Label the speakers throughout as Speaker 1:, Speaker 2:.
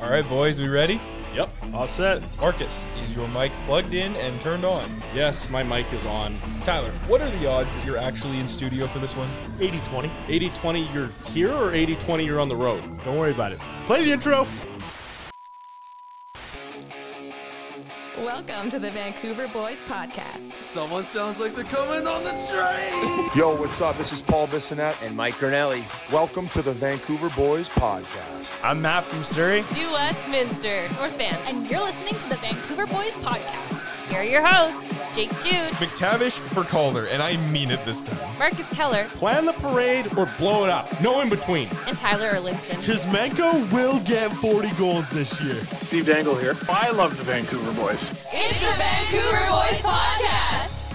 Speaker 1: All right, boys, we ready?
Speaker 2: Yep, all set.
Speaker 1: Marcus, is your mic plugged in and turned on?
Speaker 2: Yes, my mic is on.
Speaker 1: Tyler, what are the odds that you're actually in studio for this one?
Speaker 3: 80 20.
Speaker 2: 80 20, you're here, or 80 20, you're on the road?
Speaker 3: Don't worry about it. Play the intro.
Speaker 4: Welcome to the Vancouver Boys Podcast.
Speaker 5: Someone sounds like they're coming on the train.
Speaker 6: Yo, what's up? This is Paul Bissonette, and
Speaker 7: and Mike Grinelli.
Speaker 6: welcome to the Vancouver Boys Podcast.
Speaker 3: I'm Matt from Surrey.
Speaker 8: New Westminster, North Van.
Speaker 9: and you're listening to the Vancouver Boys Podcast. Here are your hosts, Jake Jude,
Speaker 1: McTavish for Calder, and I mean it this time.
Speaker 9: Marcus Keller,
Speaker 2: Plan the parade or blow it up. No in between.
Speaker 9: and Tyler Erlinson.
Speaker 3: Chismenko will get 40 goals this year.
Speaker 10: Steve Dangle here. I love the Vancouver boys.
Speaker 8: It's the Vancouver Boys Podcast.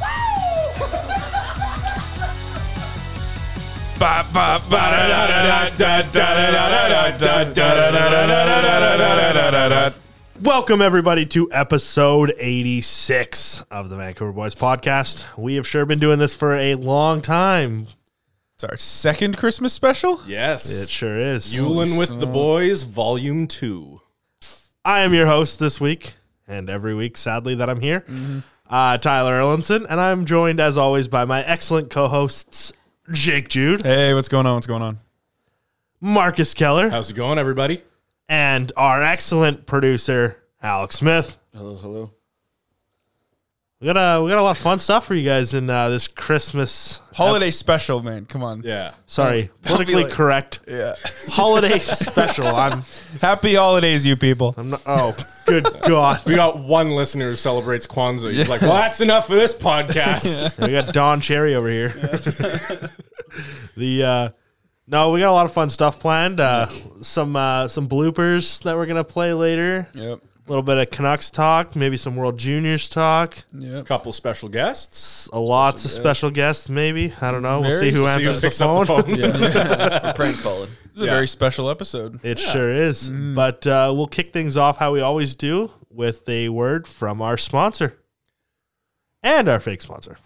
Speaker 3: Welcome, everybody, to episode 86 of the Vancouver Boys Podcast. We have sure been doing this for a long time.
Speaker 1: It's our second Christmas special?
Speaker 2: Yes.
Speaker 3: It sure is.
Speaker 2: Dueling with the Boys, Volume 2.
Speaker 3: I am your host this week and every week, sadly, that I'm here, uh, Tyler Erlinson, and I'm joined, as always, by my excellent co hosts, Jake Jude,
Speaker 1: Hey, what's going on? What's going on?
Speaker 3: Marcus Keller,
Speaker 2: How's it going, everybody?
Speaker 3: and our excellent producer Alex Smith.
Speaker 5: Hello, hello.
Speaker 3: We got a we got a lot of fun stuff for you guys in uh, this Christmas.
Speaker 1: Holiday special, man. Come on.
Speaker 2: Yeah.
Speaker 3: Sorry, politically
Speaker 1: like-
Speaker 3: correct. Yeah, holiday special. I'm,
Speaker 1: Happy holidays, you people.
Speaker 3: I'm not, oh, good God.
Speaker 2: We got one listener who celebrates Kwanzaa. He's like, well, that's enough for this podcast.
Speaker 3: We got Don Cherry over here. the uh, no, we got a lot of fun stuff planned. Uh, some uh, some bloopers that we're gonna play later.
Speaker 1: Yep.
Speaker 3: A little bit of Canucks talk, maybe some World Juniors talk.
Speaker 1: Yep.
Speaker 2: couple special guests.
Speaker 3: S- A lots of special guests, maybe. I don't know. We'll see
Speaker 1: Very-
Speaker 3: who
Speaker 1: see who
Speaker 3: answers the,
Speaker 2: picks up
Speaker 3: phone.
Speaker 2: the phone.
Speaker 7: Prank calling.
Speaker 1: This is a very special episode.
Speaker 3: It sure is. But uh, we'll kick things off how we always do with a word from our sponsor and our fake sponsor.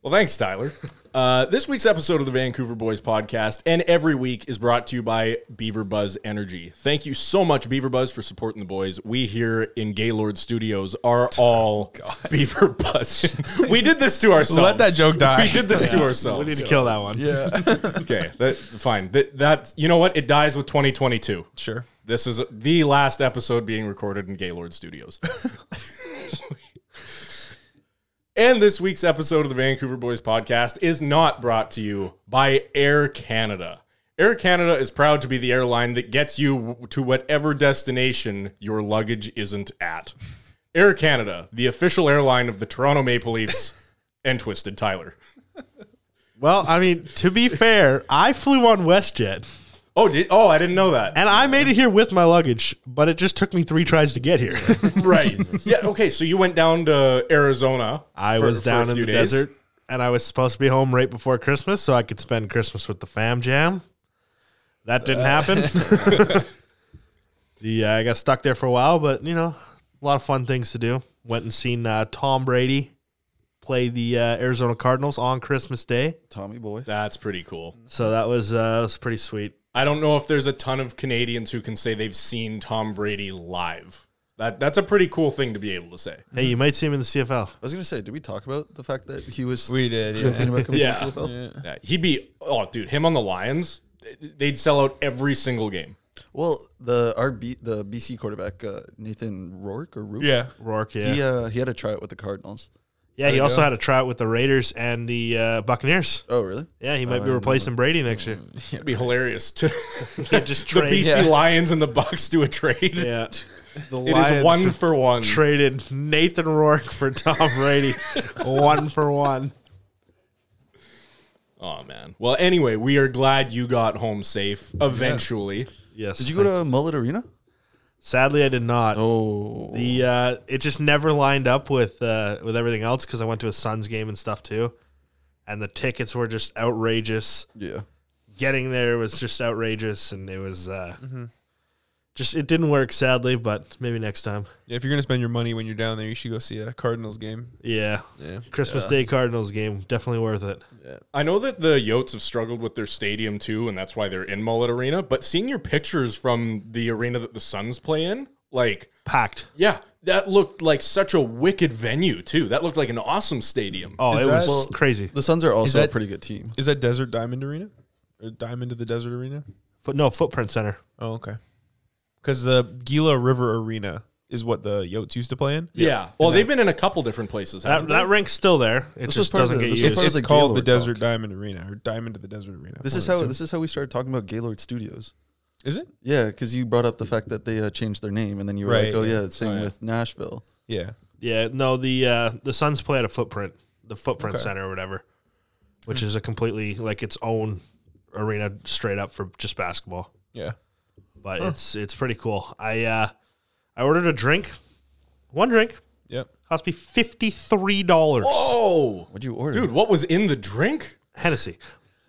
Speaker 2: Well, thanks, Tyler. Uh, this week's episode of the Vancouver Boys podcast and every week is brought to you by Beaver Buzz Energy. Thank you so much, Beaver Buzz, for supporting the boys. We here in Gaylord Studios are
Speaker 3: Oh,
Speaker 2: all Beaver Buzz. we did this to ourselves.
Speaker 1: Let that joke die.
Speaker 2: We did this to
Speaker 3: We
Speaker 2: ourselves.
Speaker 3: need to kill that one. Yeah.
Speaker 2: okay, that, fine. That, that you know what? It dies with 2022.
Speaker 1: Sure.
Speaker 2: This is the last episode being recorded in Gaylord Studios. and this week's episode of the Vancouver Boys podcast is not brought to you by Air Canada. Air Canada is proud to be the airline that gets you to whatever destination your luggage isn't at. Air Canada, the official airline of the Toronto Maple Leafs and Twisted Tyler.
Speaker 3: Well, I mean, to be fair, I flew on WestJet
Speaker 2: Oh, did, oh, I didn't know that.
Speaker 3: and I made it here with my luggage, but it just took me three tries to get here.
Speaker 2: Right. yeah. Okay. So you went down to Arizona.
Speaker 3: I
Speaker 2: for-
Speaker 3: was
Speaker 2: for a
Speaker 3: down in
Speaker 2: few
Speaker 3: the
Speaker 2: days.
Speaker 3: desert and I was supposed to be home right before Christmas so I could spend Christmas with the fam jam. That
Speaker 2: Uh.
Speaker 3: didn't happen. the uh, I got stuck there for a while, but you know, a lot of fun things to do. Went and seen uh, Tom Brady play the uh, Arizona Cardinals on Christmas Day,
Speaker 5: Tommy boy.
Speaker 2: That's pretty cool.
Speaker 3: so that was uh, that was pretty sweet.
Speaker 2: I don't know if there's a ton of Canadians who can say they've seen Tom Brady live. That that's a pretty cool thing to be able to say.
Speaker 3: Hey, you might see him in the CFL.
Speaker 5: I was gonna say, did we talk about the fact that he was
Speaker 1: We did, yeah.
Speaker 5: joking about coming
Speaker 2: Yeah.
Speaker 5: to the CFL?
Speaker 2: Yeah, he'd be oh dude, him on the Lions, they'd sell out every single game.
Speaker 5: Well, the RB the BC quarterback uh, Nathan Rourke or Rourke,
Speaker 1: Yeah.
Speaker 3: Rourke, yeah,
Speaker 5: he uh, he had a tryout with the Cardinals.
Speaker 3: yeah. He also had a tryout with the Raiders and the uh, Buccaneers.
Speaker 5: Oh, really?
Speaker 3: Yeah, he might be replacing Brady next year.
Speaker 2: It'd be hilarious to
Speaker 3: just
Speaker 2: the
Speaker 3: trade.
Speaker 2: BC Lions and the Bucks do a trade.
Speaker 3: Yeah. The
Speaker 2: It is one for one.
Speaker 3: traded Nathan Rourke for Tom Brady. one for one.
Speaker 2: oh man. Well, anyway, we are glad you got home safe eventually.
Speaker 3: Yes.
Speaker 5: Did you go to Mullet Arena?
Speaker 3: Sadly, I did not.
Speaker 5: Oh,
Speaker 3: The uh, it just never lined up with uh, with everything else because I went to a Suns game and stuff too, and the tickets were just outrageous.
Speaker 5: yeah.
Speaker 2: Mm-hmm.
Speaker 3: Getting there was just outrageous, and it was uh, Just it didn't work, sadly, but maybe next time.
Speaker 1: If you're gonna spend your money when you're down there, you should go see a Cardinals game.
Speaker 3: Yeah,
Speaker 1: Yeah.
Speaker 3: Christmas Day Cardinals game definitely worth it.
Speaker 2: I know that the Yotes have struggled with their stadium too, and that's why they're in Mullet Arena. But seeing your pictures from the arena that the Suns play in, like,
Speaker 3: Packed.
Speaker 2: yeah, that looked like such a wicked venue too. That looked like an awesome stadium.
Speaker 3: Oh,
Speaker 1: Is
Speaker 3: it was
Speaker 1: that-
Speaker 3: crazy.
Speaker 5: The Suns are also
Speaker 1: that-
Speaker 5: a pretty good team.
Speaker 1: Is that Desert Diamond Arena? Or Diamond of the Desert Arena?
Speaker 3: Foot, no footprint center.
Speaker 1: Oh, okay. Because the Gila River Arena is what the Yotes used to play in.
Speaker 2: yeah. Well, they've been in a couple different places.
Speaker 3: That
Speaker 2: Haven't
Speaker 3: that rink's still there.
Speaker 5: This
Speaker 3: It
Speaker 5: was
Speaker 3: just
Speaker 5: part of
Speaker 3: doesn't
Speaker 5: the- this
Speaker 3: get
Speaker 5: was
Speaker 3: used.
Speaker 5: part
Speaker 1: It's,
Speaker 5: of the
Speaker 1: called the
Speaker 5: Gaylord
Speaker 1: Desert
Speaker 5: talk.
Speaker 1: Diamond Arena or Diamond of the Desert Arena.
Speaker 5: This
Speaker 1: One
Speaker 5: is
Speaker 1: of
Speaker 5: how
Speaker 1: the two.
Speaker 5: this is how we started talking about Gaylord Studios.
Speaker 1: is it?
Speaker 5: Yeah, because you brought up the fact that they uh, changed their name, and then you were
Speaker 1: Right,
Speaker 5: like, "Oh
Speaker 1: yeah.
Speaker 5: yeah, it's same
Speaker 2: Oh, yeah.
Speaker 5: with Nashville."
Speaker 1: Yeah.
Speaker 3: Yeah, no, the uh, the Suns play at a footprint, the footprint
Speaker 1: Okay. Hmm.
Speaker 3: center or whatever, which is a completely like its own arena straight up for just basketball.
Speaker 1: Yeah.
Speaker 3: But it's it's pretty cool. I uh, I ordered a drink, one drink
Speaker 1: Yep.
Speaker 3: cost me fifty three dollars.
Speaker 2: Oh,
Speaker 5: What'd you order,
Speaker 2: dude, what was in the drink?
Speaker 3: Hennessy.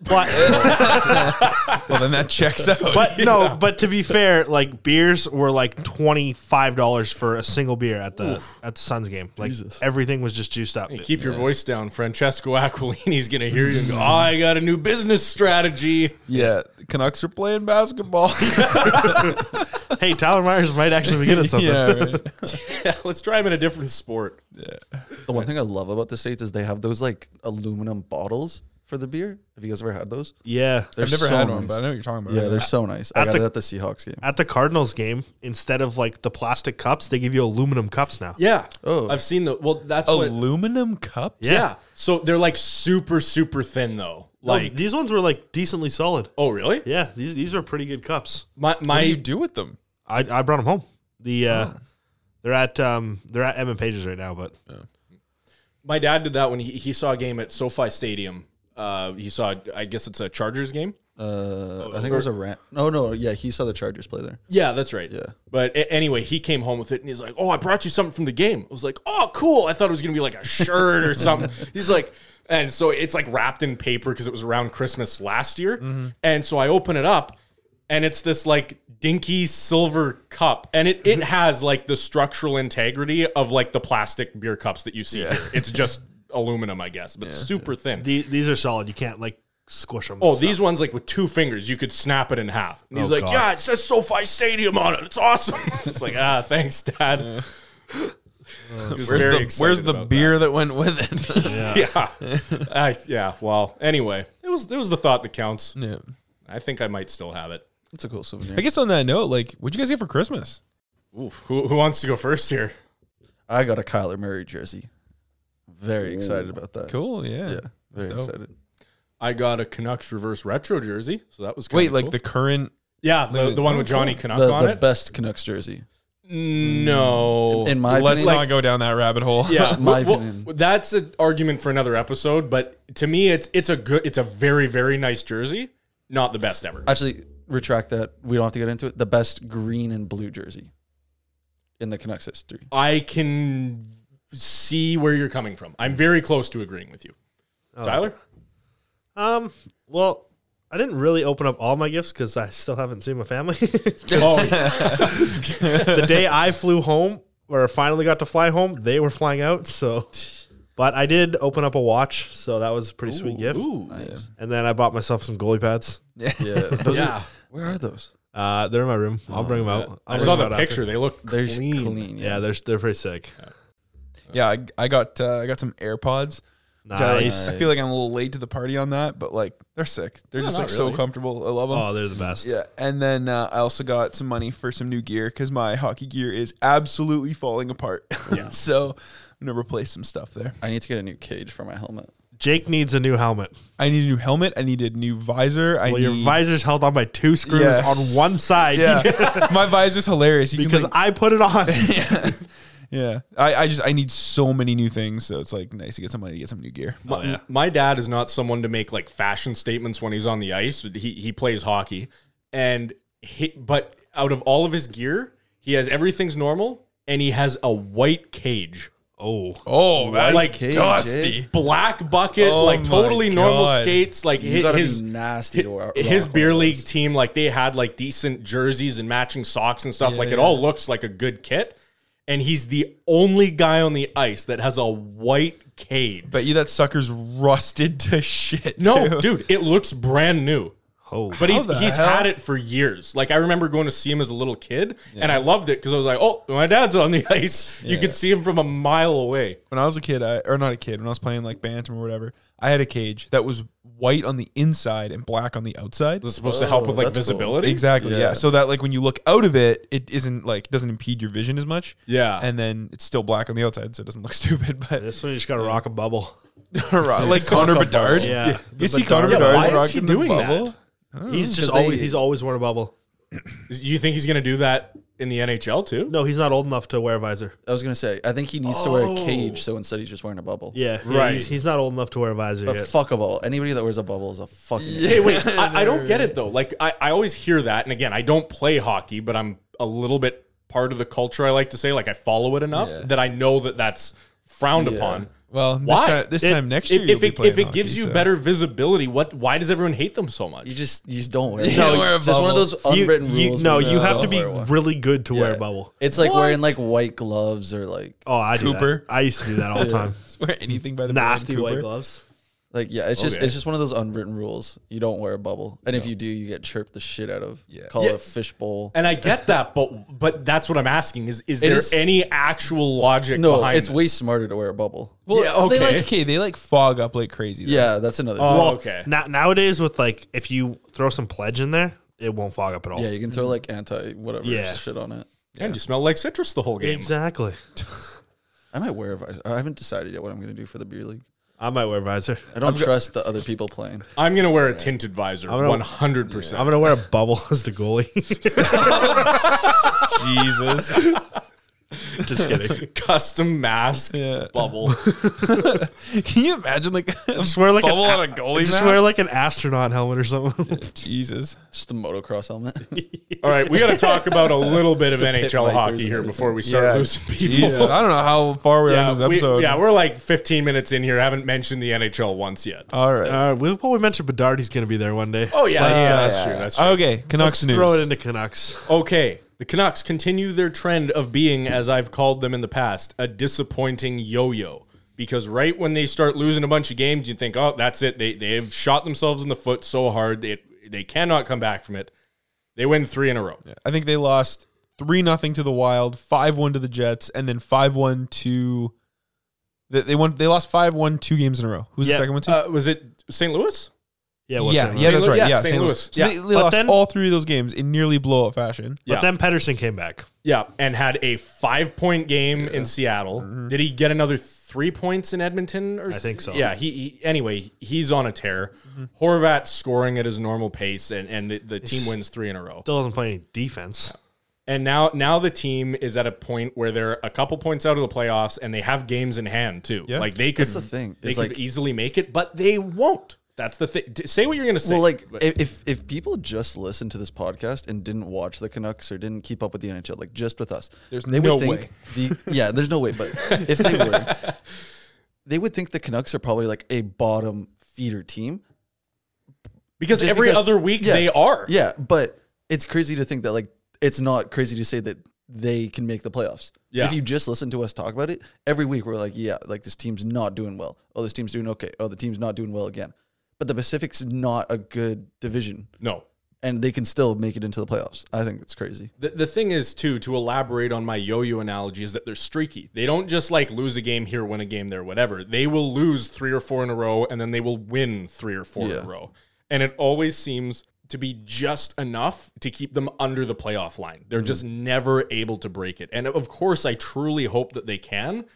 Speaker 3: But
Speaker 1: Well, then that checks out.
Speaker 3: but no, but to be fair, like beers were like twenty five dollars for a single beer at the at the Suns game. Like everything was just juiced up.
Speaker 2: Hey, keep your voice down. Francesco Aquilini's gonna hear you. and go, I got a new business strategy.
Speaker 1: yeah, the Canucks are playing basketball.
Speaker 3: Hey, Tyler Myers might actually be good at something.
Speaker 1: yeah. Right.
Speaker 2: Yeah, let's try him in a different sport.
Speaker 5: The one thing I love about the states is they have those like aluminum bottles for the beer. Have you guys ever had those?
Speaker 3: yeah.
Speaker 5: They're
Speaker 1: I've never
Speaker 5: so
Speaker 1: had one,
Speaker 5: nice.
Speaker 1: but I know what you're talking about.
Speaker 5: yeah, they're so nice. I
Speaker 3: at
Speaker 5: got
Speaker 3: the-
Speaker 5: it at the Seahawks game.
Speaker 3: at the Cardinals game, instead of like the plastic cups, they give you aluminum cups now.
Speaker 2: Yeah.
Speaker 5: Oh.
Speaker 2: I've seen the well. That's what.
Speaker 1: aluminum cups.
Speaker 2: yeah. So they're like super super thin though. Like
Speaker 3: Like Oh, these ones were like decently solid.
Speaker 2: oh really?
Speaker 3: Yeah, these these are pretty good cups.
Speaker 2: My
Speaker 1: What
Speaker 2: my
Speaker 1: do you do with them?
Speaker 3: I, I brought them home. The uh,
Speaker 2: Oh.
Speaker 3: they're at um they're at M and Pages right now, but Oh,
Speaker 2: my dad did that when he, he saw a game at SoFi Stadium. Uh, he saw I guess it's a Chargers game.
Speaker 5: Uh, I think it was a rant. No, no, yeah, he saw the Chargers play there.
Speaker 2: Yeah, that's right.
Speaker 5: Yeah.
Speaker 2: But a- anyway, he came home with it and he's like, "Oh, I brought you something from the game." I was like, "Oh, cool." I thought it was gonna be like a shirt or something. he's like. And so it's like wrapped in paper because it was around Christmas last year.
Speaker 5: Mm-hmm.
Speaker 2: And so I open it up and it's this like dinky silver cup and it, it has like the structural integrity of like the plastic beer cups that you see here. It's just aluminum, I guess, but super thin.
Speaker 3: the, these are solid. You can't like squish them.
Speaker 2: Oh, these ones like with two fingers, you could snap it in half. And he's
Speaker 5: Oh,
Speaker 2: like,
Speaker 3: God.
Speaker 2: "Yeah, it says SoFi Stadium on it. It's awesome." it's like, ah, thanks, Dad.
Speaker 1: Where's the Where's the beer that. went with it?
Speaker 2: Yeah, I- yeah. Well, anyway, it was it was the thought that counts.
Speaker 1: yeah.
Speaker 2: I think I might still have it.
Speaker 5: It's a cool souvenir.
Speaker 1: I guess on that note, like, what'd you guys get for Christmas?
Speaker 2: Oof, who who wants to go first here?
Speaker 5: I got a Kyler Murray jersey. Very excited about that.
Speaker 1: Cool. Yeah.
Speaker 5: Yeah,
Speaker 1: That's
Speaker 5: very
Speaker 1: dope.
Speaker 5: excited.
Speaker 2: I got a Canucks reverse retro jersey, so that was kinda
Speaker 1: Wait, like
Speaker 2: cool.
Speaker 1: the current? Oh,
Speaker 2: yeah, the, the one with Johnny Canuck
Speaker 5: The,
Speaker 2: on
Speaker 5: the
Speaker 2: it. Mm,
Speaker 5: best Canucks jersey,
Speaker 2: no,
Speaker 5: in my
Speaker 1: Let's
Speaker 5: opinion.
Speaker 1: not go down that rabbit hole.
Speaker 2: Yeah,
Speaker 5: My
Speaker 2: well,
Speaker 5: opinion.
Speaker 2: well, that's an argument for another episode. But to me, it's it's a good, it's a very very nice jersey. Not the best ever.
Speaker 5: actually, retract that. We don't have to get into it. The best green and blue jersey in the Canucks history.
Speaker 2: I can see where you're coming from. I'm very close to agreeing with you,
Speaker 5: Oh,
Speaker 2: Tyler.
Speaker 3: Um, well, I didn't really open up all my gifts because I still haven't seen my family.
Speaker 2: Oh,
Speaker 3: the day I flew home or finally got to fly home, they were flying out. So, but I did open up a watch, so that was a pretty sweet gift.
Speaker 5: Nice.
Speaker 3: And then I bought myself some goalie pads.
Speaker 5: Yeah, those
Speaker 2: yeah.
Speaker 5: where are those?
Speaker 3: Uh, they're in my room. I'll bring them out. I'll
Speaker 2: Oh, I
Speaker 3: bring
Speaker 2: saw
Speaker 3: them
Speaker 2: the
Speaker 3: out
Speaker 2: picture. They look
Speaker 5: They're
Speaker 2: clean.
Speaker 5: clean.
Speaker 3: After. Yeah, they're they're pretty sick.
Speaker 1: Yeah, I, I got uh, I got some AirPods. which I, like-
Speaker 3: Nice.
Speaker 1: I feel like I'm a little late to the party on that, but like they're sick. They're just like so comfortable. I love them.
Speaker 3: Oh, they're the best.
Speaker 1: yeah, and then uh, I also got some money for some new gear because my hockey gear is absolutely falling apart. Yeah. so I'm gonna replace some stuff there.
Speaker 5: I need to get a new cage for my helmet.
Speaker 3: Jake needs a new helmet.
Speaker 1: I need a new helmet. I need a new visor. I
Speaker 3: Well,
Speaker 1: need
Speaker 3: your visor's held on by two screws
Speaker 1: Yeah.
Speaker 3: on one side.
Speaker 1: Yeah, my visor's hilarious. You can,
Speaker 3: because
Speaker 1: like-
Speaker 3: I put it on.
Speaker 1: yeah, I, I just I need so many new things. So it's like nice to get some money to get some new gear.
Speaker 2: My,
Speaker 5: Oh,
Speaker 2: my dad is not someone to make like fashion statements when he's on the ice. He he plays hockey, and he, but out of all of his gear, he has everything's normal, and he has a white cage.
Speaker 3: Oh,
Speaker 1: Oh, that's
Speaker 2: Like
Speaker 1: like
Speaker 5: KJ. eh?
Speaker 1: dusty.
Speaker 2: black bucket,
Speaker 1: Oh
Speaker 2: like
Speaker 1: my
Speaker 2: totally normal
Speaker 1: God.
Speaker 2: skates. Like
Speaker 5: You gotta
Speaker 2: his
Speaker 5: be nasty to rock
Speaker 2: his
Speaker 5: on
Speaker 2: beer
Speaker 5: those.
Speaker 2: league team, like they had like decent jerseys and matching socks and stuff. like it all looks like a good kit. And he's the only guy on the ice that has a white cage.
Speaker 1: Bet you that sucker's rusted to shit.
Speaker 2: no,
Speaker 1: too.
Speaker 2: dude, it looks brand new.
Speaker 3: holy.
Speaker 2: But he's
Speaker 1: the
Speaker 2: he's
Speaker 1: hell?
Speaker 2: had it for years. Like I remember going to see him as a little kid, and I loved it because I was like, "Oh, my dad's on the ice. You could see him from a mile away."
Speaker 1: When I was a kid, I, or not a kid, when I was playing like Bantam or whatever, I had a cage that was white on the inside and black on the outside.
Speaker 2: It's supposed to help with like
Speaker 5: Oh, that's cool.
Speaker 2: visibility.
Speaker 1: Exactly. Yeah. So that like when you look out of it, it isn't like doesn't impede your vision as much.
Speaker 2: Yeah.
Speaker 1: And then it's still black on the outside, so it doesn't look stupid. But
Speaker 3: This one you just gotta rock a bubble.
Speaker 1: like Connor Bedard.
Speaker 3: Yeah.
Speaker 1: You
Speaker 3: The
Speaker 1: see
Speaker 3: Bedard
Speaker 1: Connor
Speaker 3: Yeah,
Speaker 1: Bedard
Speaker 2: why is
Speaker 1: rocking
Speaker 2: he
Speaker 1: the
Speaker 2: doing
Speaker 1: bubble?
Speaker 2: that?
Speaker 5: Oh.
Speaker 3: He's just
Speaker 5: 'Cause they-
Speaker 3: always he's always worn a bubble.
Speaker 2: Do you think he's going to do that in the NHL too?
Speaker 3: No, he's not old enough to wear a visor.
Speaker 5: I was gonna say, I think he needs to wear a cage, so instead he's just wearing a bubble.
Speaker 3: Yeah, he-
Speaker 2: Right.
Speaker 3: He's, he's not old enough to wear a visor
Speaker 5: But
Speaker 3: yet.
Speaker 5: fuck a ball. Anybody that wears a bubble is a fucking
Speaker 2: Hey, wait, I, I don't get it though. Like I, I always hear that, and again, I don't play hockey, but I'm a little bit part of the culture. I like to say, like I follow it enough that I know that that's frowned upon.
Speaker 1: Well, this
Speaker 2: Why?
Speaker 1: time, this
Speaker 3: It-
Speaker 1: time next year,
Speaker 2: If,
Speaker 1: you'll
Speaker 2: if
Speaker 1: be
Speaker 2: it
Speaker 1: playing
Speaker 2: if it
Speaker 1: hockey,
Speaker 2: gives you
Speaker 1: so.
Speaker 2: better visibility, what? Why does everyone hate them so much?
Speaker 5: You just you just don't wear.
Speaker 1: You don't wear a
Speaker 5: it's just one of
Speaker 1: bubble.
Speaker 5: those unwritten
Speaker 3: you,
Speaker 5: rules.
Speaker 3: no,
Speaker 5: where
Speaker 3: you
Speaker 5: just
Speaker 3: have
Speaker 5: don't
Speaker 3: to be
Speaker 5: wear one.
Speaker 3: really good to wear
Speaker 5: Yeah.
Speaker 3: a bubble.
Speaker 5: It's like wearing like white gloves or like
Speaker 3: Oh, I do
Speaker 1: Cooper.
Speaker 3: That. I used to do that all the time.
Speaker 1: Swear anything by the
Speaker 3: Nasty
Speaker 1: brand
Speaker 3: white
Speaker 1: Cooper.
Speaker 3: gloves.
Speaker 5: like yeah. It's just
Speaker 2: Okay.
Speaker 5: it's just one of those unwritten rules. You don't wear a bubble, and if you do, you get chirped the shit out of.
Speaker 1: Yeah.
Speaker 5: Call
Speaker 2: Yeah.
Speaker 5: it a fishbowl.
Speaker 2: and I get that, but but that's what I'm asking: is is
Speaker 5: It
Speaker 2: there
Speaker 5: is-
Speaker 2: any actual logic?
Speaker 5: No,
Speaker 2: behind
Speaker 5: it's
Speaker 2: this?
Speaker 5: way smarter to wear a bubble.
Speaker 1: Well,
Speaker 2: Yeah,
Speaker 1: they
Speaker 2: okay.
Speaker 1: like okay, they like fog up like crazy. though.
Speaker 5: Yeah, that's another.
Speaker 2: Oh,
Speaker 5: thing.
Speaker 2: okay.
Speaker 3: Na- nowadays, with like, if you throw some pledge in there, it won't fog up at all.
Speaker 5: Yeah, you can throw like anti whatever
Speaker 3: Yeah.
Speaker 5: shit on it.
Speaker 2: And you smell like citrus the whole game.
Speaker 3: exactly.
Speaker 5: I might wear a visor. I haven't decided yet what I'm going to do for the beer league.
Speaker 3: I might wear a visor.
Speaker 5: I don't trust the other people playing.
Speaker 2: I'm gonna wear a tinted visor,
Speaker 3: gonna-
Speaker 2: one hundred percent.
Speaker 3: I'm gonna wear a bubble as the goalie.
Speaker 1: Jesus.
Speaker 3: just kidding.
Speaker 2: Custom mask
Speaker 1: Yeah.
Speaker 2: bubble.
Speaker 1: Can you imagine like just
Speaker 3: Just wear like an
Speaker 1: bubble
Speaker 3: a-
Speaker 1: on a goalie?
Speaker 3: Just
Speaker 1: mask?
Speaker 3: wear like an astronaut helmet or something.
Speaker 1: Jesus.
Speaker 5: Just the motocross helmet.
Speaker 2: All right, we got to talk about a little bit of NHL
Speaker 5: Vipers
Speaker 2: hockey
Speaker 5: and
Speaker 2: here
Speaker 5: everything.
Speaker 2: before we start losing people.
Speaker 1: Jesus. I don't know how far we're on
Speaker 2: Yeah,
Speaker 1: this
Speaker 2: we,
Speaker 1: episode.
Speaker 2: yeah, we're like 15 minutes in here. Haven't mentioned the NHL once yet.
Speaker 1: All right.
Speaker 3: Uh, we, well, we mentioned Bedard. He's gonna be there one day.
Speaker 2: oh yeah, yeah, that's true. That's true.
Speaker 1: okay, Canucks
Speaker 3: Let's
Speaker 1: news.
Speaker 3: throw it into Canucks.
Speaker 2: Okay, the Canucks continue their trend of being, as I've called them in the past, a disappointing yo-yo. Because right when they start losing a bunch of games, you think, "Oh, that's it. They they've shot themselves in the foot so hard that they cannot come back from it." They win three in a row.
Speaker 1: I think they lost three nothing to the Wild, five one to the Jets, and then five one to. They, they won. They lost five one two games in a row. Who's
Speaker 3: Yeah,
Speaker 1: the second one to?
Speaker 2: Uh, was it St. Louis?
Speaker 3: Yeah, what's
Speaker 1: yeah,
Speaker 3: that?
Speaker 1: yeah, that's
Speaker 2: Louis-
Speaker 1: right.
Speaker 2: yeah,
Speaker 1: Yeah,
Speaker 2: St.
Speaker 1: St. Louis.
Speaker 2: Louis.
Speaker 1: So
Speaker 2: Yeah.
Speaker 1: they, they
Speaker 3: But
Speaker 1: lost
Speaker 3: then-
Speaker 1: all three of those games in nearly blowout fashion.
Speaker 3: But
Speaker 2: Yeah.
Speaker 3: then Pedersen came back.
Speaker 2: Yeah, and had a five point game in Seattle. Did he get another three points in Edmonton? Or
Speaker 3: Mm-hmm. I think so. Mm-hmm.
Speaker 2: Yeah. He, he- anyway, he's on a tear. Horvat scoring at his normal pace, and and the, the team wins three in a row.
Speaker 3: Still doesn't play any defense.
Speaker 2: And now now the team is at a point where they're a couple points out of the playoffs, and they have games in hand too.
Speaker 1: Yeah.
Speaker 2: Like they could.
Speaker 5: That's the thing,
Speaker 2: They
Speaker 5: is
Speaker 2: could
Speaker 5: like-
Speaker 2: easily make it, but they won't. That's the thing. D- Say what you're going to say.
Speaker 5: well, like if, if if people just listened to this podcast and didn't watch the Canucks or didn't keep up with the NHL, like just with us,
Speaker 1: There's
Speaker 5: they
Speaker 1: no
Speaker 5: the yeah, there's no way. But if they were, they would think the Canucks are probably like a bottom feeder team.
Speaker 2: because
Speaker 5: Just
Speaker 2: every
Speaker 5: because-
Speaker 2: other week
Speaker 5: yeah,
Speaker 2: they are.
Speaker 5: Yeah, but it's crazy to think that like it's not crazy to say that they can make the playoffs.
Speaker 2: Yeah.
Speaker 5: If you just listen to us talk about it every week, we're like, yeah, like this team's not doing well. Oh, this team's doing okay. Oh, the team's not doing well again. But the Pacific's not a good division,
Speaker 2: No,
Speaker 5: and they can still make it into the playoffs. I think it's crazy.
Speaker 2: The, the thing is too to elaborate on my yo-yo analogy is that they're streaky. They don't just like lose a game here, win a game there, whatever. They will lose three or four in a row, and then they will win three or four in
Speaker 5: Yeah.
Speaker 2: a row, and it always seems to be just enough to keep them under the playoff line. They're just never able to break it, and of course, I truly hope that they can.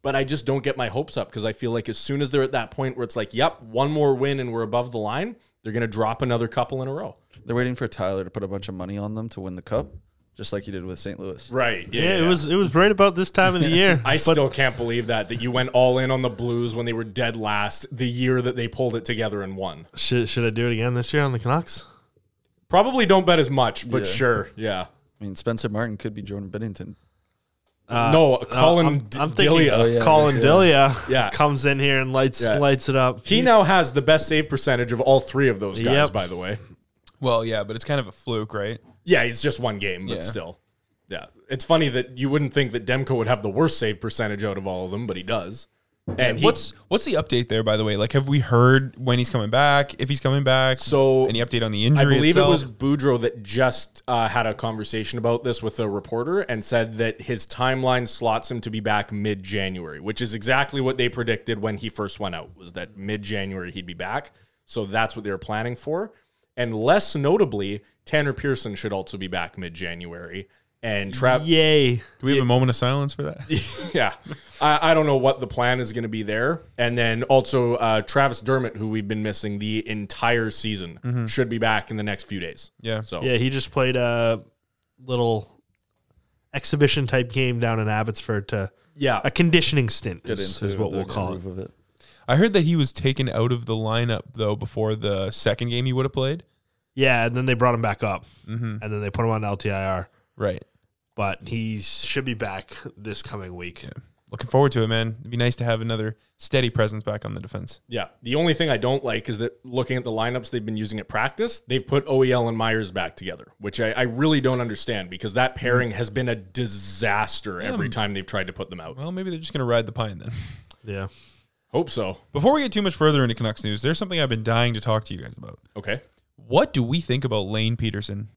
Speaker 2: But I just don't get my hopes up because I feel like as soon as they're at that point where it's like, yep, one more win and we're above the line, they're going to drop another couple in a row.
Speaker 5: They're waiting for Tyler to put a bunch of money on them to win the cup, just like he did with St. Louis.
Speaker 2: Right.
Speaker 3: Yeah, it was it was right about this time of the year.
Speaker 2: I still can't believe that that you went all in on the Blues when they were dead last the year that they pulled it together and won.
Speaker 3: should, should I do it again this year on the Canucks?
Speaker 2: Probably don't bet as much, but
Speaker 5: Yeah.
Speaker 2: sure, yeah.
Speaker 5: I mean, Spencer Martin could be Jordan Bennington.
Speaker 2: Uh,
Speaker 5: Oh,
Speaker 2: no, Colin Delia.
Speaker 3: Uh, thinking
Speaker 5: yeah,
Speaker 3: Colin
Speaker 5: that's it.
Speaker 3: Delia
Speaker 2: Yeah.
Speaker 3: comes in here and lights
Speaker 2: Yeah.
Speaker 3: lights it up.
Speaker 2: He now has the best save percentage of all three of those guys,
Speaker 3: Yep.
Speaker 2: by the way.
Speaker 1: Well, yeah, but it's kind of a fluke, right?
Speaker 2: Yeah, it's just one game, but
Speaker 1: Yeah.
Speaker 2: still. Yeah. It's funny that you wouldn't think that Demko would have the worst save percentage out of all of them, but he does. And he,
Speaker 1: what's what's the update there, by the way? Like, have we heard when he's coming back? If he's coming back?
Speaker 2: So,
Speaker 1: any update on the
Speaker 2: I
Speaker 1: injury?
Speaker 2: believe
Speaker 1: itself?
Speaker 2: it was Boudreaux that just uh, had a conversation about this with a reporter and said that his timeline slots him to be back mid January, which is exactly what they predicted when he first went out, was that mid January he'd be back. So that's what they were planning for. And less notably, Tanner Pearson should also be back mid January. And Trav,
Speaker 3: Yay.
Speaker 1: Do we have a moment of silence for that?
Speaker 2: yeah. I, I don't know what the plan is going to be there. And then also uh, Travis Dermott, who we've been missing the entire season, should be back in the next few days.
Speaker 1: Mm-hmm. Yeah.
Speaker 2: So
Speaker 3: Yeah, he just played a little exhibition type game down in Abbotsford to
Speaker 2: yeah,
Speaker 3: a conditioning stint
Speaker 5: Get
Speaker 3: is,
Speaker 5: into
Speaker 3: is what
Speaker 5: the
Speaker 3: we'll call it.
Speaker 5: groove of it.
Speaker 1: I heard that he was taken out of the lineup though before the second game he would have played.
Speaker 3: Yeah, and then they brought him back up,
Speaker 2: Mm-hmm.
Speaker 3: and then they put him on LTIR.
Speaker 1: Right.
Speaker 3: But he should be back this coming week.
Speaker 1: Looking forward to it, man. It'd be nice to have another steady presence back on the defense.
Speaker 2: yeah. The only thing I don't like is that looking at the lineups they've been using at practice, they've put OEL and Myers back together, which I, I really don't understand because that pairing has been a disaster every time they've tried to put them out.
Speaker 1: Well, maybe they're just going to ride the pine then.
Speaker 3: Yeah.
Speaker 2: Hope so.
Speaker 1: Before we get too much further into Canucks news, there's something I've been dying to talk to you guys about.
Speaker 2: Okay.
Speaker 1: What do we think about Lane Peterson?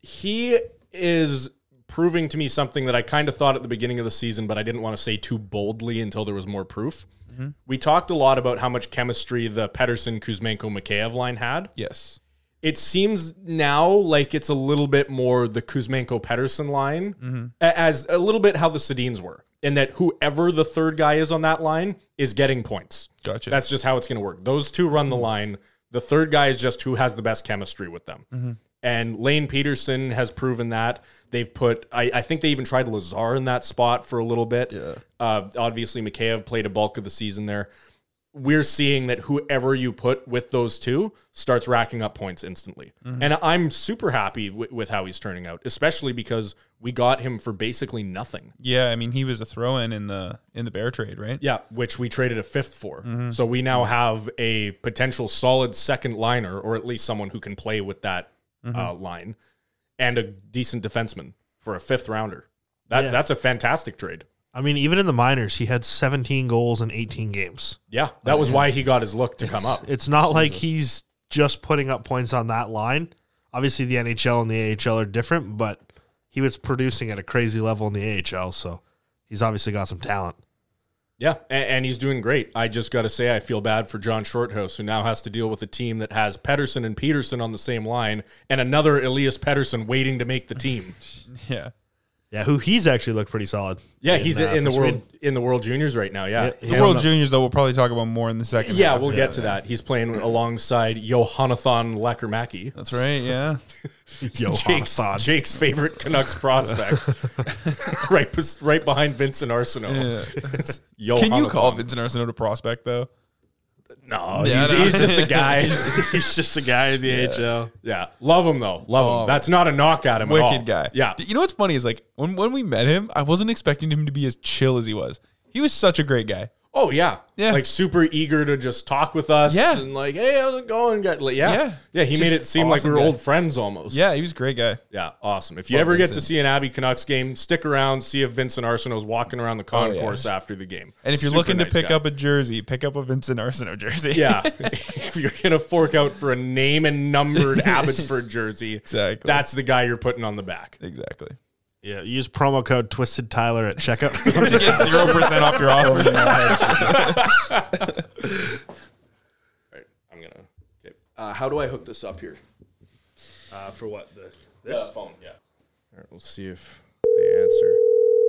Speaker 2: he is proving to me something that I kind of thought at the beginning of the season, but I didn't want to say too boldly until there was more proof.
Speaker 1: Mm-hmm.
Speaker 2: We talked a lot about how much chemistry the Pedersen, Kuzmenko, Mikheyev line had.
Speaker 1: Yes.
Speaker 2: It seems now like it's a little bit more the Kuzmenko Pedersen line,
Speaker 1: Mm-hmm.
Speaker 2: a- as a little bit how the Sedines were, in that whoever the third guy is on that line is getting points.
Speaker 1: Gotcha. Mm-hmm.
Speaker 2: That's just how it's going to work. Those two run the line. The third guy is just who has the best chemistry with them.
Speaker 1: Mm-hmm.
Speaker 2: And Lane Peterson has proven that. They've put, I, I think they even tried Lazar in that spot for a little bit. Yeah. Uh, obviously, Mikheyev played a bulk of the season there. We're seeing that whoever you put with those two starts racking up points instantly. And I'm super happy wi- with how he's turning out, especially because we got him for basically nothing.
Speaker 1: Yeah, I mean he was a throw in in the in the bear trade, right?
Speaker 2: Yeah, which we traded a fifth for.
Speaker 3: Mm-hmm.
Speaker 2: So we now have a potential solid second liner, or at least someone who can play with that uh,
Speaker 3: Mm-hmm.
Speaker 2: line, and a decent defenseman for a fifth rounder. That
Speaker 3: Yeah.
Speaker 2: that's a fantastic trade.
Speaker 3: I mean, even in the minors, he had 17 goals in 18 games.
Speaker 2: Yeah, that was why he got his look to come up.
Speaker 3: It's not like he's just putting up points on that line. Obviously, the NHL and the AHL are different, but he was producing at a crazy level in the AHL, so he's obviously got some talent.
Speaker 2: Yeah, and, and he's doing great. I just got to say, I feel bad for John Shorthouse, who now has to deal with a team that has Pedersen and Peterson on the same line, and another Elias Pedersen waiting to make the team.
Speaker 1: Yeah.
Speaker 3: Yeah, who he's actually looked pretty solid.
Speaker 2: Yeah, he's
Speaker 3: uh,
Speaker 2: in, the
Speaker 3: for
Speaker 2: world
Speaker 3: Sweden.
Speaker 2: in the World Juniors right now. Yeah,
Speaker 1: The World Juniors though we'll probably talk about more in the second.
Speaker 2: Yeah,
Speaker 1: half.
Speaker 2: we'll get to that. He's playing alongside Johanathan Lakermaki,
Speaker 1: That's right. Yeah.
Speaker 2: Jake's,
Speaker 3: Johannesson.
Speaker 2: Jake's favorite Canucks prospect, right, bes- right behind Vincent Arsenault.
Speaker 1: Can you call Vincent Arsenault a prospect though?
Speaker 2: No,
Speaker 1: Yeah,
Speaker 2: Oh, he's, he's
Speaker 1: no.
Speaker 2: just a guy.
Speaker 3: he's just a guy in the AHL.
Speaker 2: yeah, love him though. Love
Speaker 1: Oh.
Speaker 2: him. That's not a knock at him. at all.
Speaker 1: Wicked guy.
Speaker 2: Yeah,
Speaker 1: D- You know what's funny is like when when we met him, I wasn't expecting him to be as chill as he was. He was such a great guy.
Speaker 2: Oh yeah,
Speaker 1: Yeah.
Speaker 2: Like super eager to just talk with us.
Speaker 1: Yeah.
Speaker 2: and like, hey, how's it going? Got- like, yeah,
Speaker 1: Yeah.
Speaker 2: yeah. he
Speaker 1: Just
Speaker 2: made it seem like we
Speaker 1: awesome
Speaker 2: were
Speaker 1: guy.
Speaker 2: old friends almost.
Speaker 1: Yeah, he was a great guy.
Speaker 2: Yeah, awesome. If you
Speaker 1: Love
Speaker 2: ever get to
Speaker 1: Vincent.
Speaker 2: see an Abbey Canucks game, stick around, see if Vincent Arsenault's walking around the
Speaker 1: Oh, yeah.
Speaker 2: concourse after the game.
Speaker 1: And if you're
Speaker 2: Super
Speaker 1: looking
Speaker 2: nice
Speaker 1: to pick
Speaker 2: guy.
Speaker 1: up a jersey, pick up a Vincent Arsenault jersey.
Speaker 2: yeah, if you're gonna fork out for a name and numbered Abbotsford jersey,
Speaker 1: Exactly.
Speaker 2: that's the guy you're putting on the back.
Speaker 1: exactly.
Speaker 3: Yeah, use promo code Twisted Tyler at checkout.
Speaker 1: to get zero percent off your
Speaker 2: Oh,
Speaker 1: offer.
Speaker 3: Oh,
Speaker 2: I'm gonna. Okay. Uh, how do I hook this up here?
Speaker 3: uh, for what? The,
Speaker 2: This phone. Yeah. All right. We'll see if they answer.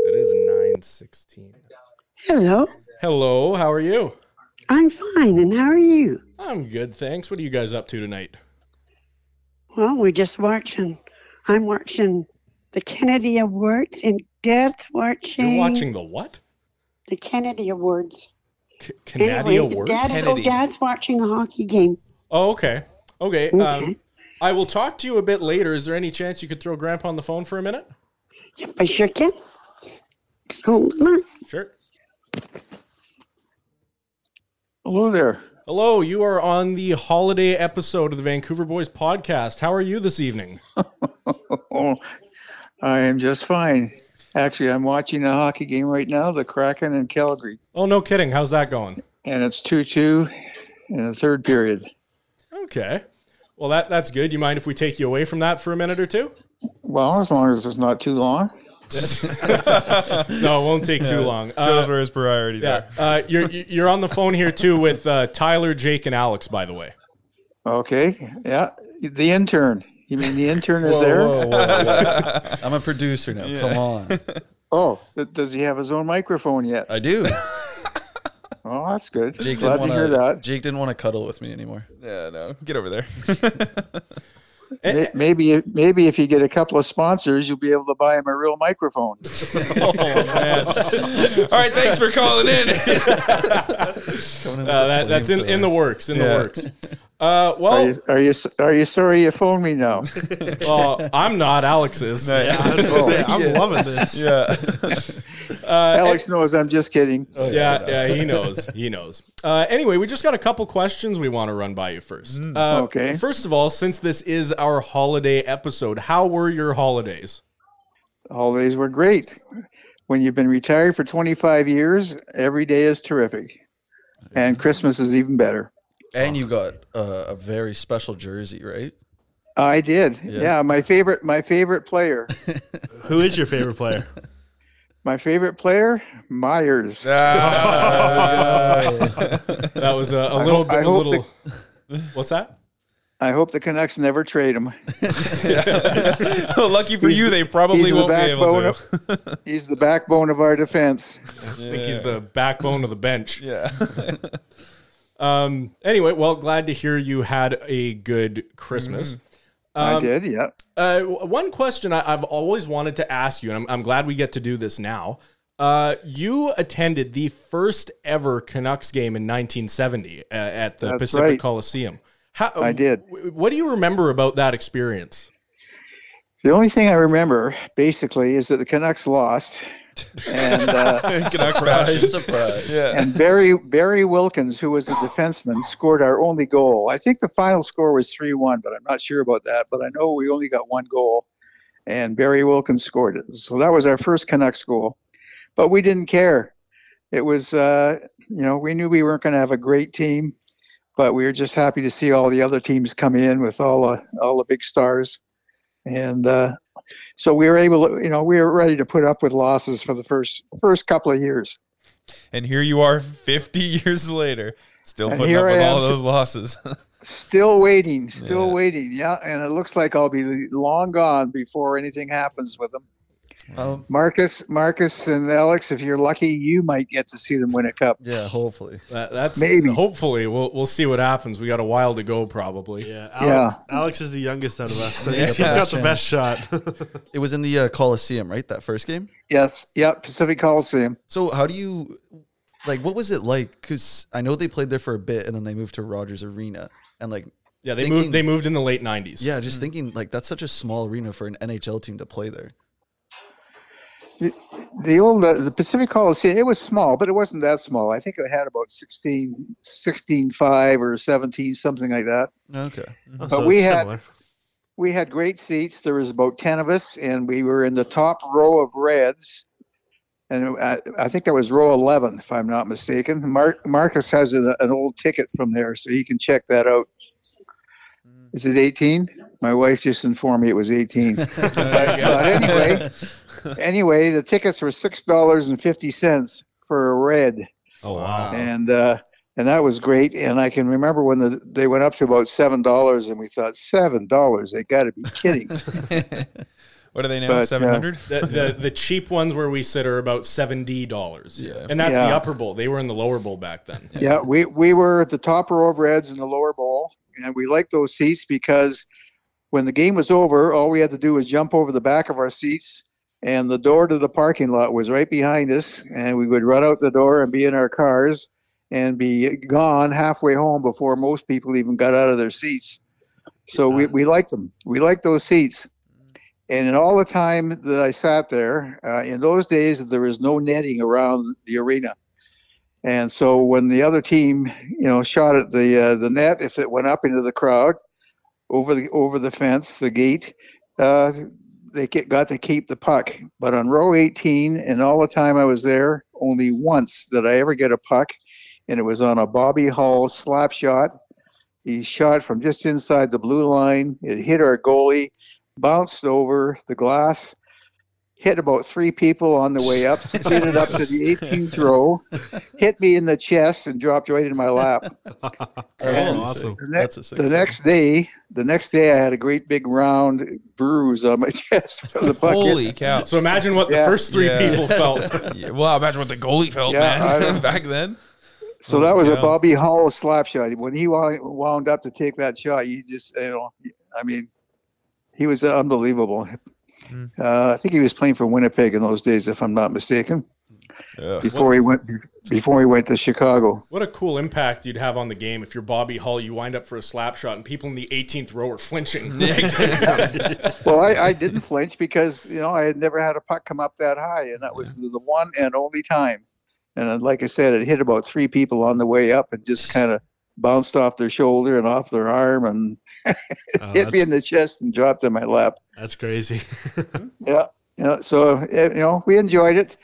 Speaker 2: It is nine sixteen.
Speaker 11: Hello,
Speaker 2: Hello. How are you?
Speaker 11: I'm fine, and how are you?
Speaker 2: I'm good, thanks. What are you guys up to tonight?
Speaker 11: Well, we're just watching. I'm watching the Kennedy Awards, and Dad's watching.
Speaker 2: You're watching the what?
Speaker 11: the Kennedy Awards.
Speaker 2: C- Canadian
Speaker 11: Anyway,
Speaker 2: Awards.
Speaker 11: Dad is, oh, Dad's watching a hockey game.
Speaker 2: Oh, okay. Okay. Um,
Speaker 11: Okay.
Speaker 2: I will talk to you a bit later. Is there any chance you could throw Grandpa on the phone for a minute?
Speaker 11: Yep, I sure can. Just hold the line.
Speaker 2: Sure.
Speaker 10: Hello there.
Speaker 2: Hello, you are on the holiday episode of the Vancouver Boys podcast. How are you this evening?
Speaker 10: Oh, I am just fine. Actually, I'm watching a hockey game right now, the Kraken and Calgary,
Speaker 2: Oh, no kidding. How's that going?
Speaker 10: and it's 2 2 in the third period.
Speaker 2: Okay. Well, that, that's good. You mind if we take you away from that for a minute or two?
Speaker 10: Well, as long as it's not too long.
Speaker 2: No, it won't take too long. Uh,
Speaker 1: Shows where his priorities
Speaker 2: yeah. Uh, you're, you're on the phone here, too, with uh, Tyler, Jake, and Alex, by the way.
Speaker 10: Okay. Yeah. The intern. You mean the intern is
Speaker 5: Whoa,
Speaker 10: there?
Speaker 5: whoa, whoa, whoa. I'm a producer now. Come on.
Speaker 10: Oh, th- does he have his own microphone yet?
Speaker 5: I do.
Speaker 10: Oh, that's good.
Speaker 5: Jake
Speaker 10: Glad
Speaker 5: didn't
Speaker 10: to hear
Speaker 5: want
Speaker 10: that.
Speaker 5: Jake didn't want to cuddle with me anymore.
Speaker 1: Yeah, no, get over there.
Speaker 2: Eh,
Speaker 10: May- Maybe, maybe if you get a couple of sponsors, you'll be able to buy him a real microphone.
Speaker 3: Oh,
Speaker 1: All right, thanks for calling in.
Speaker 2: Uh, that, that's in, in the works. In the
Speaker 1: Yeah.
Speaker 2: works. Uh,
Speaker 10: Are
Speaker 2: well,
Speaker 10: you, are you are you sorry you phoned me now?
Speaker 2: uh, I'm not. Alex is.
Speaker 3: Yeah, I'm loving this.
Speaker 1: yeah,
Speaker 10: Alex knows I'm just kidding.
Speaker 2: Uh,
Speaker 3: Oh,
Speaker 2: yeah, yeah, he knows. He knows. Uh, anyway, we just got a couple questions we want to run by you first. Uh,
Speaker 10: okay.
Speaker 2: First of all, since this is our holiday episode, how were your holidays?
Speaker 10: Holidays were great. When you've been retired for 25 years, every day is terrific, and Christmas is even better.
Speaker 5: And you got uh, a very special jersey, right?
Speaker 10: I did. Yeah, my favorite my favorite player.
Speaker 3: Who is your favorite player?
Speaker 10: My favorite player, Myers.
Speaker 2: Ah, Uh, That was a, a little
Speaker 10: hope-
Speaker 2: bit,
Speaker 10: I
Speaker 2: a
Speaker 10: hope
Speaker 2: little. What's that?
Speaker 10: I hope the Canucks never trade him.
Speaker 1: lucky for you, they probably
Speaker 10: he's the
Speaker 1: won't be able
Speaker 10: backbone
Speaker 1: to.
Speaker 10: of, he's the backbone of our defense.
Speaker 2: I think he's the backbone of the bench.
Speaker 1: yeah,
Speaker 2: Um. Anyway, well, glad to hear you had a good Christmas.
Speaker 10: Mm-hmm. I did, yeah.
Speaker 2: Uh, w- one question I, I've always wanted to ask you, and I'm, I'm glad we get to do this now. Uh, you attended the first ever Canucks game in 1970 uh, at the
Speaker 10: That's
Speaker 2: Pacific
Speaker 10: right.
Speaker 2: Coliseum. How,
Speaker 10: I did.
Speaker 2: w- what do you remember about that experience?
Speaker 10: The only thing I remember basically is that the Canucks lost, and uh,
Speaker 5: Surprise, surprise. Yeah.
Speaker 10: and Barry Barry Wilkins, who was a defenseman, scored our only goal. I think the final score was three one, but I'm not sure about that. But I know we only got one goal, and Barry Wilkins scored it. So that was our first Canucks goal, but we didn't care. It was uh, you know we knew we weren't going to have a great team, but we were just happy to see all the other teams come in with all the all the big stars, and. Uh, so we were able, to, you know, we were ready to put up with losses for the first first couple of years.
Speaker 1: and here you are, 50 years later, still
Speaker 10: And
Speaker 1: putting
Speaker 10: here
Speaker 1: up
Speaker 10: I
Speaker 1: with all
Speaker 10: am.
Speaker 1: those losses.
Speaker 10: Still waiting, still waiting. Yeah, and it looks like I'll be long gone before anything happens with them.
Speaker 5: Um,
Speaker 10: Marcus, Marcus, and Alex, if you're lucky, you might get to see them win a cup.
Speaker 5: yeah, hopefully.
Speaker 2: That, that's
Speaker 10: Maybe.
Speaker 2: Hopefully, we'll we'll see what happens. We got a while to go, probably.
Speaker 3: Yeah, Alex, Alex is the youngest out of us, so he's, he's got the best shot.
Speaker 5: It was in the uh, Coliseum, right? That first game?
Speaker 10: Yes, yeah, Pacific Coliseum.
Speaker 5: So how do you like what was it like cuz I know they played there for a bit and then they moved to Rogers Arena and like
Speaker 2: Yeah, they
Speaker 5: Thinking-
Speaker 2: moved. They moved in the late 90s.
Speaker 5: yeah, just thinking like that's such a small arena for an NHL team to play there.
Speaker 10: The old uh, the Pacific Coliseum. It was small, but it wasn't that small. I think it had about 16, 16 or seventeen, something like that.
Speaker 5: Okay.
Speaker 3: So
Speaker 10: we
Speaker 3: it's
Speaker 10: had-
Speaker 3: similar.
Speaker 10: we had great seats. There was about ten of us, and we were in the top row of Reds. And I, I think that was row eleven, if I'm not mistaken. Mar- Marcus has an, an old ticket from there, so he can check that out. Is it 18? My wife just informed me it was 18. but, but anyway, anyway, the tickets were six dollars and fifty cents for a red
Speaker 2: Oh wow.
Speaker 10: and uh, and that was great. And I can remember when the, they went up to about seven dollars, and we thought seven dollars. They got to be kidding.
Speaker 1: What are they now?
Speaker 10: But, uh,
Speaker 1: 700?
Speaker 2: The, the the cheap ones where we sit are about seventy dollars.
Speaker 5: Yeah.
Speaker 2: and that's the
Speaker 10: Yeah.
Speaker 2: upper bowl. They were in the lower bowl back then.
Speaker 10: yeah, we we were at the top row of Reds in the lower bowl, and we liked those seats because when the game was over, all we had to do was jump over the back of our seats. And the door to the parking lot was right behind us, and we would run out the door and be in our cars and be gone halfway home before most people even got out of their seats. So we, we liked them. We liked those seats. And in all the time that I sat there, uh, in those days, there was no netting around the arena. And so when the other team, you know, shot at the uh, the net, if it went up into the crowd, over the over the fence, the gate, uh, they get, got to keep the puck. But on row 18, and all the time I was there, only once did I ever get a puck, and it was on a Bobby Hall slap shot. He shot from just inside the blue line. It hit our goalie, bounced over the glass, hit about three people on the way up, slid it up to the 18th row, hit me in the chest, and dropped right in my lap.
Speaker 12: That's
Speaker 10: And
Speaker 12: awesome.
Speaker 10: The, ne-
Speaker 12: That's a sick
Speaker 10: the next day, the next day, I had a great big round bruise on my chest from the bucket.
Speaker 1: Holy cow!
Speaker 2: So imagine what the first three people felt.
Speaker 1: Yeah, well, imagine what the goalie felt,
Speaker 10: Yeah, I-
Speaker 1: man, back then.
Speaker 10: So that was a Bobby Hall slap shot. When he wound, wound up to take that shot, you just, you know, I mean, he was unbelievable.
Speaker 12: Hmm.
Speaker 10: Uh, I think he was playing for Winnipeg in those days, if I'm not mistaken. Before he went, before he went to Chicago.
Speaker 2: What a cool impact you'd have on the game if you're Bobby Hall, you wind up for a slap shot, and people in the 18th row are flinching.
Speaker 10: well, I, I didn't flinch because you know I had never had a puck come up that high, and that was the one and only time. And then, like I said, it hit about three people on the way up, and just kind of bounced off their shoulder and off their arm, and
Speaker 2: Oh,
Speaker 10: hit me
Speaker 3: that's-
Speaker 10: in the chest and dropped in my lap.
Speaker 3: Oh, That's crazy.
Speaker 10: Yeah, yeah. So eh, you know, we enjoyed it,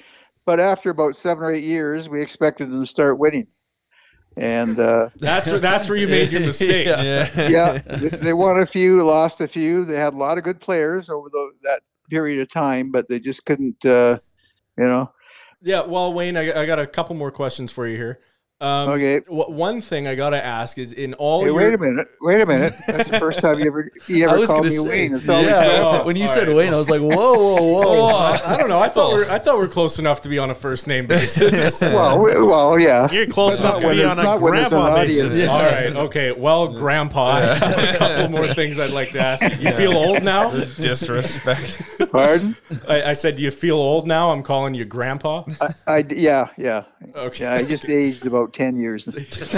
Speaker 10: but after about seven or eight years, we expected them to start winning, and uh,
Speaker 2: That's where- that's where you made your mistake.
Speaker 1: Yeah.
Speaker 10: yeah, they, they won a few, lost a few. They had a lot of good players over the, that period of time, but they just couldn't, uh, you know.
Speaker 2: Yeah, well, Wayne, I, I got a couple more questions for you here. Um,
Speaker 10: Okay.
Speaker 2: wh- one thing I got to ask is in all.
Speaker 10: Hey,
Speaker 2: your-
Speaker 10: wait a minute, wait a minute. That's the first time you ever you
Speaker 2: I
Speaker 10: ever
Speaker 2: was
Speaker 10: called
Speaker 2: gonna
Speaker 10: me
Speaker 2: say,
Speaker 10: Wayne. It's all we
Speaker 2: yeah.
Speaker 10: got.
Speaker 2: Oh,
Speaker 7: when you
Speaker 2: all
Speaker 7: said
Speaker 2: right.
Speaker 7: Wayne, I was like, whoa, whoa, whoa.
Speaker 2: Oh, I I don't know. I thought we're, I thought we're close enough to be on a first name basis.
Speaker 10: well, we- well, yeah.
Speaker 3: You're close
Speaker 10: enough to be on a grandpa basis.
Speaker 2: All right. Okay. Well, Grandpa, I have a couple more things I'd like to ask you. You feel old now?
Speaker 1: Disrespect.
Speaker 10: Pardon?
Speaker 2: I, I said, do you feel old now? I'm calling you Grandpa.
Speaker 10: I d- yeah, yeah.
Speaker 2: Okay.
Speaker 10: Yeah, I just aged about ten years.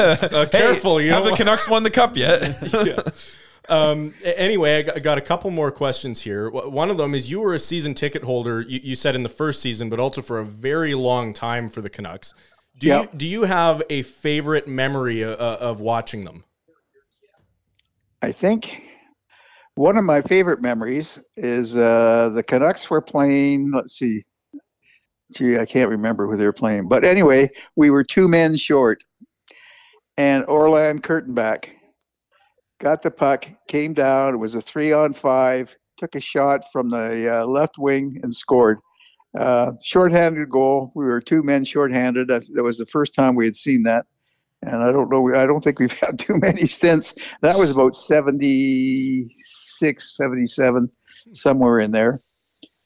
Speaker 2: Uh, careful. You
Speaker 1: have
Speaker 2: know
Speaker 1: the Canucks won the cup yet?
Speaker 2: yeah. Um, a- anyway, I got- I got a couple more questions here. Wh- One of them is you were a season ticket holder, you, you said in the first season, but also for a very long time for the Canucks. Do,
Speaker 10: Yeah.
Speaker 2: you, do you have a favorite memory uh, of watching them?
Speaker 10: I think one of my favorite memories is uh, the Canucks were playing. Let's see, gee, I can't remember who they were playing, but anyway, we were two men short, and Orland Kurtenbach got the puck, came down. It was a three on five. Took a shot from the uh, left wing and scored. Uh, shorthanded goal. We were two men shorthanded. That that was the first time we had seen that and I don't know. I don't think we've had too many since. That was about 76, 77, somewhere in there.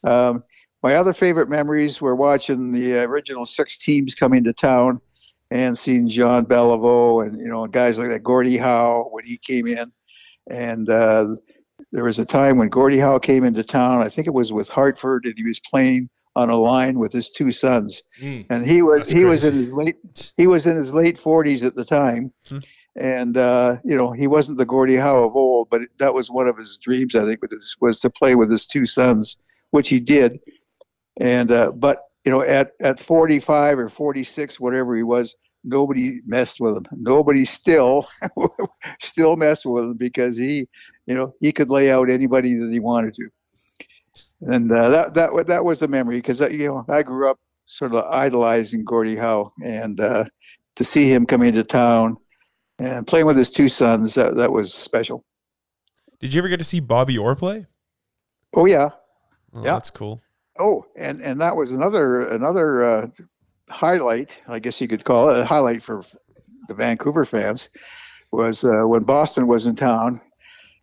Speaker 10: Um, my other favorite memories were watching the original six teams coming to town and seeing John Beliveau and you know guys like that, Gordie Howe when he came in, and uh, there was a time when Gordie Howe came into town. I think it was with Hartford, and he was playing on a line with his two sons
Speaker 11: Hmm.
Speaker 10: and he was he was in his late he was in his late forties at the time, and uh, you know he wasn't the Gordie Howe of old, but that was one of his dreams. I think was, was to play with his two sons, which he did, and uh, but you know at at forty five or forty six, whatever he was, nobody messed with him. Nobody still still messed with him because he you know he could lay out anybody that he wanted to. And uh, that that wa- that was a memory because you know I grew up sort of idolizing Gordie Howe, and uh, to see him come into town and playing with his two sons, that, that was special.
Speaker 1: Did you ever get to see Bobby Orr play?
Speaker 10: Oh yeah,
Speaker 1: Oh,
Speaker 10: Yeah.
Speaker 1: That's cool.
Speaker 10: oh, and and that was another another uh, highlight, I guess you could call it a highlight for the Vancouver fans, was uh, when Boston was in town,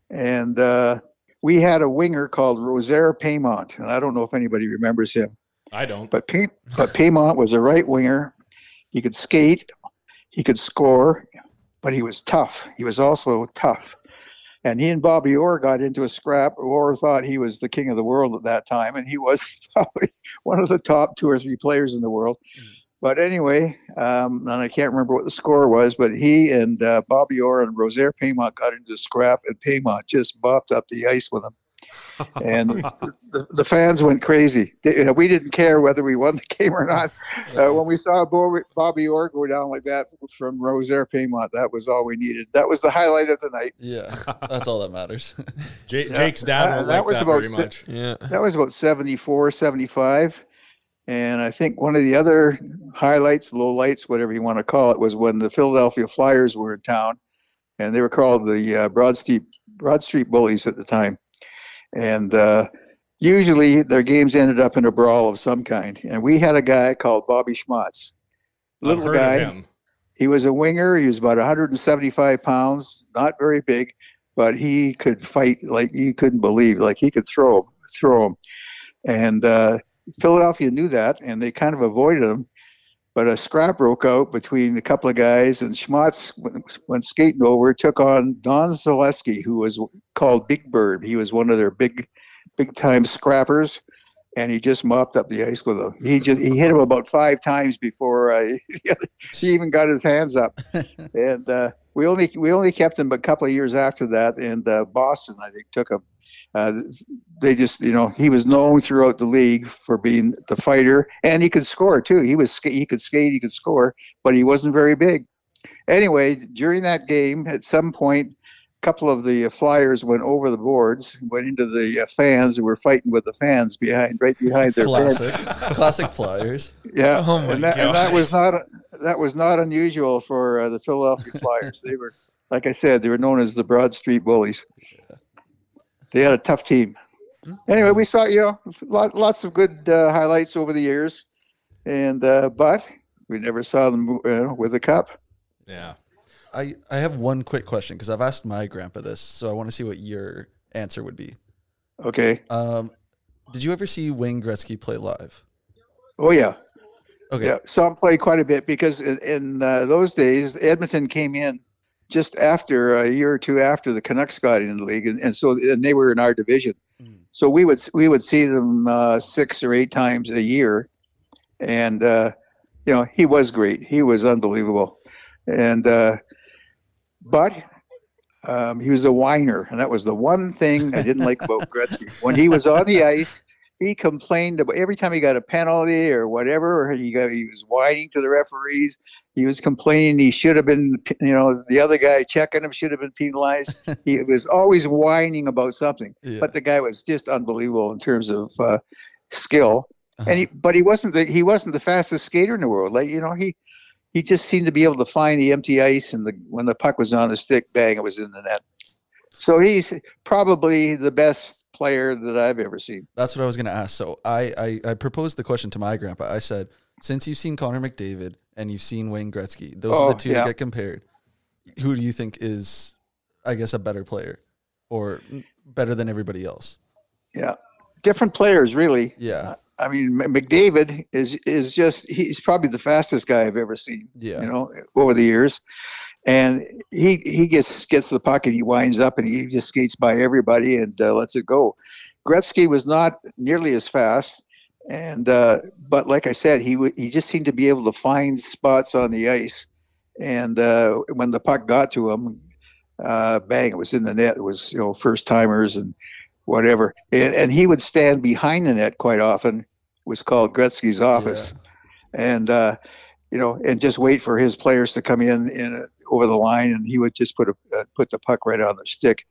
Speaker 10: and uh, we had a winger called Rosaire Paymont, and I don't know if anybody remembers him.
Speaker 2: I don't.
Speaker 10: But Pay- but Paymont was a right winger. He could skate, he could score, but he was tough. He was also tough. And he and Bobby Orr got into a scrap. Orr thought he was the king of the world at that time, and he was probably one of the top two or three players in the world. But anyway, um, and I can't remember what the score was, but he and uh, Bobby Orr and Rosaire Paymont got into a scrap, and Paymont just bopped up the ice with him. and the, the fans went crazy. They- you know, we didn't care whether we won the game or not. Uh, when we saw Bo- Bobby Orr go down like that from Rosaire Paymont, that was all we needed. That was the highlight of the night.
Speaker 5: Yeah, that's all that matters.
Speaker 2: Jake,
Speaker 10: Yeah. Jake's dad Uh, won't that like was that about very si- much.
Speaker 1: Yeah.
Speaker 10: That was about 74, 75. And I think one of the other highlights, lowlights, whatever you want to call it, was when the Philadelphia Flyers were in town, and they were called the uh, Broad Street Broad Street Bullies at the time. And uh, usually their games ended up in a brawl of some kind. And we had a guy called Bobby Schmatz, little
Speaker 2: heard
Speaker 10: guy.
Speaker 2: of him.
Speaker 10: He was a winger. He was about 175 pounds, not very big, but he could fight like you couldn't believe. Like he could throw him, throw him. And uh, Philadelphia knew that, and they kind of avoided him. But a scrap broke out between a couple of guys, and Schmatz went, went skating over, took on Don Zaleski, who was called Big Bird. He was one of their big, big time scrappers, and he just mopped up the ice with him. He just he hit him about five times before uh, he even got his hands up. and uh, we only we only kept him a couple of years after that, and uh, Boston I think took him. Uh, they just you know he was known throughout the league for being the fighter, and he could score too. He was ska- he could skate, he could score, but he wasn't very big. Anyway, during that game, at some point, a couple of the uh, Flyers went over the boards, went into the uh, fans, and were fighting with the fans behind, right behind their bench.
Speaker 5: classic, classic Flyers.
Speaker 10: Yeah.
Speaker 5: Oh my
Speaker 10: and that, and
Speaker 5: God.
Speaker 10: that was not that was not unusual for uh, the Philadelphia Flyers. they were, like I said, they were known as the Broad Street Bullies. They had a tough team. Anyway, we saw you know lot, lots of good uh, highlights over the years, and uh, but we never saw them uh, with a cup.
Speaker 2: Yeah.
Speaker 5: I, I have one quick question because I've asked my grandpa this, so I want to see what your answer would be.
Speaker 10: Okay.
Speaker 5: Um, did you ever see Wayne Gretzky play live?
Speaker 10: Oh yeah.
Speaker 5: Okay.
Speaker 10: Yeah, saw him play quite a bit because in, in uh, those days Edmonton came in just after a year or two after the Canucks got in the league, and, and so and they were in our division. So we would we would see them uh, six or eight times a year, and uh, you know he was great. He was unbelievable, and uh, but. Um, he was a whiner, and that was the one thing I didn't like about Gretzky. When he was on the ice, he complained about every time he got a penalty or whatever. Or he got, he was whining to the referees. He was complaining he should have been, you know, the other guy checking him should have been penalized. he was always whining about something.
Speaker 5: Yeah.
Speaker 10: But the guy was just unbelievable in terms of uh, skill. And he, but he wasn't the he wasn't the fastest skater in the world. Like you know, he he just seemed to be able to find the empty ice and the when the puck was on his stick, bang, it was in the net. So he's probably the best player that I've ever seen.
Speaker 5: That's what I was going to ask. So I, I, I proposed the question to my grandpa. I said, since you've seen Connor McDavid and you've seen Wayne Gretzky, those are
Speaker 10: Oh,
Speaker 5: the two
Speaker 10: yeah.
Speaker 5: that get compared. Who do you think is, I guess, a better player or n- better than everybody else?
Speaker 10: Yeah, different players, really.
Speaker 5: Yeah.
Speaker 10: I mean, M- McDavid is is just he's probably the fastest guy I've ever seen.
Speaker 5: Yeah.
Speaker 10: you know, over the years, and he he gets gets the puck and he winds up and he just skates by everybody and uh, lets it go. Gretzky was not nearly as fast, and uh, but like I said, he w- he just seemed to be able to find spots on the ice, and uh, when the puck got to him, uh, bang, it was in the net. It was you know first timers and whatever, and, and he would stand behind the net quite often. It was called Gretzky's office, and uh, you know, and just wait for his players to come in in over the line, and he would just put a uh, put the puck right on the stick.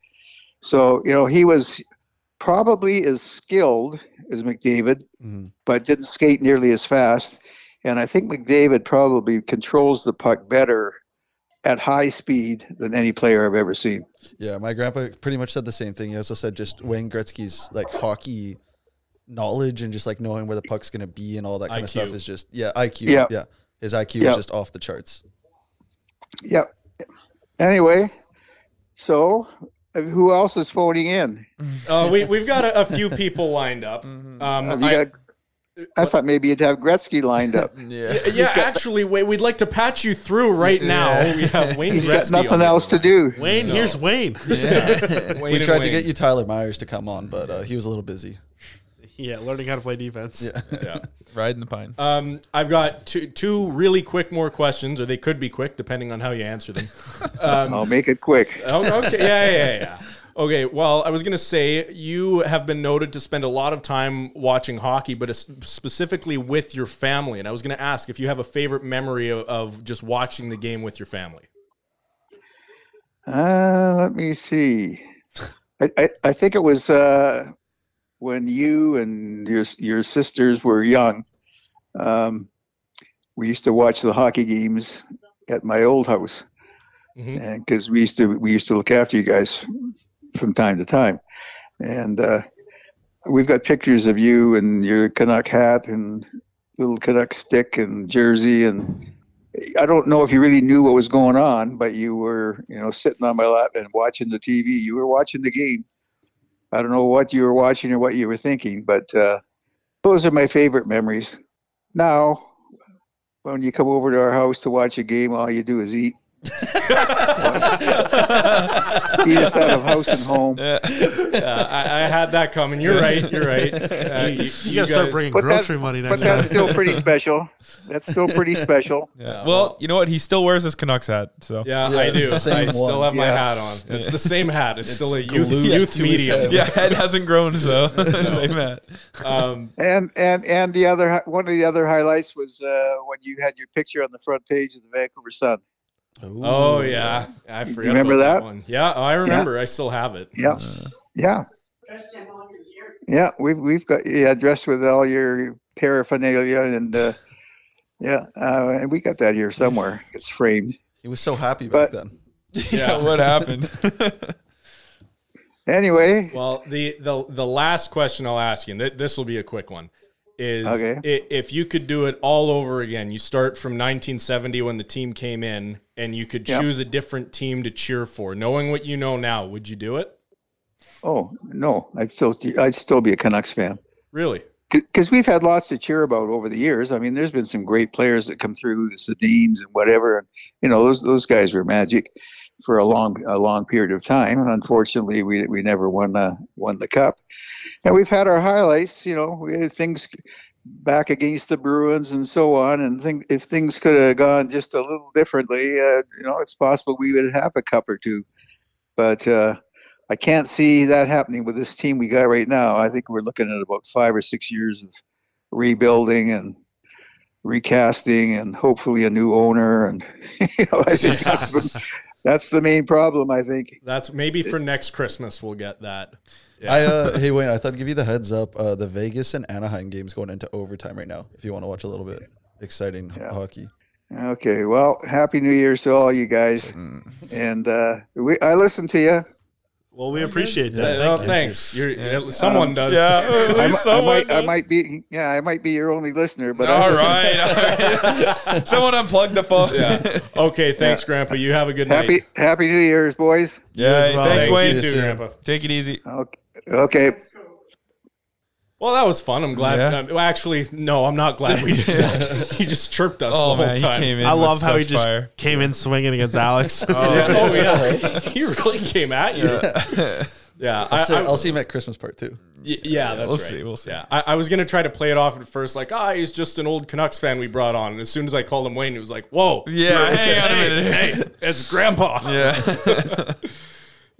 Speaker 10: So you know, he was probably as skilled as McDavid, but didn't skate nearly as fast. And I think McDavid probably controls the puck better at high speed than any player I've ever seen.
Speaker 5: Yeah, my grandpa pretty much said the same thing. He also said just Wayne Gretzky's like hockey knowledge and just like knowing where the puck's gonna be and all that kind of stuff
Speaker 2: IQ.
Speaker 5: is just yeah IQ.
Speaker 10: Yeah.
Speaker 5: yeah. His IQ
Speaker 10: Yeah.
Speaker 5: is just off the charts.
Speaker 10: Yeah. Anyway, so uh, who else is phoning in?
Speaker 2: Uh, we, we've got a, a few people lined up.
Speaker 1: Mm-hmm.
Speaker 2: Um,
Speaker 10: Have you
Speaker 2: I-
Speaker 10: got- I thought maybe you'd have Gretzky lined up.
Speaker 1: yeah.
Speaker 2: yeah, actually, wait, we'd like to patch you through right now. We have Wayne
Speaker 10: He's
Speaker 2: Gretzky.
Speaker 10: got nothing else to do.
Speaker 3: Wayne,
Speaker 2: No.
Speaker 3: here's Wayne.
Speaker 5: we tried to get you Tyler Myers to come on, but uh, he was a little busy.
Speaker 3: yeah, learning how to play defense.
Speaker 5: Yeah.
Speaker 2: Yeah.
Speaker 1: Riding the pine.
Speaker 2: Um, I've got two, two really quick more questions, or they could be quick depending on how you answer them.
Speaker 10: I'll make it quick.
Speaker 2: Oh, okay, yeah, yeah, yeah. Okay, well, I was going to say you have been noted to spend a lot of time watching hockey, but es- specifically with your family. And I was going to ask if you have a favorite memory of, of just watching the game with your family.
Speaker 10: Uh, let me see. I, I, I think it was uh, when you and your your sisters were young. Um, we used to watch the hockey games at my old house, and because we used to we used to look after you guys from time to time, and uh, we've got pictures of you and your Canuck hat and little Canuck stick and jersey and. I don't know if you really knew what was going on, but you were, you know, sitting on my lap and watching the TV. You were watching the game. I don't know what you were watching or what you were thinking, but uh, those are my favorite memories. Now, when you come over to our house to watch a game, all you do is eat. eat us out of house and home.
Speaker 2: Uh, I, I had that coming. You're right. You're right. Uh,
Speaker 3: You- you gotta start bringing But that's- grocery money
Speaker 10: But that's still pretty special. That's still pretty special.
Speaker 12: Yeah. Well, you know what? He still wears his Canucks hat. So
Speaker 2: Yeah, I do. I still have my hat on. It's the same hat. It's, still a youth, youth medium.
Speaker 12: Yeah, it hasn't grown, so same hat.
Speaker 2: Um,
Speaker 10: And and and the other hi- one of the other highlights was uh, when you had your picture on the front page of the Vancouver Sun.
Speaker 2: oh yeah, I forgot.
Speaker 10: remember
Speaker 2: about
Speaker 10: that?
Speaker 2: one? Yeah, oh, I remember. I still have it.
Speaker 10: Yeah.
Speaker 1: Uh,
Speaker 10: Yeah, yeah, we've we've got yeah dressed with all your paraphernalia and uh, yeah, uh, and we got that here somewhere. It's framed.
Speaker 5: He was so happy back then.
Speaker 2: Yeah.
Speaker 12: what happened?
Speaker 10: Anyway,
Speaker 2: Well, the the the last question I'll ask you, and th- this will be a quick one, is
Speaker 10: Okay.
Speaker 2: i- if you could do it all over again, you start from 1970 when the team came in, and you could
Speaker 10: Yep.
Speaker 2: choose a different team to cheer for, knowing what you know now, would you do it?
Speaker 10: oh no, I'd still I'd still be a Canucks fan.
Speaker 2: Really?
Speaker 10: because we've had lots to cheer about over the years. I mean, there's been some great players that come through the Sedines and whatever, and you know those those guys were magic for a long a long period of time. And unfortunately, we we never won uh, won the cup. And we've had our highlights, you know, we had things back against the Bruins and so on. And think if things could have gone just a little differently, uh, you know, it's possible we would have a cup or two. But uh, I can't see that happening with this team we got right now. I think we're looking at about five or six years of rebuilding and recasting, and hopefully a new owner. And you know, I think that's the, that's the main problem. I think.
Speaker 2: That's maybe for next Christmas we'll get that.
Speaker 5: I uh, hey Wayne, I thought I'd give you the heads up. Uh, the Vegas and Anaheim game's going into overtime right now. If you want to watch a little bit exciting ho- hockey.
Speaker 10: Okay. Well, happy New Year's to all you guys,
Speaker 12: Mm.
Speaker 10: and uh, we, I listen to you.
Speaker 3: Well, we appreciate
Speaker 2: Yeah,
Speaker 3: that.
Speaker 2: well,
Speaker 3: Thank you. Um,
Speaker 2: thanks. You're, someone does.
Speaker 10: Um, I, mi- I might, I might be, yeah, I might be your only listener, but I
Speaker 12: all
Speaker 10: listen.
Speaker 12: right. all right. Someone unplugged the phone.
Speaker 2: Okay, thanks, Grandpa. You have a good
Speaker 10: happy,
Speaker 2: night.
Speaker 10: happy New Year's, boys.
Speaker 12: Yeah.
Speaker 2: well.
Speaker 12: Thanks,
Speaker 2: Thanks,
Speaker 12: Wayne.
Speaker 2: you too, Grandpa.
Speaker 12: Take it easy.
Speaker 10: Okay. okay.
Speaker 2: Well, that was fun. I'm glad.
Speaker 12: Yeah.
Speaker 2: um, well, actually, no, I'm not glad we did that. he just chirped us
Speaker 12: Oh,
Speaker 2: the whole
Speaker 12: man, he
Speaker 2: time.
Speaker 12: came in.
Speaker 3: I
Speaker 12: with
Speaker 3: love how he
Speaker 12: such
Speaker 3: just
Speaker 12: fire.
Speaker 3: came in swinging against Alex.
Speaker 2: Yeah. Oh yeah, he really came at you. Yeah,
Speaker 5: I'll,
Speaker 2: I,
Speaker 5: see,
Speaker 2: I-
Speaker 5: I'll see him at Christmas part too.
Speaker 2: y- yeah, that's
Speaker 12: we'll
Speaker 2: right.
Speaker 12: see, we'll see.
Speaker 2: Yeah, I, I was gonna try to play it off at first, like, ah, he's just an old Canucks fan we brought on. And as soon as I called him Wayne, he was like, whoa,
Speaker 12: Yeah, hang on a
Speaker 2: hey,
Speaker 12: minute.
Speaker 2: hey, it's Grandpa.
Speaker 12: Yeah.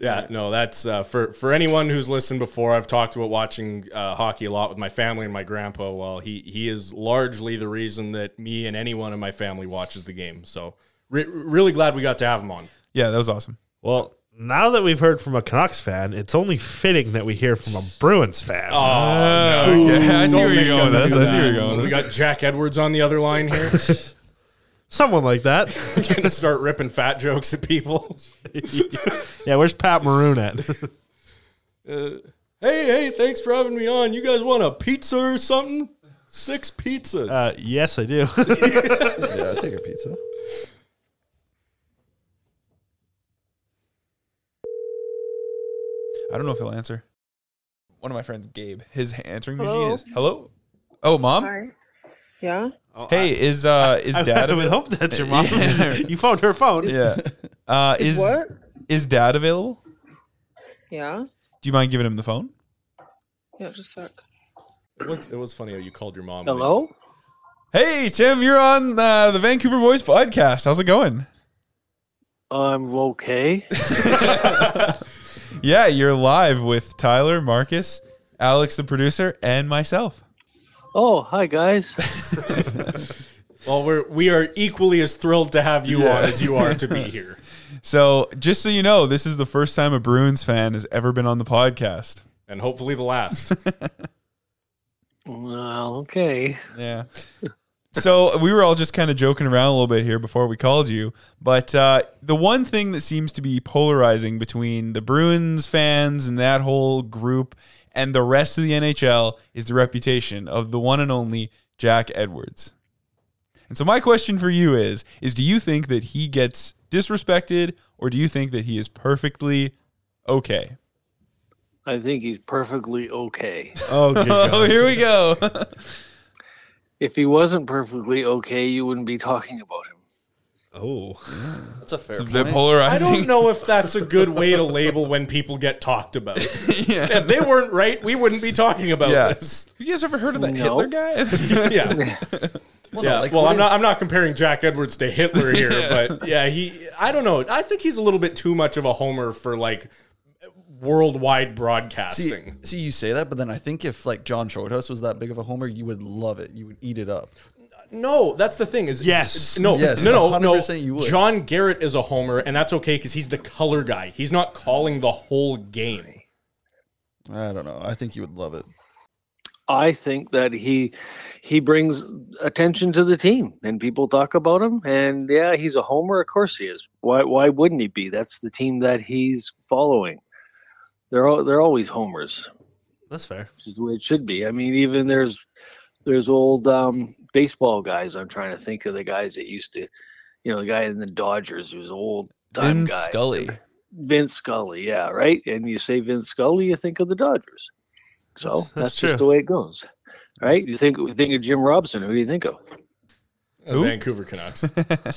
Speaker 2: Yeah, no, that's uh, for for anyone who's listened before. I've talked about watching uh, hockey a lot with my family and my grandpa. Well, he he is largely the reason that me and anyone in my family watches the game. So re- really glad we got to have him on.
Speaker 12: Yeah, that was awesome.
Speaker 3: Well, now that we've heard from a Canucks fan, it's only fitting that we hear from a Bruins fan.
Speaker 2: Oh,
Speaker 12: okay. I see where you're going with this. I see where you're going
Speaker 2: We
Speaker 12: with
Speaker 2: got Jack Edwards on the other line here.
Speaker 3: Someone like that.
Speaker 2: Gonna start ripping fat jokes at people.
Speaker 3: yeah, where's Pat Maroon at?
Speaker 2: Uh, Hey, hey, thanks for having me on. You guys want a pizza or something? Six pizzas.
Speaker 3: uh, yes, I do.
Speaker 5: Yeah, I'll take a pizza.
Speaker 12: I don't know if he'll answer. One of my friends, Gabe, his answering machine is hello. Oh, mom.
Speaker 13: Yeah.
Speaker 12: hey, is uh is
Speaker 3: Oh, I-
Speaker 12: dad?
Speaker 3: I would
Speaker 12: avail-
Speaker 3: hope that's your mom.
Speaker 12: Yeah.
Speaker 3: you phoned her phone.
Speaker 12: yeah. Uh,
Speaker 13: Is
Speaker 12: is
Speaker 13: what?
Speaker 12: is dad available?
Speaker 13: Yeah.
Speaker 12: Do you mind giving him the phone?
Speaker 13: Yeah, just a sec.
Speaker 2: it, was, it was funny how you called your mom.
Speaker 13: Hello?
Speaker 12: Hey, Tim, you're on uh, the Vancouver Boys podcast. How's it going?
Speaker 13: I'm okay.
Speaker 1: Yeah, you're live with Tyler, Marcus, Alex, the producer, and myself.
Speaker 14: Oh, hi guys.
Speaker 2: well, we're we are equally as thrilled to have you
Speaker 1: Yeah.
Speaker 2: on as you are to be here.
Speaker 1: So, just so you know, this is the first time a Bruins fan has ever been on the podcast.
Speaker 2: And hopefully the last.
Speaker 14: well, okay.
Speaker 1: Yeah. so we were all just kind of joking around a little bit here before we called you, but uh, the one thing that seems to be polarizing between the Bruins fans and that whole group and the rest of the NHL is the reputation of the one and only Jack Edwards. And so my question for you is: Is do you think that he gets disrespected, or do you think that he is perfectly okay?
Speaker 14: I think he's perfectly okay.
Speaker 1: Oh, good God. Oh, here we go.
Speaker 14: if he wasn't perfectly okay, you wouldn't be talking about him.
Speaker 2: Oh.
Speaker 7: That's a fair
Speaker 1: It's a bit polarizing.
Speaker 2: I don't know if that's a good way to label when people get talked about. If they weren't right, we wouldn't be talking about
Speaker 1: Yeah.
Speaker 2: this.
Speaker 1: Have you guys ever heard of that
Speaker 14: No.
Speaker 1: Hitler guy?
Speaker 2: yeah. Well, yeah. well, I'm not. I'm not comparing Jack Edwards to Hitler here, but yeah, he. I don't know. I think he's a little bit too much of a homer for like worldwide
Speaker 5: See,
Speaker 2: broadcasting.
Speaker 5: see, you say that, but then I think if like John Shorthouse was that big of a homer, you would love it. You would eat it up.
Speaker 2: No, that's the thing. Is
Speaker 5: Yes.
Speaker 2: no,
Speaker 5: Yes,
Speaker 2: no, no, no.
Speaker 5: 100% you would.
Speaker 2: John Garrett is a homer, and that's okay because he's the color guy. He's not calling the whole game.
Speaker 5: I don't know. I think you would love it.
Speaker 14: I think that he he brings attention to the team and people talk about him and yeah, he's a homer, of course he is. Why why wouldn't he be? That's the team that he's following. They're all, they're always homers.
Speaker 3: That's fair.
Speaker 14: Which is the way it should be. I mean, even there's there's old um, baseball guys. I'm trying to think of the guys that used to, you know, the guy in the Dodgers who's an old time
Speaker 1: Vince
Speaker 14: guy.
Speaker 1: Scully.
Speaker 14: Vince Scully, yeah, right. And you say Vince Scully, you think of the Dodgers. So that's,
Speaker 3: That's
Speaker 14: just
Speaker 3: true.
Speaker 14: the way it goes, right? You think you think of Jim Robson. Who do you think of?
Speaker 2: Uh,
Speaker 1: Who?
Speaker 2: Vancouver Canucks.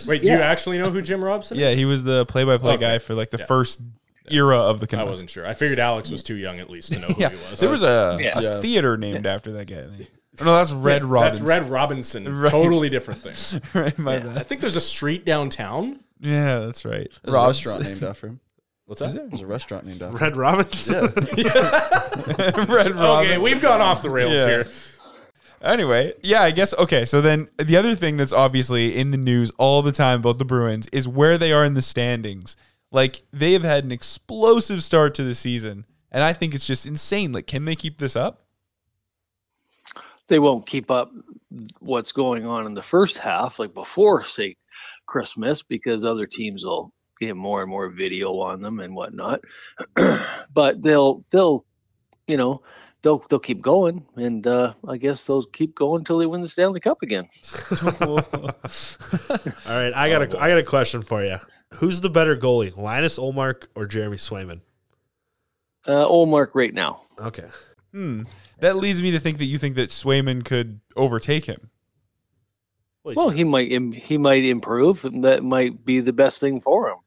Speaker 2: Wait, do you
Speaker 14: Yeah.
Speaker 2: actually know who Jim Robson?
Speaker 1: Yeah,
Speaker 2: is?
Speaker 1: he was the play-by-play
Speaker 2: Okay.
Speaker 1: guy for like the
Speaker 2: Yeah.
Speaker 1: first era of the
Speaker 2: I
Speaker 1: Canucks.
Speaker 2: wasn't sure. I figured Alex was too young at least to know who
Speaker 1: Yeah,
Speaker 2: he was.
Speaker 1: there was a,
Speaker 2: Yeah.
Speaker 1: a
Speaker 2: Yeah.
Speaker 1: theater named after that guy. I think. Oh, no, that's Red
Speaker 2: Yeah,
Speaker 1: Robin.
Speaker 2: That's Red Robinson.
Speaker 1: Right.
Speaker 2: Totally different thing.
Speaker 1: right, my
Speaker 2: I
Speaker 1: bad.
Speaker 2: think there's a street downtown.
Speaker 1: Yeah, that's right.
Speaker 5: There's a
Speaker 1: Robinson.
Speaker 5: restaurant named after him.
Speaker 2: What's that?
Speaker 5: There's a restaurant named after
Speaker 3: Red
Speaker 5: him.
Speaker 3: Robbins.
Speaker 1: Red Robin.
Speaker 2: Okay, we've gone off the rails
Speaker 1: Yeah.
Speaker 2: here.
Speaker 1: Anyway, yeah, I guess okay. So then the other thing that's obviously in the news all the time about the Bruins is where they are in the standings. Like they have had an explosive start to the season, and I think it's just insane. Like, can they keep this up?
Speaker 14: They won't keep up what's going on in the first half, like before say Christmas, because other teams will get more and more video on them and whatnot. but they'll they'll you know they'll they'll keep going, and uh, I guess they'll keep going till they win the Stanley Cup again.
Speaker 3: All right, I got a I got a question for you. Who's the better goalie, Linus Olmark or Jeremy Swayman?
Speaker 14: Uh, Olmark right now.
Speaker 3: Okay.
Speaker 1: Hmm. That leads me to think that you think that Swayman could overtake him.
Speaker 14: Well, he might im- he might improve, and that might be the best thing for him.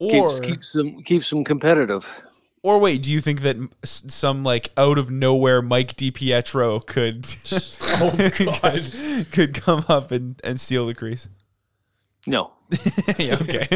Speaker 14: keeps
Speaker 1: Or-
Speaker 14: keeps him keeps him competitive.
Speaker 1: Or wait, do you think that m- s- some like out of nowhere Mike DiPietro could could, could come up and, and steal the crease?
Speaker 14: No,
Speaker 1: yeah, okay.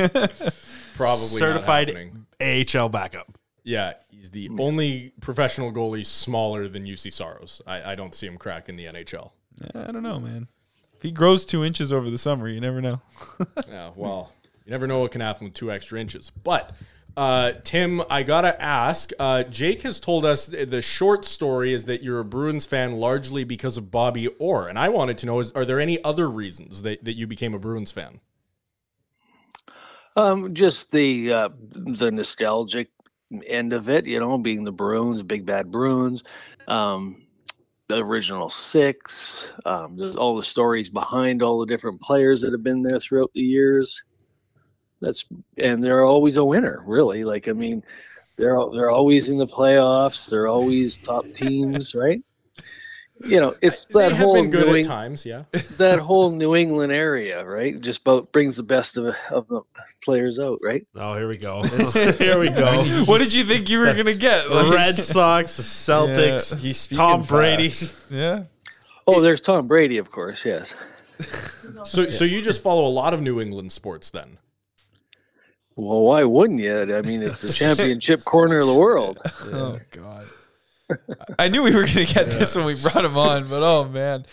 Speaker 2: Probably not
Speaker 3: Certified
Speaker 2: happening.
Speaker 3: AHL backup.
Speaker 2: Yeah, he's the only professional goalie smaller than UC Soros. I, I don't see him cracking the NHL.
Speaker 1: I don't know, man. If he grows two inches over the summer, you never know.
Speaker 2: Yeah, well, you never know what can happen with two extra inches. But uh, Tim, I gotta ask. Uh, Jake has told us th- the short story is that you're a Bruins fan largely because of Bobby Orr, and I wanted to know: is are there any other reasons that, that you became a Bruins fan?
Speaker 14: um, just the uh, the nostalgic end of it, you know, being the Bruins, big bad Bruins, um, the original six, um, there's all the stories behind all the different players that have been there throughout the years. That's and they're always a winner, really. Like I mean, they're al- they're always in the playoffs. They're always top teams, right? You know, it's that
Speaker 2: they have
Speaker 14: whole
Speaker 2: been good
Speaker 14: New
Speaker 2: at
Speaker 14: Eng-
Speaker 2: times, yeah.
Speaker 14: that whole New England area, right? Just about brings the best of, of the players out, right?
Speaker 3: Oh, here we go. here we go.
Speaker 1: what did you think you were gonna get?
Speaker 3: The Red Sox, the Celtics, Tom Brady.
Speaker 1: Yeah.
Speaker 14: Oh, there's Tom Brady, of course. Yes.
Speaker 2: So so you just follow a lot of New England sports then?
Speaker 14: Well, why wouldn't you? I mean, it's the championship corner of the world.
Speaker 1: Oh God. I knew we were going to get this when we brought him on, but oh man,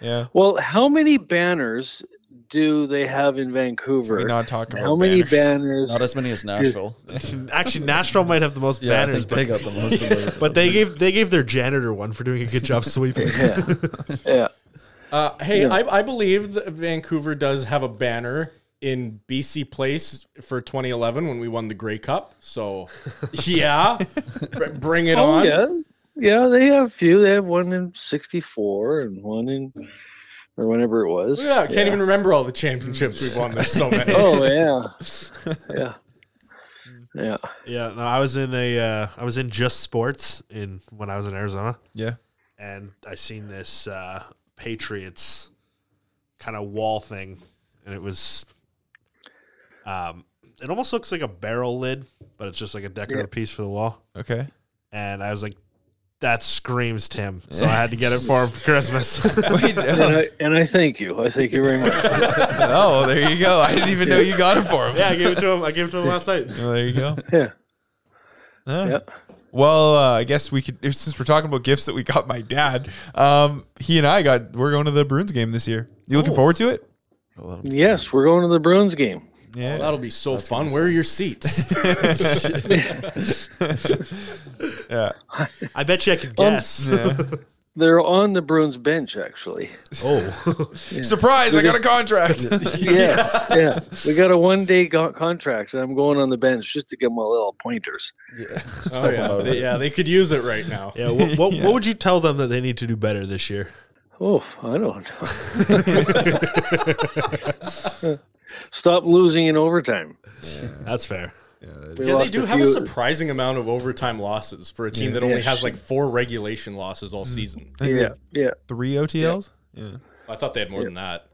Speaker 1: yeah.
Speaker 14: Well, how many banners do they have in Vancouver?
Speaker 1: Can we not talk
Speaker 14: how
Speaker 1: about
Speaker 14: many
Speaker 1: banners?
Speaker 14: banners?
Speaker 5: Not as many as Nashville.
Speaker 3: Actually, Nashville might have the most
Speaker 5: Yeah, I
Speaker 3: banners,
Speaker 5: think they
Speaker 3: but,
Speaker 5: got the most of the-
Speaker 3: but they gave they gave their janitor one for doing a good job sweeping.
Speaker 14: yeah.
Speaker 2: Uh, hey,
Speaker 14: Yeah.
Speaker 2: I, I believe that Vancouver does have a banner in BC Place for 2011 when we won the Grey Cup. So, yeah, Br- bring it
Speaker 14: oh,
Speaker 2: on.
Speaker 14: yeah, yeah. They have a few. They have one in '64 and one in or whenever it was.
Speaker 2: Yeah, I can't even remember all the championships we've won. There's so many.
Speaker 14: Oh yeah, yeah, yeah.
Speaker 3: Yeah, no, I was in a uh, I was in just sports in when I was in Arizona.
Speaker 1: Yeah.
Speaker 3: and I seen this uh, Patriots kind of wall thing, and it was um, it almost looks like a barrel lid, but it's just like a decorative piece for the wall.
Speaker 1: Okay.
Speaker 3: And I was like, that screams Tim, so I had to get it for him for Christmas.
Speaker 1: Wait,
Speaker 14: And
Speaker 1: oh,
Speaker 14: I, and I thank you. I thank you very much.
Speaker 1: oh, there you go. I didn't even know you got it for him.
Speaker 3: yeah, I gave it to him. I gave it to him last night.
Speaker 1: Well, there you go.
Speaker 14: Yeah.
Speaker 1: Huh.
Speaker 14: Yeah.
Speaker 1: Well, uh, I guess we could if- since we're talking about gifts that we got my dad. Um, he and I got we're going to the Bruins game this year. You looking forward to it?
Speaker 14: Yes, we're going to the Bruins game.
Speaker 3: Oh,
Speaker 1: Yeah.
Speaker 2: That'll be so fun. Where are your seats?
Speaker 1: yeah.
Speaker 3: I bet you I could guess.
Speaker 14: Um, They're on the Bruins bench actually.
Speaker 3: oh,
Speaker 1: Surprise! I got a contract.
Speaker 14: Yes, yeah. We got a one day go- contract, and I'm going on the bench just to give them a little pointers.
Speaker 2: oh yeah, they, yeah, they could use it right now.
Speaker 3: yeah. What, what, what would you tell them that they need to do better this year?
Speaker 14: Oh, I don't know. Stop losing in overtime.
Speaker 3: That's
Speaker 14: We
Speaker 3: fair.
Speaker 2: Yeah, they
Speaker 14: lost
Speaker 2: do
Speaker 14: a
Speaker 2: have a
Speaker 14: few-
Speaker 2: surprising amount of overtime losses for a team that only has like four regulation losses all season.
Speaker 3: Mm-hmm.
Speaker 14: Yeah, yeah.
Speaker 1: Three OTLs. Yeah.
Speaker 2: I thought they had more than that.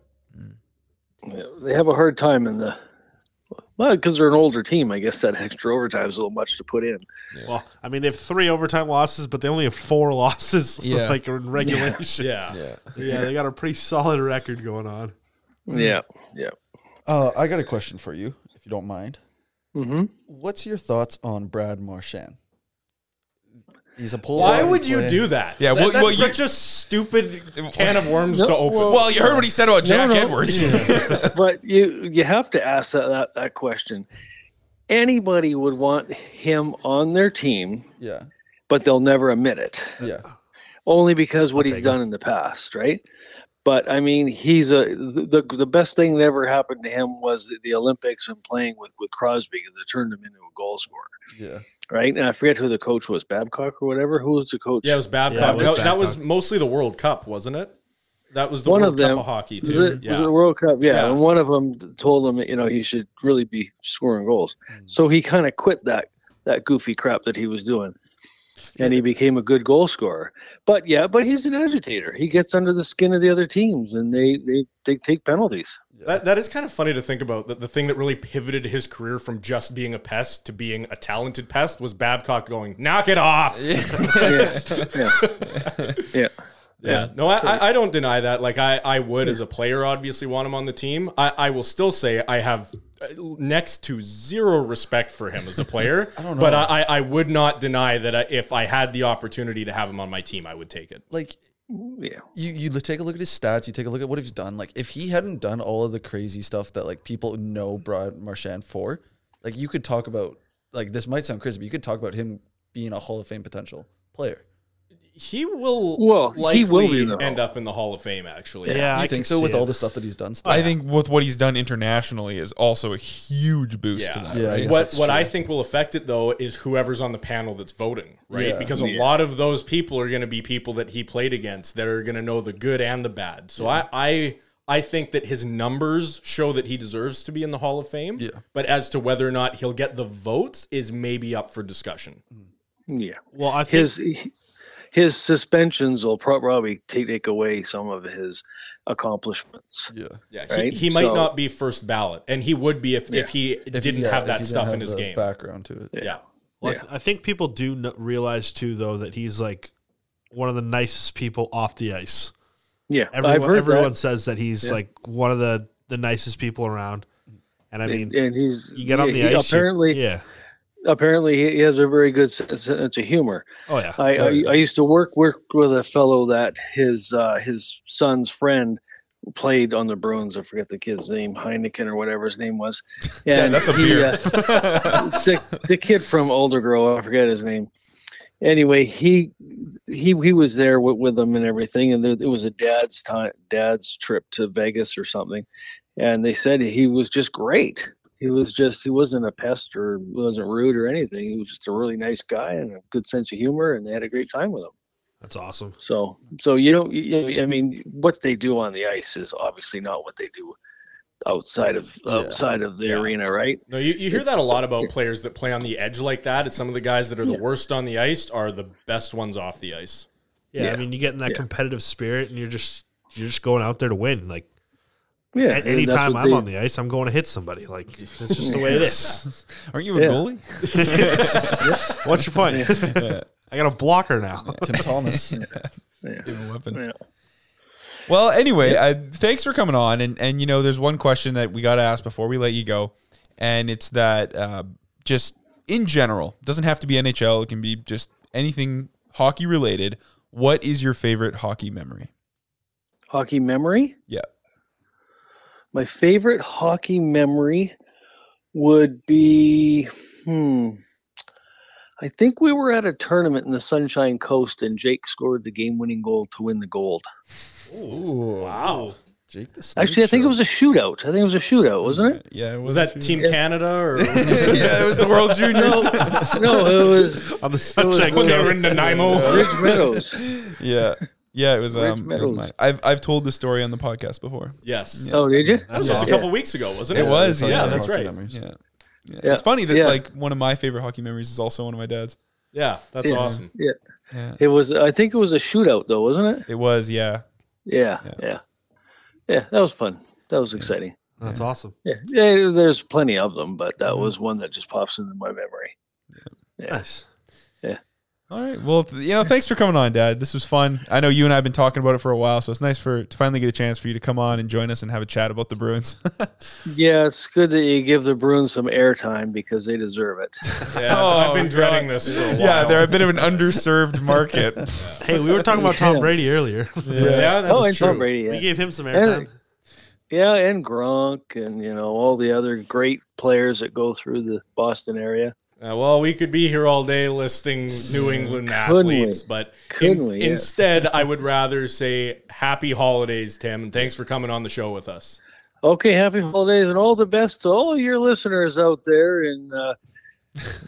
Speaker 14: They have a hard time in the well because they're an older team. I guess that extra overtime is a little much to put in.
Speaker 3: Well, I mean, they have three overtime losses, but they only have four losses,
Speaker 1: Yeah.
Speaker 3: like in regulation.
Speaker 2: Yeah.
Speaker 3: yeah, they got a pretty solid record going on.
Speaker 14: Yeah, yeah.
Speaker 5: Uh, I got a question for you, if you don't mind.
Speaker 14: Mm-hmm.
Speaker 5: What's your thoughts on Brad Marchand? He's a Polaroid.
Speaker 2: Why would you do that?
Speaker 1: Yeah,
Speaker 2: That-
Speaker 1: well-
Speaker 2: that's
Speaker 1: well, you-
Speaker 2: such a stupid can of worms to open.
Speaker 1: Well, you heard what he said about Jack
Speaker 14: no.
Speaker 1: Edwards.
Speaker 14: but you you have to ask that, that that question. Anybody would want him on their team,
Speaker 5: Yeah,
Speaker 14: but they'll never admit it.
Speaker 1: Uh,
Speaker 5: yeah.
Speaker 14: only because what
Speaker 3: I'll
Speaker 14: he's
Speaker 3: take
Speaker 14: done in the past, right? But I mean, he's a the the best thing that ever happened to him was the, the Olympics and playing with with Crosby and they turned him into a goal scorer,
Speaker 5: Yeah.
Speaker 14: right? And I forget who the coach was, Babcock or whatever. Who was the coach?
Speaker 2: yeah, it was Babcock.
Speaker 3: Yeah, it was
Speaker 2: that, that was
Speaker 3: Babcock.
Speaker 2: mostly the World Cup, wasn't it? That was the
Speaker 14: One
Speaker 2: World
Speaker 14: of them.
Speaker 2: Cup of hockey
Speaker 14: Was
Speaker 2: too.
Speaker 14: it,
Speaker 2: yeah.
Speaker 14: was it the World Cup? Yeah.
Speaker 2: Yeah.
Speaker 14: And one of them told him, you know, he should really be scoring goals.
Speaker 2: Mm.
Speaker 14: So he kind of quit that that goofy crap that he was doing, and he became a good goal scorer. But yeah, but he's an agitator. He gets under the skin of the other teams, and they they, they take penalties.
Speaker 2: that, that is kind of funny to think about. That the thing that really pivoted his career from just being a pest to being a talented pest was Babcock going, "Knock it off."
Speaker 14: yeah, yeah, yeah.
Speaker 2: Yeah. No, I, I, I don't deny that. Like, I, I would, as a player, obviously want him on the team. I, I will still say I have uh, next to zero respect for him as a player. I
Speaker 5: don't
Speaker 2: But
Speaker 5: know.
Speaker 2: I, I I would not deny that I, if I had the opportunity to have him on my team, I would take it.
Speaker 5: Like
Speaker 14: yeah.
Speaker 5: you, you look- take a look at his stats. You take a look at what he's done. Like if he hadn't done all of the crazy stuff that like people know Brad Marchand for, like you could talk about like this might sound crazy, but you could talk about him being a Hall of Fame potential player.
Speaker 2: He will
Speaker 14: Well,
Speaker 2: likely
Speaker 14: he will be in the
Speaker 2: end
Speaker 14: Hall.
Speaker 2: up in the Hall of Fame, actually.
Speaker 5: I
Speaker 3: I
Speaker 5: you
Speaker 3: can
Speaker 5: think so
Speaker 3: see
Speaker 5: with all
Speaker 3: it.
Speaker 5: the stuff that he's done. Still?
Speaker 1: I think with what he's done internationally is also a huge boost to
Speaker 2: Yeah.
Speaker 1: that.
Speaker 5: Yeah, I
Speaker 1: right?
Speaker 5: guess
Speaker 2: What
Speaker 5: that's
Speaker 2: what
Speaker 5: true.
Speaker 2: I think will affect it though is whoever's on the panel that's voting, right?
Speaker 5: Yeah.
Speaker 2: Because a lot of those people are going to be people that he played against that are going to know the good and the bad. So I I I think that his numbers show that he deserves to be in the Hall of Fame.
Speaker 5: Yeah.
Speaker 2: But as to whether or not he'll get the votes is maybe up for discussion.
Speaker 5: Mm.
Speaker 14: yeah.
Speaker 3: Well, I think
Speaker 14: His his suspensions will prob- probably take, take away some of his accomplishments.
Speaker 5: Yeah.
Speaker 2: Yeah,
Speaker 14: Right?
Speaker 2: he, he might
Speaker 14: So-
Speaker 2: not be first ballot, and he would be if, if he
Speaker 5: If he-
Speaker 2: didn't
Speaker 5: yeah,
Speaker 2: have
Speaker 5: if
Speaker 2: that
Speaker 5: he didn't
Speaker 2: stuff
Speaker 5: have
Speaker 2: in his
Speaker 5: the
Speaker 2: game.
Speaker 5: background to it.
Speaker 2: Yeah,
Speaker 3: Well, I, th- I think people do n- realize too, though, that he's like one of the nicest people off the ice.
Speaker 14: Yeah,
Speaker 3: Everyone,
Speaker 14: I've heard
Speaker 3: everyone
Speaker 14: that.
Speaker 3: says that he's like one of the the nicest people around. And I mean,
Speaker 14: and, and he's
Speaker 3: you get on the
Speaker 14: he-
Speaker 3: ice, you-
Speaker 14: Apparently,
Speaker 3: yeah.
Speaker 14: Apparently, he- he has a very good sense sense of humor.
Speaker 3: Oh yeah.
Speaker 14: I,
Speaker 3: Oh,
Speaker 14: I, I used to work work with a fellow that his uh, his son's friend played on the Bruins. I forget the kid's name, Heineken or whatever his name was.
Speaker 1: Yeah, that's a
Speaker 14: he,
Speaker 1: beer.
Speaker 14: uh, the, the kid from Older Grove, I forget his name. Anyway, he he he was there with, with them and everything, and there, it was a dad's time, dad's trip to Vegas or something, and they said he was just great. He was just he wasn't a pest or wasn't rude or anything. He was just a really nice guy and a good sense of humor, and they had a great time with him.
Speaker 3: That's awesome.
Speaker 14: So, so you don't. You, I mean, what they do on the ice is obviously not what they do outside of outside of the arena, right?
Speaker 2: No, you, you hear that a lot about players that play on the edge like that. It's some of the guys that are
Speaker 14: Yeah.
Speaker 2: the worst on the ice are the best ones off the ice.
Speaker 3: yeah, I mean, you get in that competitive spirit, and you're just you're just going out there to win. Like,
Speaker 14: Yeah,
Speaker 3: at
Speaker 14: and
Speaker 3: any
Speaker 14: that's
Speaker 3: time
Speaker 14: what
Speaker 3: I'm
Speaker 14: they-
Speaker 3: on the ice, I'm going to hit somebody. Like, that's just the way it is.
Speaker 1: Aren't you a
Speaker 14: Yeah.
Speaker 1: goalie?
Speaker 3: What's your point?
Speaker 1: Yeah.
Speaker 3: I got a blocker now.
Speaker 5: Tim Thomas.
Speaker 1: Give him a weapon. Well, anyway, uh, thanks for coming on. And and you know, there's one question that we got to ask before we let you go, and it's that uh, just in general doesn't have to be NHL. It can be just anything hockey related. What is your favorite hockey memory?
Speaker 14: Hockey memory.
Speaker 1: Yeah.
Speaker 14: My favorite hockey memory would be, hmm, I think we were at a tournament in the Sunshine Coast, and Jake scored the game-winning goal to win the gold.
Speaker 5: Ooh.
Speaker 2: Wow.
Speaker 5: Jake the Snake
Speaker 14: Actually, I think it
Speaker 5: Show.
Speaker 14: was a shootout. I think it was a shootout, wasn't it?
Speaker 1: Yeah.
Speaker 2: Was that Team Canada or
Speaker 1: yeah, it was the World Juniors.
Speaker 14: No, it was
Speaker 3: on the
Speaker 14: Sunshine
Speaker 2: when they were in Nanaimo.
Speaker 14: Ridge Meadows.
Speaker 1: yeah. Yeah, it was.
Speaker 14: Rich
Speaker 1: Um, it was
Speaker 14: Meadows.
Speaker 1: my- I've I've told the story on the podcast before.
Speaker 2: Yes.
Speaker 14: Oh, did you?
Speaker 2: That was just a
Speaker 1: Yeah.
Speaker 2: couple weeks ago, wasn't it?
Speaker 1: It was.
Speaker 2: Yeah,
Speaker 1: Yeah,
Speaker 2: that's right.
Speaker 1: Yeah. Yeah.
Speaker 14: Yeah.
Speaker 1: It's funny that
Speaker 14: Yeah.
Speaker 1: like one of my favorite hockey memories is also one of my dad's.
Speaker 2: Yeah, that's
Speaker 14: Yeah.
Speaker 2: awesome.
Speaker 14: Yeah.
Speaker 1: Yeah.
Speaker 14: It was. I think it was a shootout, though, wasn't it?
Speaker 1: It was, yeah.
Speaker 14: Yeah, yeah, yeah. that was fun. That was exciting.
Speaker 3: That's awesome.
Speaker 14: Yeah. yeah, there's plenty of them, but that was one that just pops into my memory. Yeah.
Speaker 3: Nice.
Speaker 1: All right. Well, th- you know, thanks for coming on, Dad. This was fun. I know you and I have been talking about it for a while, so it's nice for to finally get a chance for you to come on and join us and have a chat about the Bruins.
Speaker 14: yeah, it's good that you give the Bruins some airtime because they deserve it.
Speaker 2: Yeah,
Speaker 1: Oh,
Speaker 2: I've been
Speaker 1: God.
Speaker 2: dreading this for a while.
Speaker 1: yeah, they're a bit of an underserved market.
Speaker 3: Hey, we were talking about Tom Brady earlier.
Speaker 2: Yeah, that's
Speaker 14: oh, and
Speaker 2: true.
Speaker 14: Tom Brady. Yeah.
Speaker 3: We gave him some
Speaker 14: And-
Speaker 3: airtime.
Speaker 14: yeah, and Gronk, and you know all the other great players that go through the Boston area.
Speaker 2: Uh, well, we could be here all day listing New England
Speaker 14: Couldn't we?
Speaker 2: athletes, but in,
Speaker 14: Couldn't we? Yes.
Speaker 2: instead, I would rather say happy holidays, Tim, and thanks for coming on the show with us.
Speaker 14: Okay, happy holidays and all the best to all your listeners out there in uh,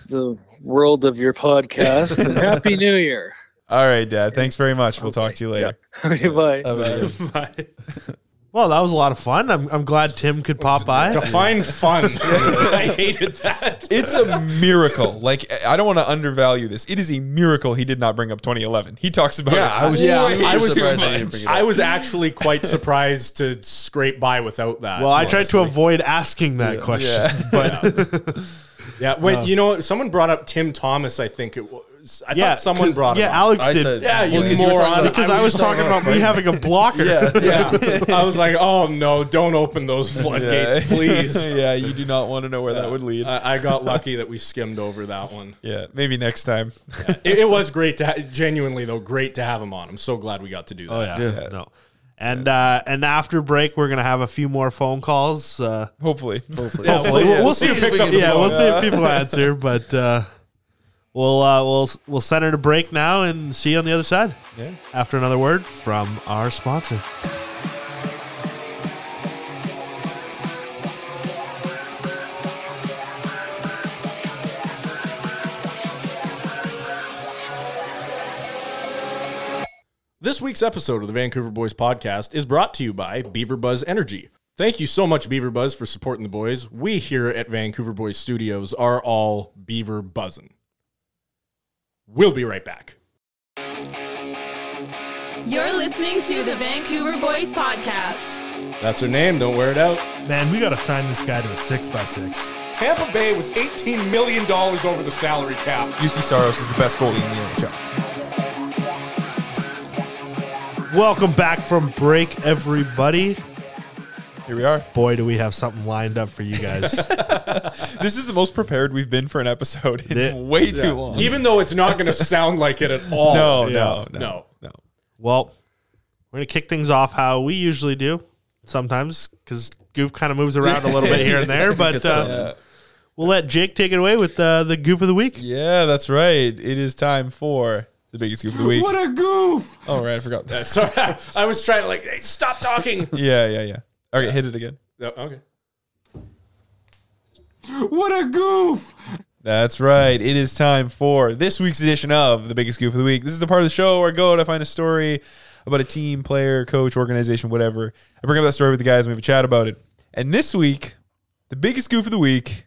Speaker 14: the world of your podcast. and happy New Year.
Speaker 1: All right, Dad. Thanks very much. We'll talk to you later.
Speaker 14: Okay, bye.
Speaker 3: Bye. Well, that was a lot of fun. I'm, I'm glad Tim could pop by.
Speaker 2: Define fun. I hated that.
Speaker 1: It's a miracle. Like I- I don't want to undervalue this. It is a miracle he did not bring up 2011. He talks about it.
Speaker 5: I was
Speaker 1: way
Speaker 5: super
Speaker 1: too
Speaker 5: surprised
Speaker 1: much.
Speaker 5: I didn't bring it up.
Speaker 2: I was actually quite surprised to scrape by without that.
Speaker 3: Well, I tried to avoid asking that question. But Uh,
Speaker 2: yeah. Wait, you know, what? someone brought up Tim Thomas. I think it was. I
Speaker 3: yeah,
Speaker 2: thought someone
Speaker 3: 'cause-
Speaker 2: brought him
Speaker 3: Yeah,
Speaker 2: up.
Speaker 3: Alex
Speaker 5: I
Speaker 3: did.
Speaker 5: said,
Speaker 2: Yeah, you
Speaker 5: well, 'cause were
Speaker 2: moron.
Speaker 5: talking about-
Speaker 3: because I was talking about me
Speaker 5: fighting.
Speaker 3: having a blocker.
Speaker 5: Yeah.
Speaker 2: yeah. I was like, oh no, don't open those floodgates, please.
Speaker 1: yeah, you do not want to know where that would lead.
Speaker 2: I, I got lucky that we skimmed over that one.
Speaker 1: yeah, maybe next time.
Speaker 2: It, it was great to ha- genuinely though, great to have him on. I'm so glad we got to do that.
Speaker 3: Oh yeah. No. And uh, and after break, we're gonna have a few more phone calls. Uh,
Speaker 1: Hopefully. Hopefully.
Speaker 2: Yeah,
Speaker 3: hopefully,
Speaker 2: we'll-
Speaker 3: we'll,
Speaker 2: we'll
Speaker 3: see
Speaker 2: see
Speaker 3: if
Speaker 2: if we
Speaker 3: people,
Speaker 2: can get
Speaker 3: yeah,
Speaker 2: the
Speaker 3: we'll
Speaker 2: phone.
Speaker 3: see if people answer. But uh, we'll uh, we'll we'll send her to break now and see you on the other side.
Speaker 1: Yeah.
Speaker 3: After another word from our sponsor.
Speaker 2: This week's episode of the Vancouver Boys Podcast is brought to you by Beaver Buzz Energy. Thank you so much, Beaver Buzz, for supporting the boys. We here at Vancouver Boys Studios are all Beaver Buzzin'. We'll be right back.
Speaker 8: You're listening to the Vancouver Boys Podcast.
Speaker 2: That's their name. Don't wear it out.
Speaker 3: Man, we gotta sign this guy to a six by six.
Speaker 2: Tampa Bay was $18 million over the salary cap.
Speaker 1: UC Saros is the best goalie in the NHL.
Speaker 3: Welcome back from break, everybody.
Speaker 1: Here we are.
Speaker 3: Boy, do we have something lined up for you guys.
Speaker 1: this is the most prepared we've been for an episode in
Speaker 3: Thi-
Speaker 1: way
Speaker 2: Yeah.
Speaker 1: too long.
Speaker 2: Even though it's not going to sound like it at all.
Speaker 1: No,
Speaker 2: Yeah.
Speaker 1: no, no, no.
Speaker 3: Well, we're gonna kick things off how we usually do sometimes because Goof kind of moves around a little bit here and there, but
Speaker 1: Yeah.
Speaker 3: uh, we'll let Jake take it away with uh, the Goof of the week.
Speaker 1: Yeah, that's right. It is time for the biggest scoop of the week.
Speaker 2: What a goof!
Speaker 1: oh, right, I forgot that.
Speaker 2: Sorry, I was trying to like hey, stop talking.
Speaker 1: Yeah, yeah, yeah. Okay, hit it again.
Speaker 2: No, okay.
Speaker 15: What a goof!
Speaker 1: That's right. It is time for this week's edition of the biggest goof of the week. This is the part of the show where I go and I find a story about a team, player, coach, organization, whatever. I bring up that story with the guys and we have a chat about it. And this week, the biggest goof of the week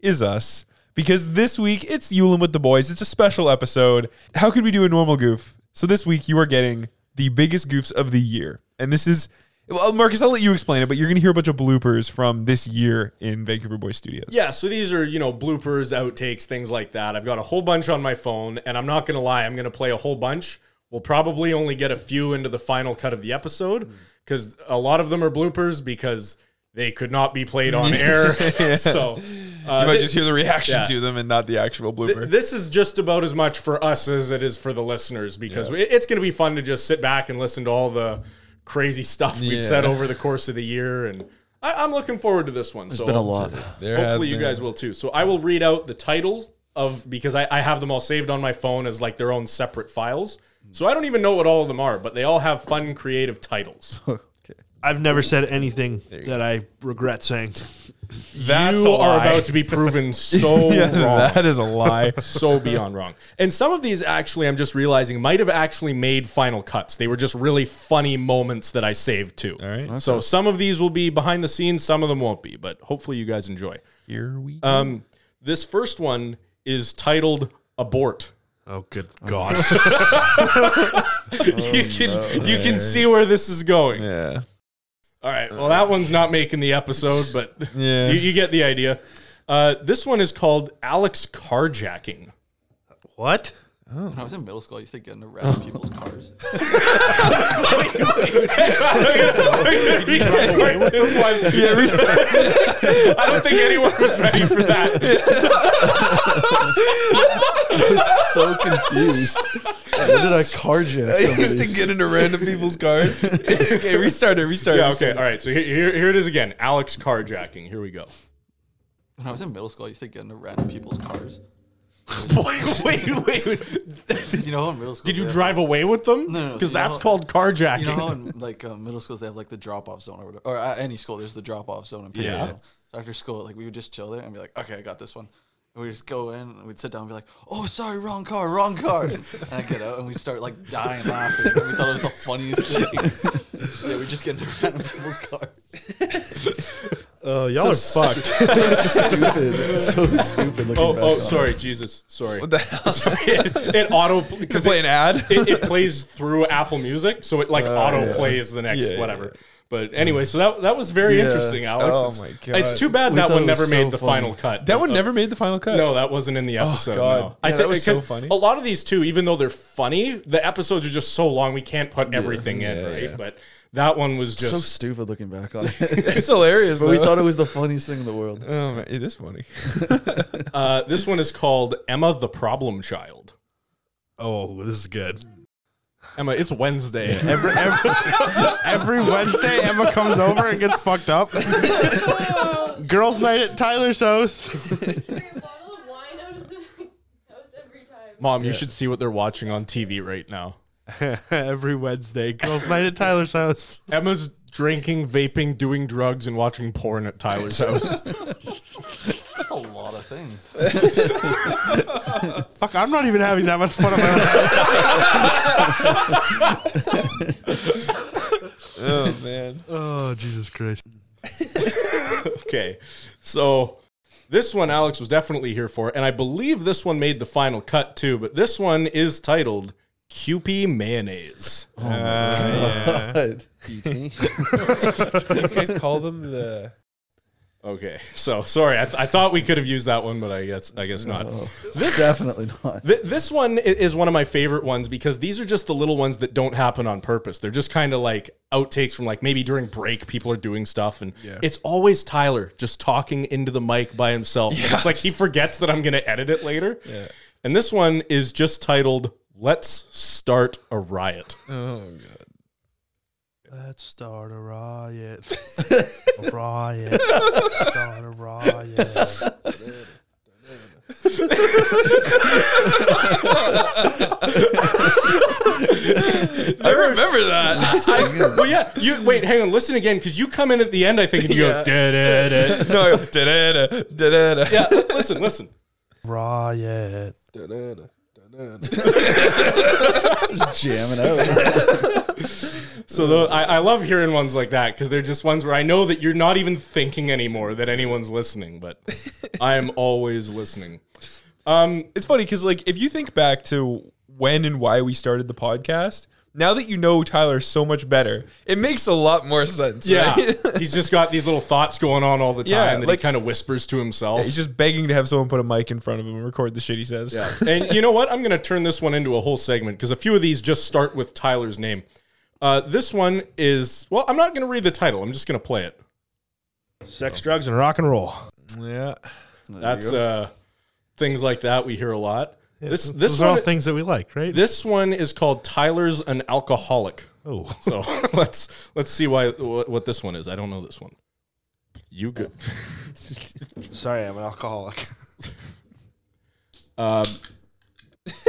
Speaker 1: is us because this week it's Yulin with the boys. It's a special episode. How could we do a normal goof? So this week you are getting the biggest goofs of the year, and this is well, Marcus. I'll let you explain it, but you're going to hear a bunch of bloopers from this year in Vancouver Boys Studios.
Speaker 2: Yeah, so these are, you know, bloopers, outtakes, things like that. I've got a whole bunch on my phone, and I'm not going to lie, I'm going to play a whole bunch. We'll probably only get a few into the final cut of the
Speaker 1: Hmm.
Speaker 2: episode because a lot of them are bloopers because they could not be played on air.
Speaker 1: Yeah.
Speaker 2: So uh,
Speaker 1: you might
Speaker 2: thi-
Speaker 1: just hear the reaction
Speaker 2: yeah.
Speaker 1: to them and not the actual
Speaker 2: Th-
Speaker 1: blooper.
Speaker 2: This is just about as much for us as it is for the listeners because
Speaker 1: Yeah.
Speaker 2: it- it's going to be fun to just sit back and listen to all the crazy stuff we've
Speaker 1: Yeah.
Speaker 2: said over the course of the year. And I, I'm looking forward to this one.
Speaker 5: There's
Speaker 2: so
Speaker 5: been a lot.
Speaker 1: There has
Speaker 2: hopefully you
Speaker 1: been.
Speaker 2: guys will too. So I will read out the titles of because I, I have them all saved on my phone as like their own separate files. So I don't even know what all of them are, but they all have fun, creative titles.
Speaker 3: I've never said anything that I regret saying.
Speaker 1: That's
Speaker 2: you
Speaker 1: a
Speaker 2: are
Speaker 1: lie.
Speaker 2: about to be proven so
Speaker 1: Yeah,
Speaker 2: wrong.
Speaker 1: that is a lie.
Speaker 2: so beyond wrong. And some of these actually, I'm just realizing, might have actually made final cuts. They were just really funny moments that I saved too. All
Speaker 1: right.
Speaker 2: So some of these will be behind the scenes, some of them won't be, but hopefully you guys enjoy.
Speaker 1: Here we go.
Speaker 2: Um, this first one is titled Abort.
Speaker 3: Oh, good gosh.
Speaker 1: Oh,
Speaker 2: you can you can see where this is going.
Speaker 1: Yeah.
Speaker 2: All right. Well, that one's not making the episode, but
Speaker 1: Yeah.
Speaker 2: you, you get the idea. Uh, this one is called Alex Carjacking.
Speaker 3: what?
Speaker 1: Oh.
Speaker 5: When I was in middle school, I used to get in the wreck people's cars.
Speaker 2: This one- I don't think anyone was ready for that.
Speaker 5: I was so confused. How did I carjack
Speaker 1: I used to
Speaker 5: somebody?
Speaker 1: get into random people's cars. okay, restart it. Restart.
Speaker 2: Yeah,
Speaker 1: it,
Speaker 2: okay.
Speaker 1: restart
Speaker 2: All right. So here, here, here it is again. Alex carjacking. Here we go.
Speaker 5: When I was in middle school, I used to get into random people's cars.
Speaker 2: wait, wait, wait.
Speaker 5: 'Cause you know how in middle school
Speaker 2: Did you
Speaker 5: they have-
Speaker 2: drive away with them?
Speaker 5: No, no, no.
Speaker 2: Because
Speaker 5: So you know
Speaker 2: that's
Speaker 5: how-
Speaker 2: called carjacking.
Speaker 5: You know how in like uh, middle schools they have like the drop off zone or whatever, or at any school there's the drop off zone and pickup
Speaker 2: Yeah.
Speaker 5: zone. So after school, like we would just chill there and be like, okay, I got this one. And we just go in and we'd sit down and be like, oh, sorry, wrong car, wrong car. and I get out and we start like dying laughing. And we thought it was the funniest thing. yeah, we just get into random people's cars.
Speaker 3: Oh, y'all are fucked.
Speaker 5: Stupid. so stupid looking
Speaker 2: Oh,
Speaker 5: back
Speaker 2: oh,
Speaker 5: on it.
Speaker 2: sorry, Jesus, sorry.
Speaker 1: What the hell?
Speaker 2: Sorry, it, it auto because
Speaker 1: play an ad?
Speaker 2: It, it plays through Apple Music, so it like auto plays the next
Speaker 1: Yeah,
Speaker 2: whatever. But anyway, so that that was very
Speaker 5: Yeah.
Speaker 2: interesting, Alex.
Speaker 1: Oh
Speaker 2: It's-
Speaker 1: my God.
Speaker 2: It's too bad
Speaker 5: We
Speaker 2: that
Speaker 5: thought
Speaker 2: one
Speaker 5: it was
Speaker 2: never
Speaker 5: so
Speaker 2: made the
Speaker 5: funny.
Speaker 2: final cut.
Speaker 1: That one
Speaker 2: Uh,
Speaker 1: never made the final cut.
Speaker 2: No, that wasn't in the episode.
Speaker 1: God.
Speaker 2: No.
Speaker 1: Yeah, that
Speaker 2: think-
Speaker 1: was so
Speaker 2: because
Speaker 1: funny.
Speaker 2: A lot of these too, even though they're funny, the episodes are just so long we can't put everything in,
Speaker 1: yeah,
Speaker 2: right?
Speaker 1: yeah.
Speaker 2: But that one was
Speaker 5: So
Speaker 2: just
Speaker 5: stupid looking back on it.
Speaker 1: it's hilarious.
Speaker 5: but we
Speaker 1: though.
Speaker 5: thought it was the funniest thing in the world.
Speaker 1: Oh man, it is funny.
Speaker 2: uh, this one is called Emma the Problem Child.
Speaker 3: Oh, this is good.
Speaker 2: Emma, it's Wednesday.
Speaker 15: Every, every, every Wednesday, Emma comes over and gets fucked up.
Speaker 3: Girls' night at Tyler's house.
Speaker 2: Mom, you should see what they're watching on TV right now.
Speaker 3: Every Wednesday, girls' night at Tyler's house.
Speaker 2: Emma's drinking, vaping, doing drugs, and watching porn at Tyler's house.
Speaker 5: That's a lot of things.
Speaker 3: Fuck, I'm not even having that much fun. on my own.
Speaker 1: oh man.
Speaker 3: oh, Jesus Christ.
Speaker 2: okay, so this one Alex was definitely here for, and I believe this one made the final cut too. But this one is titled "QP Mayonnaise."
Speaker 5: Oh
Speaker 1: Uh,
Speaker 5: Eat me.
Speaker 1: yeah. I think I'd call them the
Speaker 2: Okay, so sorry. I, th- I thought we could have used that one, but I guess I guess not.
Speaker 5: This, Definitely not.
Speaker 2: Th- this one i- is one of my favorite ones because these are just the little ones that don't happen on purpose. They're just kind of like outtakes from like maybe during break people are doing stuff, and
Speaker 12: Yeah.
Speaker 2: it's always Tyler just talking into the mic by himself. And it's like he forgets that I'm gonna edit it later.
Speaker 12: Yeah.
Speaker 2: And this one is just titled "Let's Start a Riot."
Speaker 12: Oh god.
Speaker 3: Let's start a riot. a riot. Start a riot.
Speaker 2: I remember that. well, yeah. You wait. Hang on. Listen again, because you come in at the end. I think and you go. Da-da-da.
Speaker 1: No, da-da-da, da-da-da.
Speaker 2: Yeah. Listen. Listen.
Speaker 3: Riot.
Speaker 5: Just jamming out.
Speaker 2: So tho- I, I love hearing ones like that because they're just ones where I know that you're not even thinking anymore that anyone's listening, but I am always listening.
Speaker 1: Um, it's funny because like if you think back to when and why we started the podcast, now that you know Tyler so much better, it makes a lot more sense.
Speaker 2: Yeah,
Speaker 1: right?
Speaker 2: he's just got these little thoughts going on all the time
Speaker 1: Yeah,
Speaker 2: that
Speaker 1: like-
Speaker 2: he kind of whispers to himself.
Speaker 1: he's just begging to have someone put a mic in front of him and record the shit he says.
Speaker 2: Yeah. and you know what? I'm going to turn this one into a whole segment because a few of these just start with Tyler's name. Uh, this one is, well, I'm not going to read the title. I'm just going to play it.
Speaker 3: Sex, drugs, and rock and roll.
Speaker 1: Yeah.
Speaker 2: That's uh, things like that we hear a lot. this
Speaker 3: th-
Speaker 2: this
Speaker 3: those are
Speaker 2: one,
Speaker 3: all things that we like, right?
Speaker 2: This one is called Tyler's an alcoholic.
Speaker 3: Oh.
Speaker 2: so let's let's see why what, what this one is. I don't know this one. You good?
Speaker 3: Sorry, I'm an alcoholic.
Speaker 2: Um,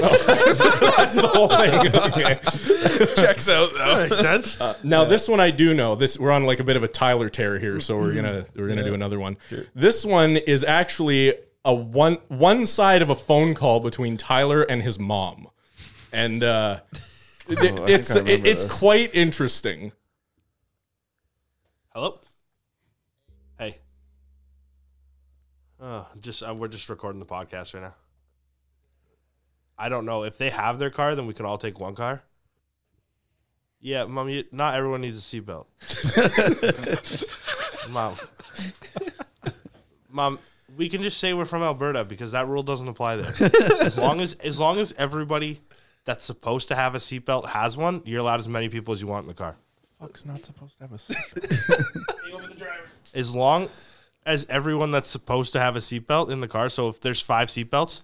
Speaker 2: oh, that's the whole thing. Okay.
Speaker 1: Checks out though.
Speaker 3: That makes sense.
Speaker 2: Uh, now this one I do know. This we're on like a bit of a Tyler tear here, so we're gonna we're gonna do another one. This one is actually a one one side of a phone call between Tyler and his mom, and uh, it-
Speaker 5: Oh, I think
Speaker 2: it's
Speaker 5: I remember
Speaker 2: it's
Speaker 5: this.
Speaker 2: quite interesting.
Speaker 3: Hello. Hey. Oh, just uh, we're just recording the podcast right now. I don't know if they have their car, then we can all take one car. Yeah, mom. You, not everyone needs a seatbelt. mom. Mom, we can just say we're from Alberta because that rule doesn't apply there. as long as as long as everybody that's supposed to have a seatbelt has one, you're allowed as many people as you want in the car.
Speaker 12: Fuck's not supposed to have a
Speaker 3: as long as everyone that's supposed to have a seatbelt in the car. So if there's five seatbelts,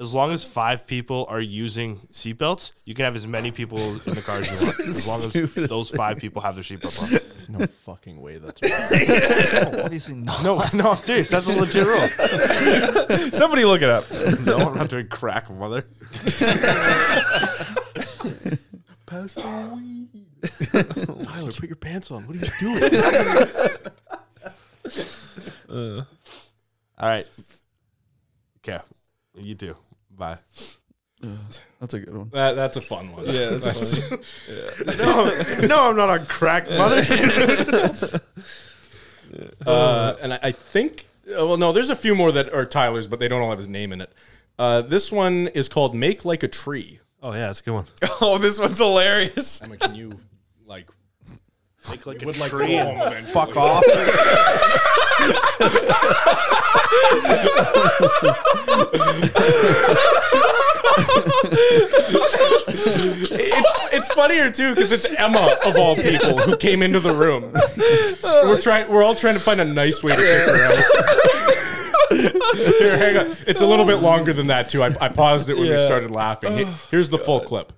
Speaker 3: as long as five people are using seatbelts, you can have as many people in the car as you want. As long as
Speaker 5: Stupidest
Speaker 3: those
Speaker 5: thing.
Speaker 3: five people have their seatbelt on.
Speaker 2: There's no fucking way that's right.
Speaker 5: Obviously not.
Speaker 3: No, no, I'm serious. That's a legit rule.
Speaker 1: Somebody look it up.
Speaker 3: No, I'm not doing crack, mother.
Speaker 5: Pass the weed.
Speaker 2: Tyler, put your pants on. What are you doing?
Speaker 3: All right. Okay. You too. Bye.
Speaker 5: That's a good one.
Speaker 2: that, that's a fun one. Yeah, that's funny.
Speaker 3: No, I'm not on crack, mother.
Speaker 2: Uh, and I, I think, uh, well, no, there's a few more that are Tyler's, but they don't all have his name in it. Uh, this one is called "Make Like a Tree."
Speaker 3: Oh yeah, that's a good one.
Speaker 1: Oh, this one's hilarious.
Speaker 2: I mean, can you like
Speaker 3: Make like
Speaker 2: would like to
Speaker 3: tree
Speaker 2: go
Speaker 3: and
Speaker 2: home eventually.
Speaker 3: fuck off.
Speaker 2: It's, it's funnier too because it's Emma of all people who came into the room. We're trying. We're all trying to find a nice way to pick her out. Here, hang on. It's a little bit longer than that too. I, I paused it when we
Speaker 1: Yeah.
Speaker 2: started laughing. He- Here's the full clip.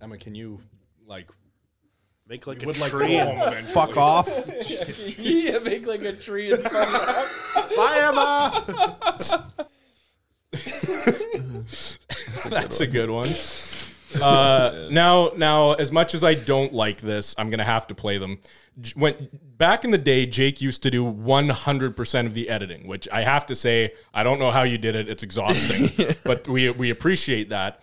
Speaker 2: Emma, can you like
Speaker 3: Make like
Speaker 2: We
Speaker 3: a
Speaker 2: would like to
Speaker 3: tree
Speaker 2: go home
Speaker 3: and
Speaker 2: eventually.
Speaker 3: fuck off.
Speaker 12: yeah, make like a tree and
Speaker 3: Bye, Emma.
Speaker 2: That's a good one. Uh, now, now, as much as I don't like this, I'm gonna have to play them. J- When back in the day, Jake used to do 100% of the editing, which I have to say, I don't know how you did it. It's exhausting, but we we appreciate that.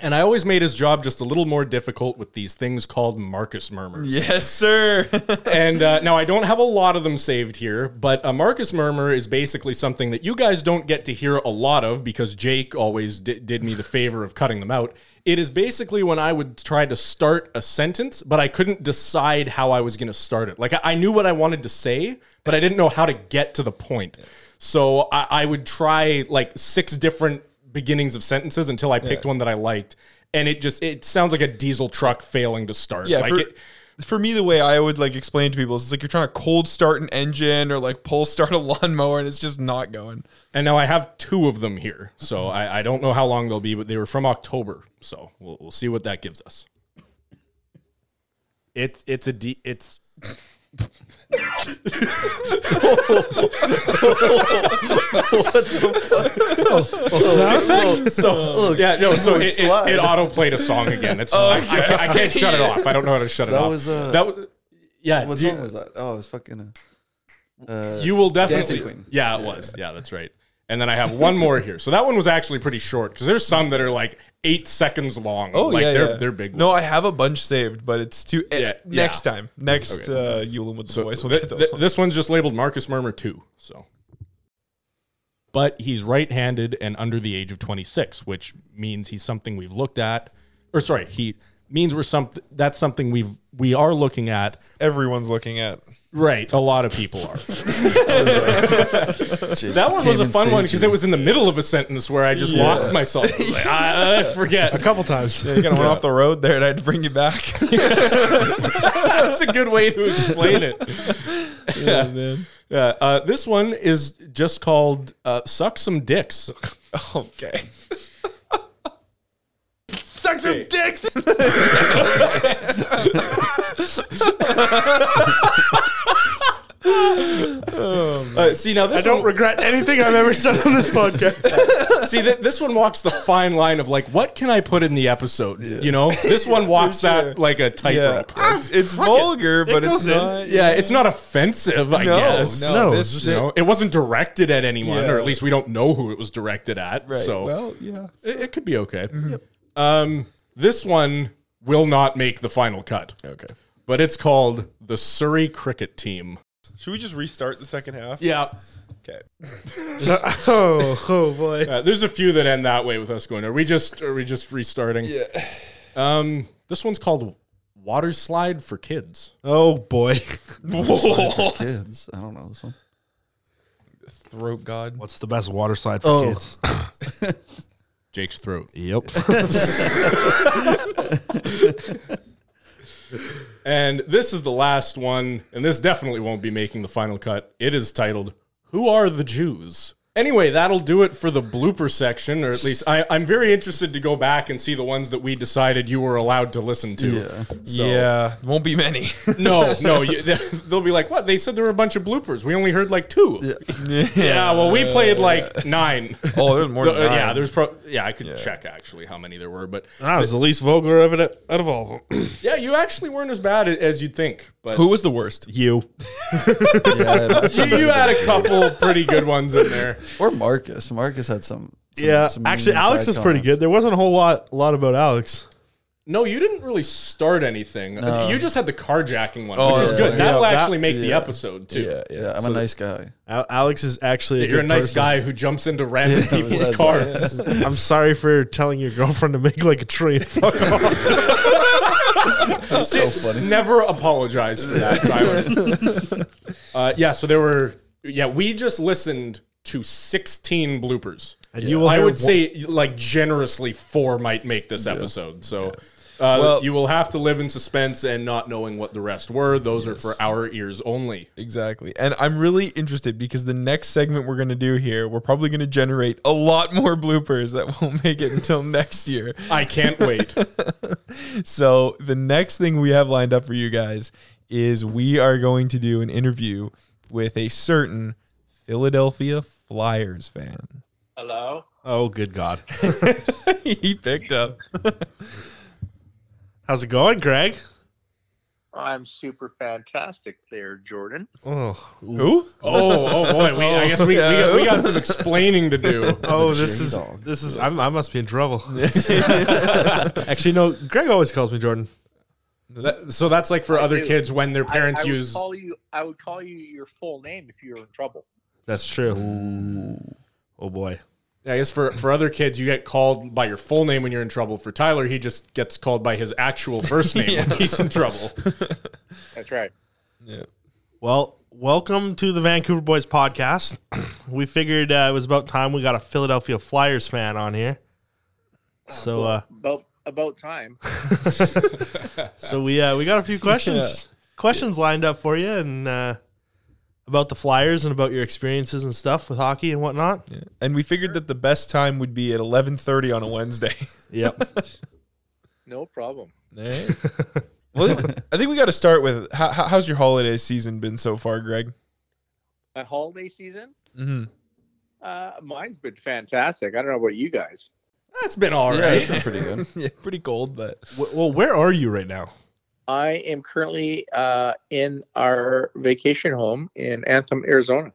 Speaker 2: And I always made his job just a little more difficult with these things called Marcus murmurs.
Speaker 1: Yes, sir.
Speaker 2: and uh, now I don't have a lot of them saved here, but a Marcus murmur is basically something that you guys don't get to hear a lot of because Jake always di- did me the favor of cutting them out. It is basically when I would try to start a sentence, but I couldn't decide how I was going to start it. Like I-, I knew what I wanted to say, but I didn't know how to get to the point. So I, I would try like six different beginnings of sentences until I picked
Speaker 1: Yeah.
Speaker 2: one that I liked, and it just it sounds like a diesel truck failing to start.
Speaker 1: Yeah,
Speaker 2: like
Speaker 1: for,
Speaker 2: it,
Speaker 1: for me, the way I would like explain to people is it's like you're trying to cold start an engine or like pull start a lawnmower, and it's just not going.
Speaker 2: and now I have two of them here, so I, I don't know how long they'll be, but they were from October, so we'll, we'll see what that gives us.
Speaker 16: It's it's a D. It's
Speaker 2: So yeah, no. So it, it, it auto played a song again. It's
Speaker 1: Oh,
Speaker 2: I- I, can't, I can't shut it off. I don't know how to shut it
Speaker 5: That
Speaker 2: off.
Speaker 5: was, uh,
Speaker 2: that was yeah.
Speaker 5: What
Speaker 2: do you-
Speaker 5: song was that? Oh, it was fucking. Uh, uh,
Speaker 2: you will
Speaker 5: Dancing
Speaker 2: definitely.
Speaker 5: Queen.
Speaker 2: Yeah, it was. Yeah, that's right. And then I have one more here. So that one was actually pretty short because there's some that are like eight seconds long.
Speaker 1: Oh
Speaker 2: like
Speaker 1: yeah,
Speaker 2: they're,
Speaker 1: yeah.
Speaker 2: they're big.
Speaker 1: No,
Speaker 2: ones.
Speaker 1: I have a bunch saved, but it's too. eh, next
Speaker 2: yeah.
Speaker 1: time, next
Speaker 2: Okay.
Speaker 1: uh, Yulin with the
Speaker 2: So
Speaker 1: voice, we'll
Speaker 2: thi-
Speaker 1: get those.
Speaker 2: thi-
Speaker 1: ones.
Speaker 2: This one's just labeled Marcus Murmur two. So, but he's right-handed and under the age of 26, which means he's something we've looked at, or sorry, he means we're something that's something we've we are looking at.
Speaker 1: Everyone's looking at.
Speaker 2: Right, a lot of people are. that one was
Speaker 1: came
Speaker 2: a
Speaker 1: and
Speaker 2: fun one
Speaker 1: saved
Speaker 2: because
Speaker 1: you.
Speaker 2: it was in the middle of a sentence where I just
Speaker 1: Yeah.
Speaker 2: lost myself. I was like, "Ah, I, I forget
Speaker 1: A couple
Speaker 2: times.
Speaker 1: Yeah, you kind of went off the road there, and I had to bring you back.
Speaker 2: uh, That's a good way to explain it.
Speaker 1: Yeah, man.
Speaker 2: Yeah, uh, this one is just called uh, "Suck Some Dicks."
Speaker 1: okay.
Speaker 15: Suck some dicks.
Speaker 2: Uh, see now, this
Speaker 15: I don't
Speaker 2: one-
Speaker 15: regret anything I've ever said on this podcast.
Speaker 2: see th- this one walks the fine line of like, what can I put in the episode? You know, this one walks that like a tightrope.
Speaker 1: It's, it's vulgar,
Speaker 2: It
Speaker 1: but it's
Speaker 2: goes in.
Speaker 1: not.
Speaker 2: Yeah, it's not offensive. I
Speaker 1: No,
Speaker 2: guess
Speaker 1: no, No, this- it's
Speaker 2: You know, it wasn't directed at anyone,
Speaker 1: Yeah.
Speaker 2: or at least we don't know who it was directed at.
Speaker 1: Right.
Speaker 2: So
Speaker 1: well, yeah. Mm-hmm.
Speaker 2: it, it could be okay. Um, this one will not make the final cut.
Speaker 1: Okay,
Speaker 2: but it's called the Surrey Cricket Team.
Speaker 1: Should we just restart the second half?
Speaker 2: Yeah.
Speaker 1: Okay.
Speaker 15: oh, oh boy.
Speaker 2: Uh, there's a few that end that way with us going. Are we just are we just restarting?
Speaker 1: Yeah.
Speaker 2: Um, this one's called Water Slide for Kids.
Speaker 15: Oh boy.
Speaker 2: Whoa.
Speaker 5: kids. I don't know this one.
Speaker 1: Throat God.
Speaker 15: What's the best water slide for
Speaker 5: Oh.
Speaker 15: kids?
Speaker 2: Jake's throat.
Speaker 15: Yep.
Speaker 2: And this is the last one, and this definitely won't be making the final cut. It is titled Who Are the Jews? Anyway, that'll do it for the blooper section, or at least I, I'm very interested to go back and see the ones that we decided you were allowed to listen to.
Speaker 1: Yeah. Yeah, won't be many.
Speaker 2: no, no. You, they'll be like, what? They said there were a bunch of bloopers. We only heard like two. Yeah, well, we played like nine.
Speaker 1: Oh, there's more than
Speaker 2: Uh, Yeah,
Speaker 1: nine.
Speaker 2: there's pro- yeah, I could check actually how many there were, but
Speaker 15: I was the least vulgar of it out of all of them.
Speaker 2: yeah, you actually weren't as bad a- as you'd think. But
Speaker 1: Who was the worst?
Speaker 15: You.
Speaker 2: you, you had a couple pretty good ones in there.
Speaker 5: Or Marcus. Marcus had some. some
Speaker 15: yeah.
Speaker 5: some
Speaker 15: Actually,
Speaker 5: mean
Speaker 15: Alex
Speaker 5: side
Speaker 15: is pretty
Speaker 5: comments.
Speaker 15: good. There wasn't a whole lot, lot about Alex.
Speaker 2: No, you didn't really start anything.
Speaker 5: No.
Speaker 2: You just had the carjacking one,
Speaker 1: Oh,
Speaker 2: which is
Speaker 1: yeah.
Speaker 2: good.
Speaker 1: Yeah,
Speaker 2: That'll
Speaker 15: that-
Speaker 2: actually make the
Speaker 5: yeah.
Speaker 2: episode too.
Speaker 1: Yeah, yeah.
Speaker 5: Yeah, I'm
Speaker 2: So-
Speaker 5: a nice guy.
Speaker 15: Al- Alex is actually a
Speaker 2: You're a
Speaker 15: good
Speaker 2: nice
Speaker 15: person.
Speaker 2: guy who jumps into random people's cars.
Speaker 15: I'm sorry for telling your girlfriend to make like a tree. and Fuck off.
Speaker 2: so funny. Never apologize for that, Tyler. uh, yeah, so there were. Yeah, we just listened to 16 bloopers.
Speaker 15: And you will
Speaker 2: I
Speaker 15: hear
Speaker 2: would
Speaker 15: one-
Speaker 2: say, like generously, four might make this episode. So. Uh,
Speaker 1: Well-
Speaker 2: you will have to live in suspense and not knowing what the rest were. Those are for our ears only.
Speaker 1: Exactly. And I'm really interested because the next segment we're going to do here, we're probably going to generate a lot more bloopers that won't make it until next year.
Speaker 2: I can't wait.
Speaker 1: So, the next thing we have lined up for you guys is we are going to do an interview with a certain Philadelphia Flyers fan.
Speaker 17: Hello.
Speaker 15: oh, good God.
Speaker 1: he picked up.
Speaker 15: How's it going, Greg?
Speaker 16: I'm super fantastic there, Jordan.
Speaker 15: Oh,
Speaker 2: who? Oh, oh boy. We, I guess we, we, got, we got some explaining to do.
Speaker 15: Oh, this is this is. I'm, I must be in trouble. Actually, no. Greg always calls me Jordan.
Speaker 2: That- so that's like for
Speaker 16: I
Speaker 2: other
Speaker 16: do.
Speaker 2: kids when their parents
Speaker 16: I, I
Speaker 2: use.
Speaker 16: Would call you, I would call you your full name if you were in trouble.
Speaker 15: That's true. Oh boy.
Speaker 2: I guess for, for other kids, you get called by your full name when you're in trouble. For Tyler, he just gets called by his actual first name when he's in trouble.
Speaker 16: That's right.
Speaker 15: Well,
Speaker 3: welcome to the Vancouver Boys podcast. we figured uh, it was about time we got a Philadelphia Flyers fan on here. So, uh,
Speaker 16: About about time.
Speaker 3: so we uh, we got a few questions questions lined up for you and uh, about the Flyers and about your experiences and stuff with hockey and whatnot.
Speaker 1: And we figured that the best time would be at 11:30 on a Wednesday.
Speaker 15: Yep.
Speaker 16: No problem.
Speaker 1: Eh? well, I think we got to start with how, how- how's your holiday season been so far, Greg?
Speaker 16: My holiday season,
Speaker 1: Mm-hmm.
Speaker 16: uh, mine's been fantastic. I don't know about you guys.
Speaker 2: That's been all
Speaker 1: Yeah,
Speaker 2: right.
Speaker 1: it's been pretty good. yeah, pretty cold, but
Speaker 15: W- well, where are you right now?
Speaker 16: I am currently uh, in our vacation home in Anthem, Arizona.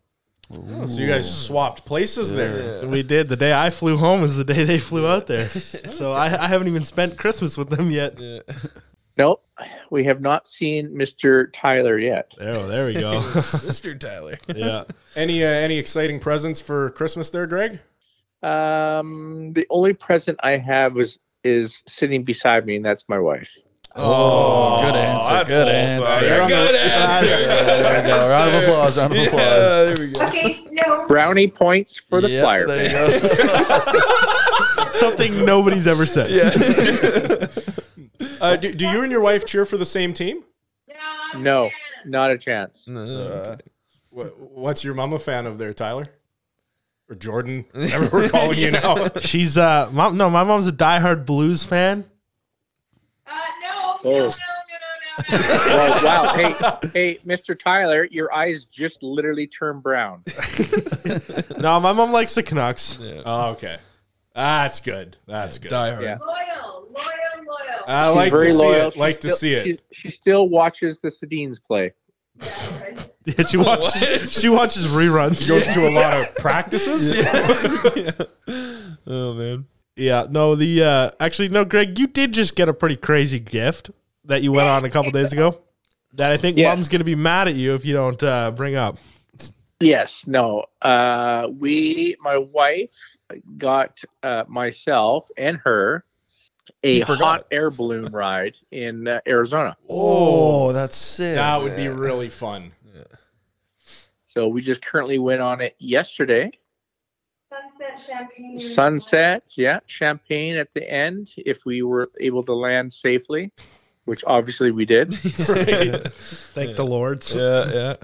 Speaker 2: Oh, so you guys swapped places there.
Speaker 15: We did. The day I flew home was the day they flew out there. So I, I haven't even spent Christmas with them yet.
Speaker 16: Nope, we have not seen Mr. Tyler yet.
Speaker 15: There,
Speaker 5: Oh,
Speaker 15: there we go.
Speaker 1: Mr. Tyler.
Speaker 15: yeah.
Speaker 2: Any uh, any exciting presents for Christmas there, Greg?
Speaker 16: Um, the only present I have is is sitting beside me, and that's my wife.
Speaker 5: Oh, good answer. good answer.
Speaker 2: You're on
Speaker 5: Good
Speaker 2: the-
Speaker 5: answer. Ah, There we go. Round of applause. Round of applause.
Speaker 1: there we go.
Speaker 8: Okay, no.
Speaker 16: Brownie points for the
Speaker 5: Yep,
Speaker 16: flyer.
Speaker 5: there you go.
Speaker 15: Something nobody's ever said.
Speaker 2: Uh, do, do you and your wife cheer for the same team?
Speaker 16: No, not a chance.
Speaker 5: Uh,
Speaker 2: What, what's your mom a fan of there, Tyler? Or Jordan? Whatever we're calling you now.
Speaker 15: She's uh, mom. No, my mom's a diehard blues fan.
Speaker 16: Oh. Well, Oh, wow. Hey, hey, Mr. Tyler, your eyes just literally turned brown.
Speaker 15: No, my mom likes the Canucks.
Speaker 2: Oh, okay. That's good. That's good.
Speaker 1: Die hard.
Speaker 16: Yeah.
Speaker 8: Loyal, loyal, loyal.
Speaker 2: I
Speaker 16: She's
Speaker 2: like
Speaker 16: very
Speaker 2: to see
Speaker 16: loyal.
Speaker 2: it.
Speaker 16: She
Speaker 2: Like to
Speaker 16: still-
Speaker 2: see it.
Speaker 16: She, she still watches the Sedines play.
Speaker 15: Yeah, she watches. she watches reruns.
Speaker 2: Goes to a lot of practices.
Speaker 1: Oh man.
Speaker 15: Yeah, no, the uh actually no, Greg, you did just get a pretty crazy gift that you went on a couple days ago. That I think
Speaker 16: Yes.
Speaker 15: mom's gonna be mad at you if you don't uh bring up.
Speaker 16: Yes, no. Uh, we, my wife, got uh, myself and her a
Speaker 1: You forgot.
Speaker 16: hot air balloon ride in uh, Arizona.
Speaker 5: oh, that's sick.
Speaker 2: That would be really fun.
Speaker 16: So we just currently went on it yesterday.
Speaker 8: Sunset champagne.
Speaker 16: Sunset, yeah, champagne at the end if we were able to land safely, which obviously we did.
Speaker 15: Thank the Lords.
Speaker 1: Yeah, yeah.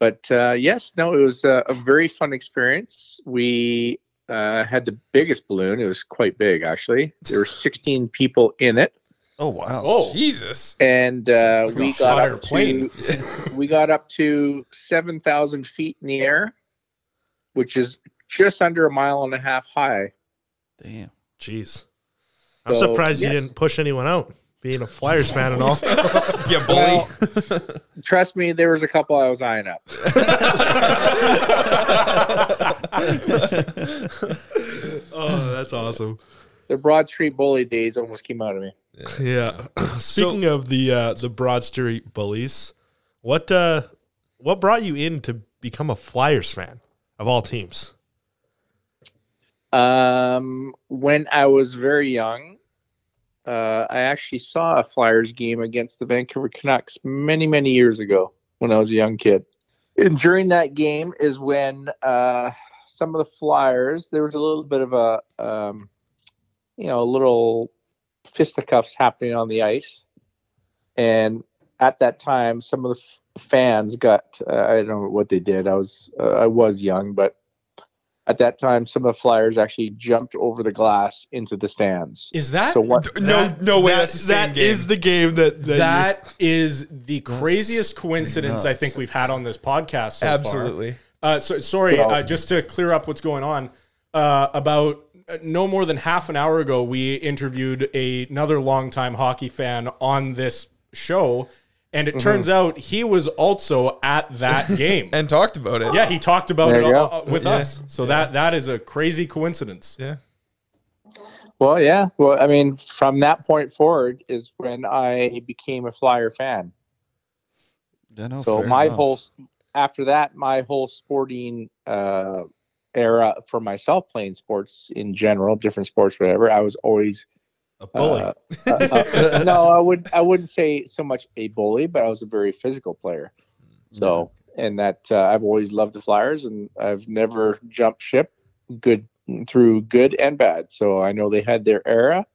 Speaker 16: but uh, yes, no, it was uh, a, a very fun experience. We uh, had the biggest balloon. It was quite big, actually. There were 16 people in it,
Speaker 5: Oh wow.
Speaker 2: Oh,
Speaker 1: Jesus.
Speaker 16: and uh,
Speaker 2: Like a
Speaker 16: we got
Speaker 2: hot
Speaker 16: up
Speaker 2: air plane.
Speaker 16: to we got up to 7,000 feet in the air, which is just under a mile and a half high.
Speaker 5: Damn.
Speaker 15: Jeez. I'm
Speaker 16: So,
Speaker 15: surprised you
Speaker 16: yes.
Speaker 15: didn't push anyone out, being a Flyers fan and all.
Speaker 1: Yeah, bully.
Speaker 16: Well, trust me, there was a couple I was eyeing up.
Speaker 15: oh, that's awesome.
Speaker 16: The Broad Street bully days almost came out of me.
Speaker 15: Yeah. Speaking of the uh the Broad Street bullies, what uh what brought you in to become a Flyers fan of all teams?
Speaker 16: Um, when I was very young, uh, I actually saw a Flyers game against the Vancouver Canucks many, many years ago when I was a young kid. And during that game is when uh, some of the Flyers, there was a little bit of a, um, you know, a little fisticuffs happening on the ice. And at that time, some of the f- fans got, uh, I don't know what they did. I was, uh, I was young, but at that time, some of the Flyers actually jumped over the glass into the stands.
Speaker 2: Is that
Speaker 16: So what?
Speaker 1: no, no way. that's the same
Speaker 15: That
Speaker 1: game.
Speaker 15: is the game that that,
Speaker 2: that is the craziest coincidence I think we've had on this podcast so far.
Speaker 1: Absolutely.
Speaker 2: Uh, so, sorry,
Speaker 16: Well-
Speaker 2: uh, just to clear up what's going on. Uh, about uh, no more than half an hour ago, we interviewed a, another longtime hockey fan on this show, And
Speaker 16: Mm-hmm.
Speaker 2: it turns out he was also at that game
Speaker 1: and talked about it.
Speaker 2: Yeah, he talked about
Speaker 16: There
Speaker 2: it
Speaker 16: you
Speaker 2: all,
Speaker 16: go.
Speaker 2: uh, with
Speaker 16: Yeah.
Speaker 2: us. So that that is a crazy coincidence.
Speaker 1: Yeah.
Speaker 16: Well, yeah. Well, I mean, from that point forward is when I became a Flyer fan.
Speaker 5: Yeah, no,
Speaker 16: so
Speaker 5: Oh, fair
Speaker 16: my
Speaker 5: enough.
Speaker 16: whole after that, my whole sporting uh, era for myself playing sports in general, different sports, whatever. I was always uh,
Speaker 15: a bully.
Speaker 16: no, I would I wouldn't say so much a bully, but I was a very physical player. So and that uh, I've always loved the Flyers, and I've never jumped ship. Good through good and bad. So I know they had their era.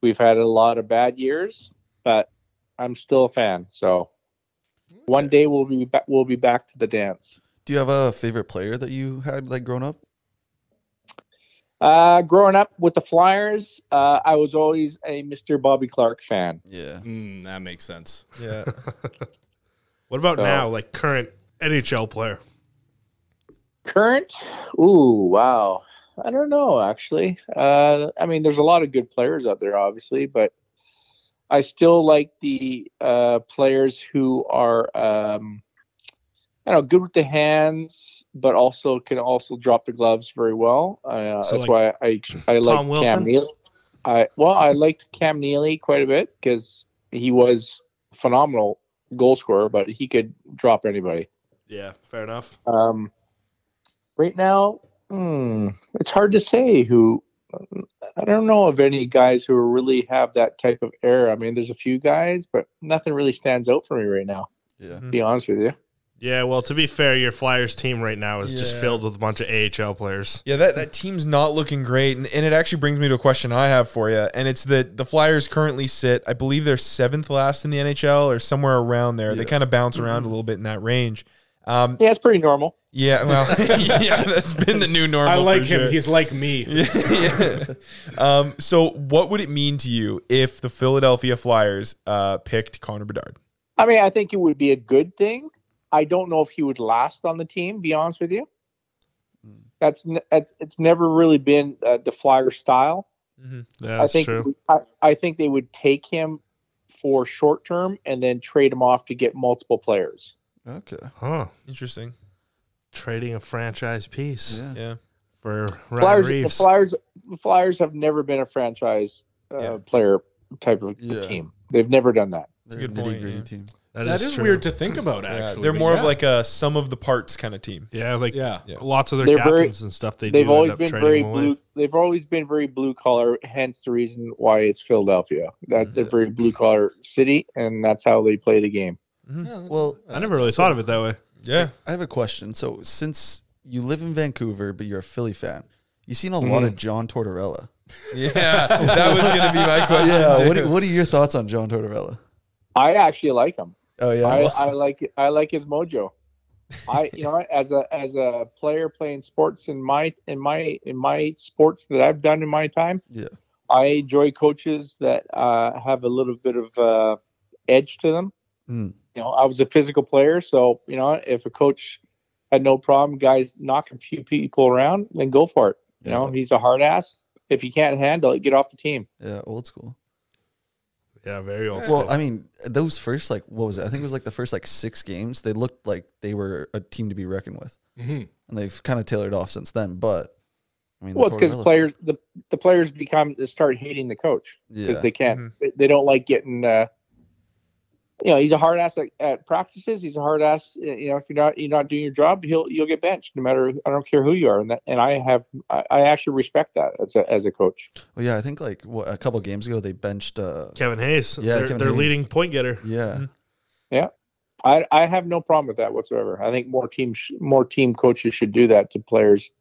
Speaker 16: We've had a lot of bad years, but I'm still a fan. So one day we'll be back, we'll be back to the dance.
Speaker 5: Do you have a favorite player that you had like growing up?
Speaker 16: Uh, growing up with the Flyers, uh, I was always a Mr. Bobby Clark fan.
Speaker 5: Yeah.
Speaker 2: Mm, that makes sense.
Speaker 1: Yeah.
Speaker 15: what about
Speaker 16: So-
Speaker 15: now? Like current NHL player?
Speaker 16: Current? Ooh, wow. I don't know actually. Uh, I mean, there's a lot of good players out there, obviously, but I still like the uh, players who are, um, I don't know, good with the hands, but also can also drop the gloves very well. Uh,
Speaker 15: So,
Speaker 16: that's
Speaker 15: like,
Speaker 16: why I I
Speaker 15: Tom
Speaker 16: like Cam
Speaker 15: Wilson?
Speaker 16: Neely. I well, I liked Cam Neely quite a bit because he was phenomenal goal scorer, but he could drop anybody.
Speaker 15: Yeah, fair enough.
Speaker 16: Um, right now, hmm, it's hard to say who. um, I don't know of any guys who really have that type of air. I mean, there's a few guys, but nothing really stands out for me right now.
Speaker 5: Yeah.
Speaker 16: to be honest with you.
Speaker 15: Yeah, well, to be fair, your Flyers team right now is just
Speaker 1: Yeah.
Speaker 15: filled with a bunch of AHL players.
Speaker 1: Yeah, that, that team's not looking great. And, and it actually brings me to a question I have for you. And it's that the Flyers currently sit, I believe they're seventh last in the NHL or somewhere around there. They kind of bounce around a little bit in that range. Um,
Speaker 16: yeah, it's pretty normal.
Speaker 1: Yeah, well, yeah, that's been the new normal.
Speaker 2: I like
Speaker 1: for
Speaker 2: him.
Speaker 1: sure.
Speaker 2: He's like me.
Speaker 1: Yeah. Um, so, what would it mean to you if the Philadelphia Flyers uh, picked Connor Bedard?
Speaker 16: I mean, I think it would be a good thing. I don't know if he would last on the team. Be honest with you.
Speaker 15: Hmm.
Speaker 16: That's n- it's it's never really been uh, the Flyer style.
Speaker 15: Yeah,
Speaker 16: I
Speaker 15: that's
Speaker 16: think
Speaker 15: true.
Speaker 16: I, I think they would take him for short term and then trade him off to get multiple players.
Speaker 5: Okay.
Speaker 15: Huh.
Speaker 1: Interesting.
Speaker 15: Trading a franchise piece
Speaker 5: Yeah.
Speaker 1: Yeah.
Speaker 15: for Ryan
Speaker 16: Flyers, the
Speaker 15: Reeves.
Speaker 16: Flyers, the Flyers have never been a franchise uh, player type of
Speaker 5: Yeah.
Speaker 16: team. They've never done that.
Speaker 5: They're
Speaker 1: a good
Speaker 5: a nitty
Speaker 1: point,
Speaker 5: gritty
Speaker 1: yeah.
Speaker 5: team.
Speaker 2: that is, weird to think about.
Speaker 1: Yeah,
Speaker 2: Actually,
Speaker 1: they're
Speaker 2: but
Speaker 1: more
Speaker 2: yeah.
Speaker 1: of like a sum of the parts kind of team.
Speaker 15: Yeah, like
Speaker 2: Yeah.
Speaker 15: lots of their
Speaker 16: They're very-
Speaker 15: captains and stuff. They
Speaker 16: They have
Speaker 15: do end
Speaker 16: always
Speaker 15: up
Speaker 16: been
Speaker 15: trading
Speaker 16: very
Speaker 15: away.
Speaker 16: blue. They've always been very blue collar. Hence the reason why it's Philadelphia.
Speaker 15: Mm-hmm.
Speaker 16: That they're very blue collar city, and that's how they play the game.
Speaker 15: Mm-hmm.
Speaker 5: Well,
Speaker 15: I never really thought of it that way.
Speaker 1: Yeah.
Speaker 5: I have a question. So, since you live in Vancouver, but you're a Philly fan, you've seen a
Speaker 15: Mm-hmm.
Speaker 5: lot of John Tortorella.
Speaker 1: Yeah. that was going to be my question.
Speaker 5: yeah.
Speaker 1: too.
Speaker 5: What are, what are your thoughts on John Tortorella?
Speaker 16: I actually like him.
Speaker 5: Oh yeah.
Speaker 16: I, I like I like his mojo. I you know what, as a as a player playing sports in my in my in my sports that I've done in my time,
Speaker 5: yeah.
Speaker 16: I enjoy coaches that uh, have a little bit of uh, edge to them.
Speaker 5: Mm.
Speaker 16: You know, I was a physical player, so you know if a coach had no problem, guys knock a few people around, then go for it. You know, he's a hard ass. If you can't handle it, get off the team.
Speaker 5: Yeah. Old school.
Speaker 15: Yeah, very old.
Speaker 5: Well, I mean, those first like what was it? I think it was like the first like six games. They looked like they were a team to be reckoned with,
Speaker 15: Mm-hmm.
Speaker 2: Mhm.
Speaker 5: and they've kind of tailored off since then. But I mean, the
Speaker 16: Well, it's because
Speaker 5: Tortorella-
Speaker 16: players the, the players become start hating the coach because
Speaker 5: Yeah.
Speaker 16: they can't they- they don't like getting uh, you know he's a hard ass at, at practices he's a hard ass uh, you know if you're not you're not doing your job he'll you'll get benched no matter I don't care who you are and that, and I have I, I actually respect that as a as a coach
Speaker 5: Well, Oh, yeah, I think like what, a couple games ago they benched. uh
Speaker 15: Kevin Hayes,
Speaker 5: Yeah,
Speaker 15: yeah, their,
Speaker 5: Kevin
Speaker 15: their
Speaker 5: Hayes.
Speaker 15: leading point getter. Mm-hmm.
Speaker 5: Yeah,
Speaker 16: yeah I I have no problem with that whatsoever I think more teams sh- more team coaches should do that to players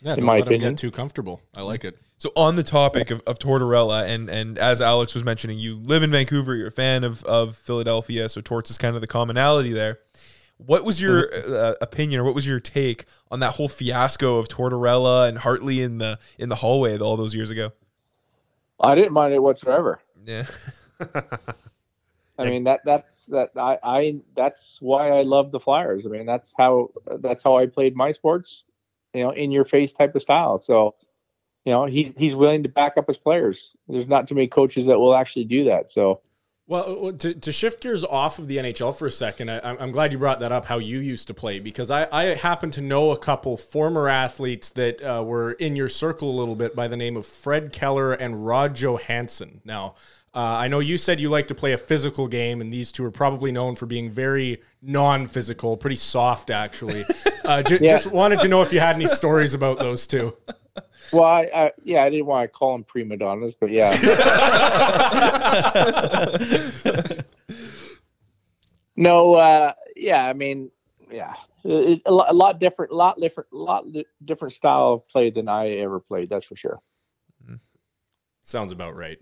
Speaker 2: Yeah,
Speaker 16: in
Speaker 2: don't
Speaker 16: my
Speaker 2: let him
Speaker 16: opinion
Speaker 2: get too comfortable. I like it.
Speaker 1: So on the topic of, of Tortorella, and and as Alex was mentioning, you live in Vancouver, you're a fan of, of Philadelphia, so Torts is kind of the commonality there. What was your uh, opinion, or what was your take on that whole fiasco of Tortorella and Hartley in the in the hallway all those years ago?
Speaker 16: I didn't mind it whatsoever
Speaker 1: Yeah,
Speaker 16: I mean that that's that I, I that's why I love the Flyers. I mean that's how that's how I played my sports, you know, in your face type of style. So, you know, he's he's willing to back up his players. There's not too many coaches that will actually do that. So,
Speaker 2: Well, uh, to, to shift gears off of the NHL for a second, I, I'm- I'm glad you brought that up. How you used to play because I, I happen to know a couple former athletes that uh, were in your circle a little bit by the name of Fred Keller and Rod Johansson. Now, uh, I know you said you like to play a physical game, and these two are probably known for being very non-physical, pretty soft actually. Uh, ju-
Speaker 16: Yeah.
Speaker 2: Just wanted to know if you had any stories about those two.
Speaker 16: Well, I, I yeah, I didn't want to call them prima donnas, but yeah. no, uh, yeah, I mean, yeah, it, a, lot, a lot different, lot different, lot li- different style of play than I ever played. That's for sure.
Speaker 2: Mm. Sounds about right.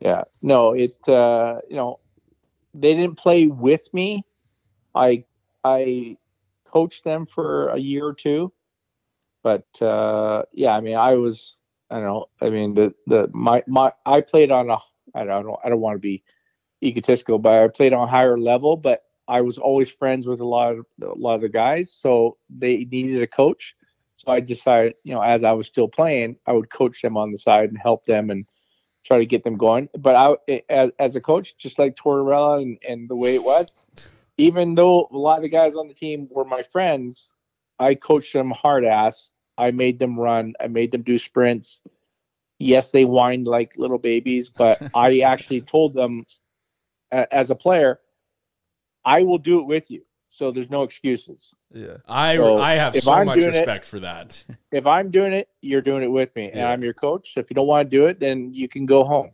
Speaker 16: Yeah, no, it uh, you know, they didn't play with me. I I coached them for a year or two, but uh, yeah, I mean, I was I don't know. I mean, the the my my I played on a I don't I don't, I don't want to be egotistical, but I played on a higher level, but I was always friends with a lot of a lot of the guys, so they needed a coach. So I decided, you know, as I was still playing, I would coach them on the side and help them and try to get them going. But I, eh, as, as a coach, just like Tortorella and, and the way it was, even though a lot of the guys on the team were my friends, I coached them hard ass. I made them run. I made them do sprints. Yes, they whined like little babies, but I actually told them a- as a player, I will do it with you. So there's no excuses.
Speaker 5: Yeah.
Speaker 2: I
Speaker 16: So
Speaker 2: I have
Speaker 16: if
Speaker 2: so
Speaker 16: I'm
Speaker 2: much
Speaker 16: doing it-
Speaker 2: respect for that.
Speaker 16: if I'm doing it, you're doing it with me, and I'm your coach. If you don't want to do it, then you can go home.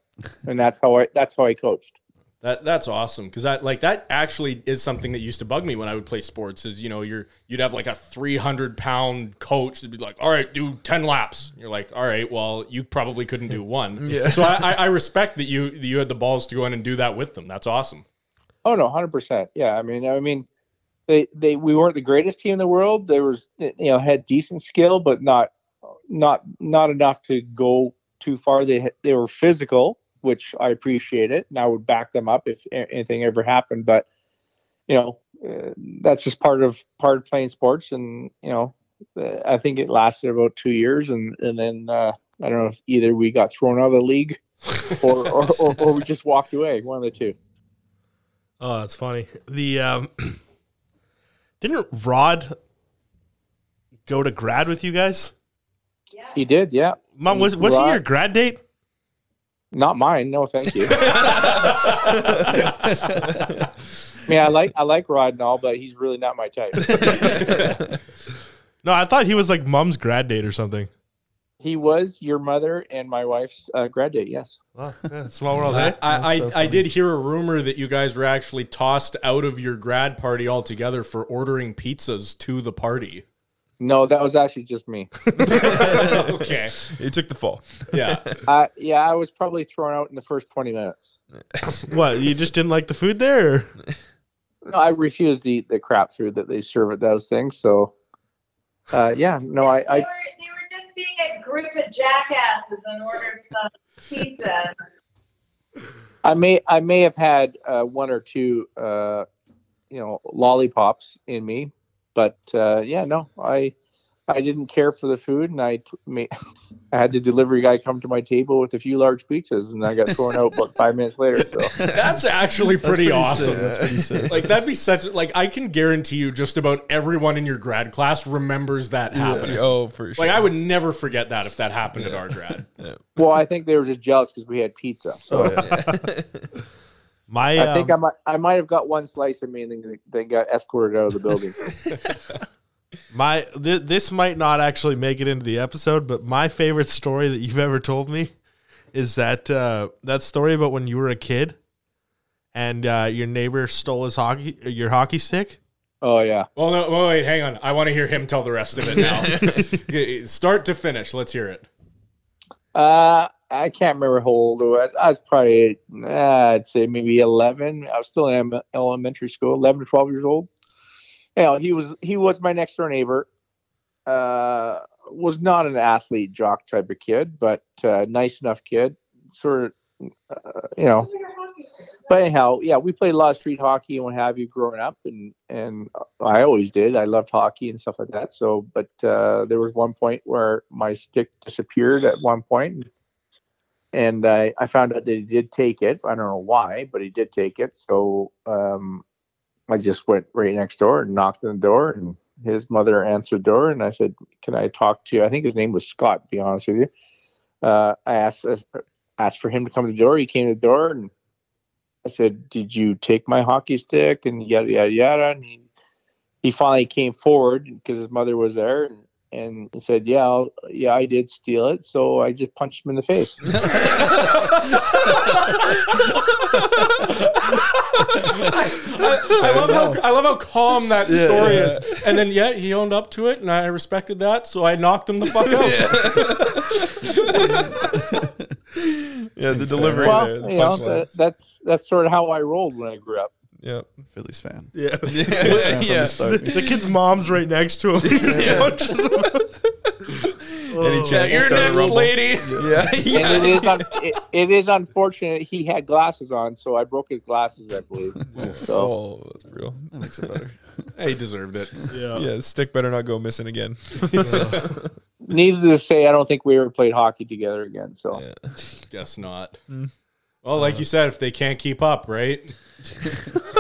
Speaker 16: And that's how I that's how I coached.
Speaker 2: That that's awesome because that like that actually is something that used to bug me when I would play sports. Is you know you're you'd have like a three hundred pound coach that'd be like, all right, do ten laps. And you're like, all right, well you probably couldn't do one.
Speaker 16: Yeah.
Speaker 2: So I, I, I respect that you that you had the balls to go in and do that with them. That's awesome.
Speaker 16: Oh no, hundred percent. Yeah, I mean, I mean, they they we weren't the greatest team in the world. There was you know had decent skill, but not not not enough to go too far. They had- they were physical, which I appreciate it, and I would back them up if a- anything ever happened. But you know, uh, that's just part of part of playing sports, and you know, uh, I think it lasted about two years, and and then uh, I don't know if either we got thrown out of the league, or or, or, or we just walked away, one of the two.
Speaker 15: Oh, that's funny. The um, didn't Rod go to grad with you guys?
Speaker 16: He did, yeah.
Speaker 15: Mom, was was he
Speaker 16: Rod-
Speaker 15: your grad date?
Speaker 16: Not mine. No, thank you. I mean, I like I like Rod and all, but he's really not my type.
Speaker 15: No, I thought he was like mom's grad date or something.
Speaker 16: he was your mother and my wife's uh, grad date. Yes.
Speaker 15: small world,
Speaker 2: I
Speaker 15: eh?
Speaker 2: I, I,
Speaker 15: That's so
Speaker 2: I
Speaker 15: funny.
Speaker 2: did hear a rumor that you guys were actually tossed out of your grad party altogether for ordering pizzas to the party.
Speaker 16: No, that was actually just me.
Speaker 2: okay.
Speaker 1: He took the fall.
Speaker 2: Yeah.
Speaker 16: Uh, yeah, I was probably thrown out in the first twenty minutes.
Speaker 15: What you just didn't like the food there? or-
Speaker 16: No, I refused to eat the crap food that they serve at those things. So, uh, yeah, no, I,
Speaker 17: They
Speaker 16: I
Speaker 17: were, they were just being a group of jackasses and ordered some pizza.
Speaker 16: I may I may have had uh, one or two uh, you know lollipops in me, but uh, yeah, no, I I didn't care for the food, and I t- ma- I had the delivery guy come to my table with a few large pizzas, and I got thrown out about five minutes later. So
Speaker 2: That's actually
Speaker 16: That's
Speaker 2: pretty,
Speaker 16: pretty
Speaker 2: awesome.
Speaker 16: sick. That's pretty sick.
Speaker 2: Like that'd be such like I can guarantee you just about everyone in your grad class remembers that
Speaker 1: Yeah.
Speaker 2: happening.
Speaker 1: Oh, for sure.
Speaker 2: Like I would never forget that if that happened at our grad.
Speaker 16: well, I think they were just jealous because we had pizza. So
Speaker 15: Oh, My
Speaker 16: I think I
Speaker 15: um,
Speaker 16: might I might have got one slice of me, and then they got escorted out of the building.
Speaker 15: my th- this might not actually make it into the episode, but my favorite story that you've ever told me is that uh, that story about when you were a kid and uh, your neighbor stole his hockey your hockey stick.
Speaker 16: Oh yeah.
Speaker 2: Well, no, well, wait, hang on. I want to hear him tell the rest of it now. Okay, Start to finish. Let's hear it.
Speaker 16: Uh, I can't remember how old I was. I was probably, uh, I'd say maybe 11. I was still in em- elementary school, 11 to 12 years old. You know, he was he was my next door neighbor. Uh, was not an athlete jock type of kid, but uh, nice enough kid. Sort of, uh, you know. But anyhow, yeah, we played a lot of street hockey and what have you growing up, and and I always did. I loved hockey and stuff like that. So, but uh, there was one point where my stick disappeared at one point. and I, I found out that he did take it. I don't know why, but he did take it. So um, I just went right next door and knocked on the door, and his mother answered the door, and I said, "Can I talk to you?" I think his name was Scott. To be honest with you, uh, I asked asked for him to come to the door. He came to the door, and I said, "Did you take my hockey stick?" And yada yada yada. And he he finally came forward because his mother was there, and, and he said, "Yeah, I'll, yeah, I did steal it." So I just punched him in the face.
Speaker 2: I, I love how I love how calm that
Speaker 15: Yeah,
Speaker 2: story
Speaker 15: yeah.
Speaker 2: is, and then yeah, he owned up to it, and I respected that, so I knocked him the fuck out.
Speaker 1: Yeah, the delivery
Speaker 16: well,
Speaker 1: there. The
Speaker 16: you know,
Speaker 1: punchline.
Speaker 16: that, that's that's sort of how I rolled when I grew up.
Speaker 1: Yeah.
Speaker 5: Phillies fan.
Speaker 15: Yeah.
Speaker 1: Yeah.
Speaker 15: Yeah.
Speaker 1: Yeah.
Speaker 15: The, the kid's mom's right next to him.
Speaker 1: And
Speaker 15: Oh.
Speaker 1: he checks to start a rumble. Yeah. yeah.
Speaker 16: And it is un- it, it is unfortunate he had glasses on, so I broke his glasses, I believe. So
Speaker 1: Oh, that's brutal. That
Speaker 5: makes it better.
Speaker 2: Hey, he deserved it.
Speaker 1: Yeah. the stick better not go missing again.
Speaker 16: needless to say, I don't think we ever played hockey together again. So
Speaker 2: Guess not.
Speaker 1: Mm.
Speaker 2: Well, like you said, if they can't keep up, right?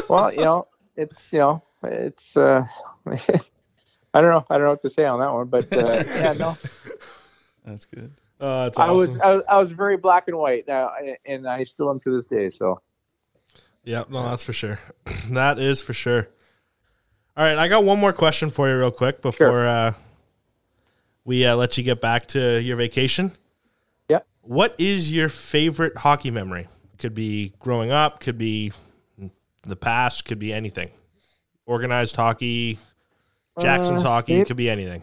Speaker 16: well, you know, it's you know, it's uh, I don't know, I don't know what to say on that one, but uh, yeah, no.
Speaker 5: That's good.
Speaker 16: I was I, was- I was very black and white uh, now, and- and I still am to this day. So
Speaker 15: Yeah, no, that's for sure. that is for sure. All right, I got one more question for you, real quick, before uh, we uh, let you get back to your vacation.
Speaker 16: Yeah.
Speaker 15: What is your favorite hockey memory? Could be growing up, could be the past, could be anything. Organized hockey, Jackson's
Speaker 16: Uh,
Speaker 15: hockey,
Speaker 16: it-
Speaker 15: could be anything.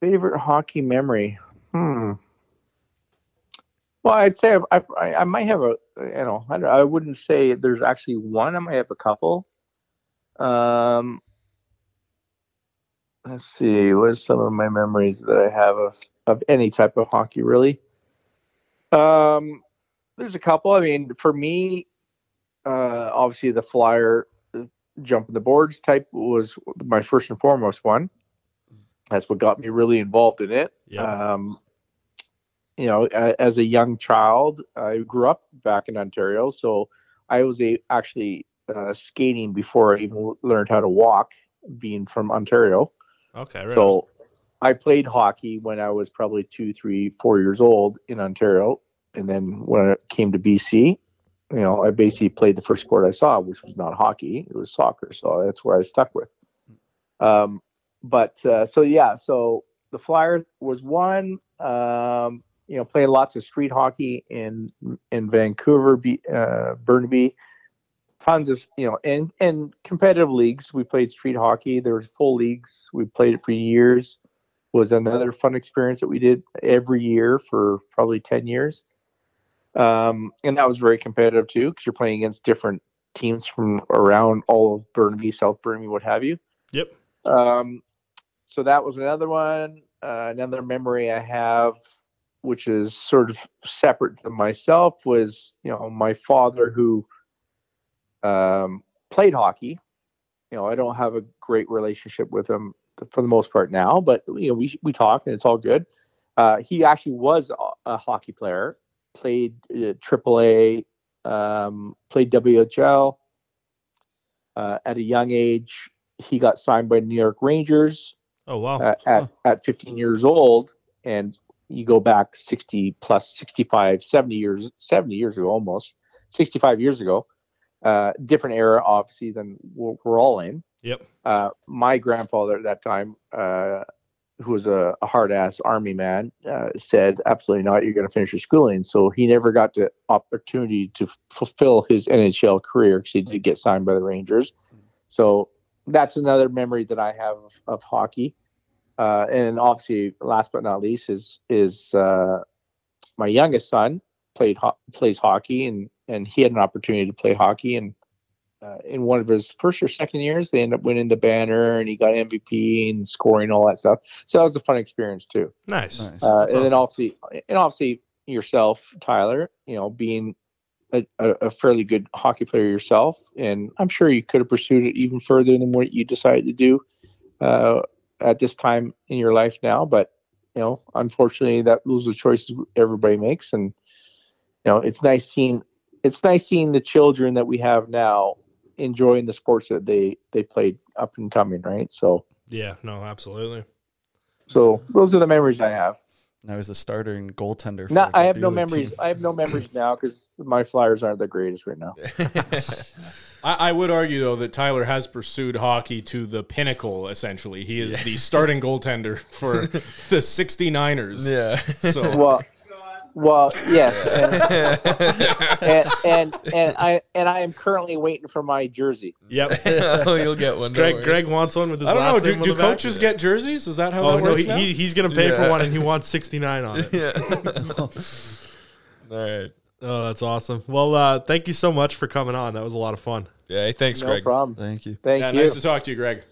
Speaker 16: favorite hockey memory, hmm. Well, I'd say I, I, I might have a you know I, don't- I wouldn't say there's actually one. I might have a couple. Um, let's see. What are some of my memories that I have of of any type of hockey? Really, um, there's a couple. I mean, for me, uh, obviously the flyer uh, jumping the boards type was my first and foremost one. That's what got me really involved in it. Um, you know, a- as a young child, I grew up back in Ontario, so I was a, actually uh, skating before I even learned how to walk, being from Ontario.
Speaker 15: Okay, right.
Speaker 16: So I played hockey when I was probably two, three, four years old in Ontario. And then when I came to BC, you know, I basically played the first sport I saw, which was not hockey, it was soccer. So that's where I stuck with. Um, but uh, so, yeah, so the Flyer was one. Um, you know, playing lots of street hockey in in Vancouver, B, uh, Burnaby tons of you know and and competitive leagues we played street hockey there was full leagues we played it for years was another fun experience that we did every year for probably 10 years um, and that was very competitive too because you're playing against different teams from around all of burnaby south burnaby what have you
Speaker 15: Yep.
Speaker 16: um, so that was another one. Uh, another memory I have, which is sort of separate to myself, was you know my father who um, played hockey. You know, I don't have a great relationship with him for the most part now, but you know we we talk and it's all good. Uh, he actually was a- a hockey player, played uh, AAA, um, played WHL uh, at a young age. He got signed by New York Rangers
Speaker 15: Oh, wow.
Speaker 16: uh, at, at 15 years old. And you go back 60 plus 65, 70 years, 70 years ago, almost 65 years ago. Uh, different era, obviously, than we're, we're all in.
Speaker 15: Yep.
Speaker 16: Uh, my grandfather at that time, uh, who was a, a hard ass army man, uh, said, "Absolutely not! You're going to finish your schooling." So he never got the opportunity to fulfill his NHL career because he did get signed by the Rangers. So that's another memory that I have of, of hockey. Uh, and obviously, last but not least, is is uh, my youngest son played ho- plays hockey, and and he had an opportunity to play hockey, and uh, in one of his first or second years, they ended up winning the banner, and he got MVP and scoring all that stuff. So that was a fun experience too.
Speaker 15: Nice.
Speaker 16: Uh,
Speaker 15: That's
Speaker 16: and then
Speaker 15: awesome.
Speaker 16: obviously, and obviously yourself, Tyler. You know, being a, a, a fairly good hockey player yourself, and I'm sure you could have pursued it even further than what you decided to do uh, at this time in your life now. But you know, unfortunately, that those are choices everybody makes, and you know, it's nice seeing it's nice seeing the children that we have now enjoying the sports that they they played up and coming, right? So
Speaker 3: Yeah, no, absolutely.
Speaker 16: so those are the memories I have.
Speaker 5: And I was the starter and goaltender.
Speaker 16: No,
Speaker 5: the
Speaker 16: I have no
Speaker 5: Duluth
Speaker 16: memories.
Speaker 5: team.
Speaker 16: I have no memories now because my Flyers aren't the greatest right now.
Speaker 2: I, I would argue though that Tyler has pursued hockey to the pinnacle. Essentially, he is the starting goaltender for the 69ers.
Speaker 1: Yeah.
Speaker 2: So
Speaker 16: well, well, yes, and, and, and and I and I am currently waiting for my jersey.
Speaker 3: Yep.
Speaker 1: oh, you'll get one. don't
Speaker 3: Greg
Speaker 1: worry.
Speaker 3: Greg wants one with his
Speaker 2: I don't know.
Speaker 3: last name
Speaker 2: Do,
Speaker 3: on
Speaker 2: do
Speaker 3: the back.
Speaker 2: coaches get jerseys? Is that how
Speaker 3: Oh
Speaker 2: that
Speaker 3: no,
Speaker 2: works?
Speaker 3: he,
Speaker 2: now?
Speaker 3: he- he's gonna pay
Speaker 1: Yeah.
Speaker 3: for one and he wants sixty nine on it.
Speaker 1: Yeah. All right.
Speaker 3: Oh, that's awesome. Well, uh, thank you so much for coming on. That was a lot of fun.
Speaker 1: Yeah. Thanks,
Speaker 16: No
Speaker 1: Greg.
Speaker 16: problem.
Speaker 5: Thank you.
Speaker 16: Thank
Speaker 2: yeah,
Speaker 16: you.
Speaker 2: nice to talk to you, Greg.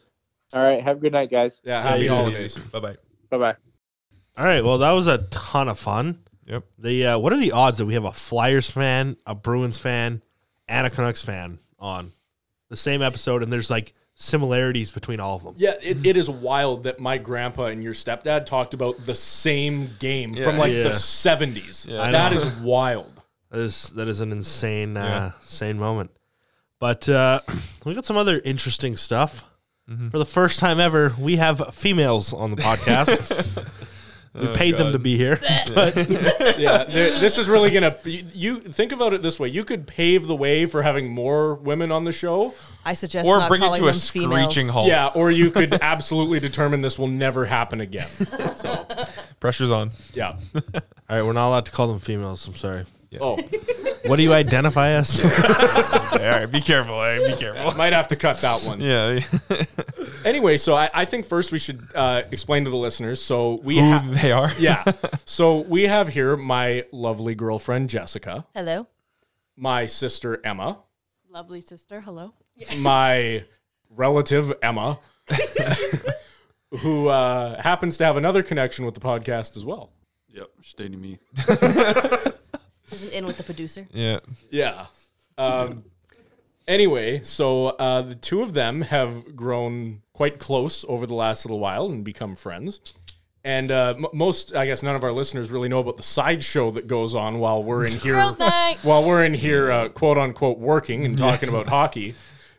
Speaker 16: All right, have a good night, guys.
Speaker 2: Yeah, happy
Speaker 3: you too.
Speaker 2: holidays.
Speaker 1: Bye bye.
Speaker 16: Bye bye.
Speaker 3: All right. Well, that was a ton of fun.
Speaker 1: Yep.
Speaker 3: The uh, what are the odds that we have a Flyers fan, a Bruins fan, and a Canucks fan on the same episode, and there's like similarities between all of them.
Speaker 2: Yeah, it, it is wild that my grandpa and your stepdad talked about the same game from like
Speaker 3: Yeah.
Speaker 2: the 70s.
Speaker 3: I
Speaker 2: that
Speaker 3: know.
Speaker 2: is wild.
Speaker 3: That is that is an insane uh, insane moment. But uh, we got some other interesting stuff. For the first time ever, we have females on the podcast. we paid them to be here.
Speaker 2: Oh, Yeah, there- this is really going to. You, you think about it this way you could pave the way for having more women on the show.
Speaker 18: I suggest
Speaker 1: Or
Speaker 18: not
Speaker 1: bring it
Speaker 18: calling
Speaker 1: to a
Speaker 18: them females.
Speaker 1: screeching halt.
Speaker 2: Yeah, or you could absolutely determine this will never happen again.
Speaker 1: Pressure's on.
Speaker 2: Yeah.
Speaker 3: All right, we're not allowed to call them females. I'm sorry.
Speaker 2: Oh,
Speaker 3: What do you identify as?
Speaker 1: All right. Be careful. eh? Be careful.
Speaker 2: might have to cut that one.
Speaker 1: Yeah.
Speaker 2: Anyway, so I, I think first we should uh, explain to the listeners. So we
Speaker 1: Who
Speaker 2: have.
Speaker 1: they are.
Speaker 2: yeah. So we have here my lovely girlfriend, Jessica.
Speaker 18: Hello.
Speaker 2: my sister Emma,
Speaker 18: Lovely sister. Hello.
Speaker 2: my relative Emma, who uh, happens to have another connection with the podcast as well.
Speaker 5: Yep, stating me.
Speaker 18: Isn't in with the producer.
Speaker 1: Yeah.
Speaker 2: Yeah. Um, anyway, so uh, the two of them have grown quite close over the last little while and become friends. And uh, m- most, I guess, none of our listeners really know about the sideshow that goes on while we're in here,
Speaker 19: Girls' night.
Speaker 2: while we're in here, uh, quote unquote, working and talking about hockey.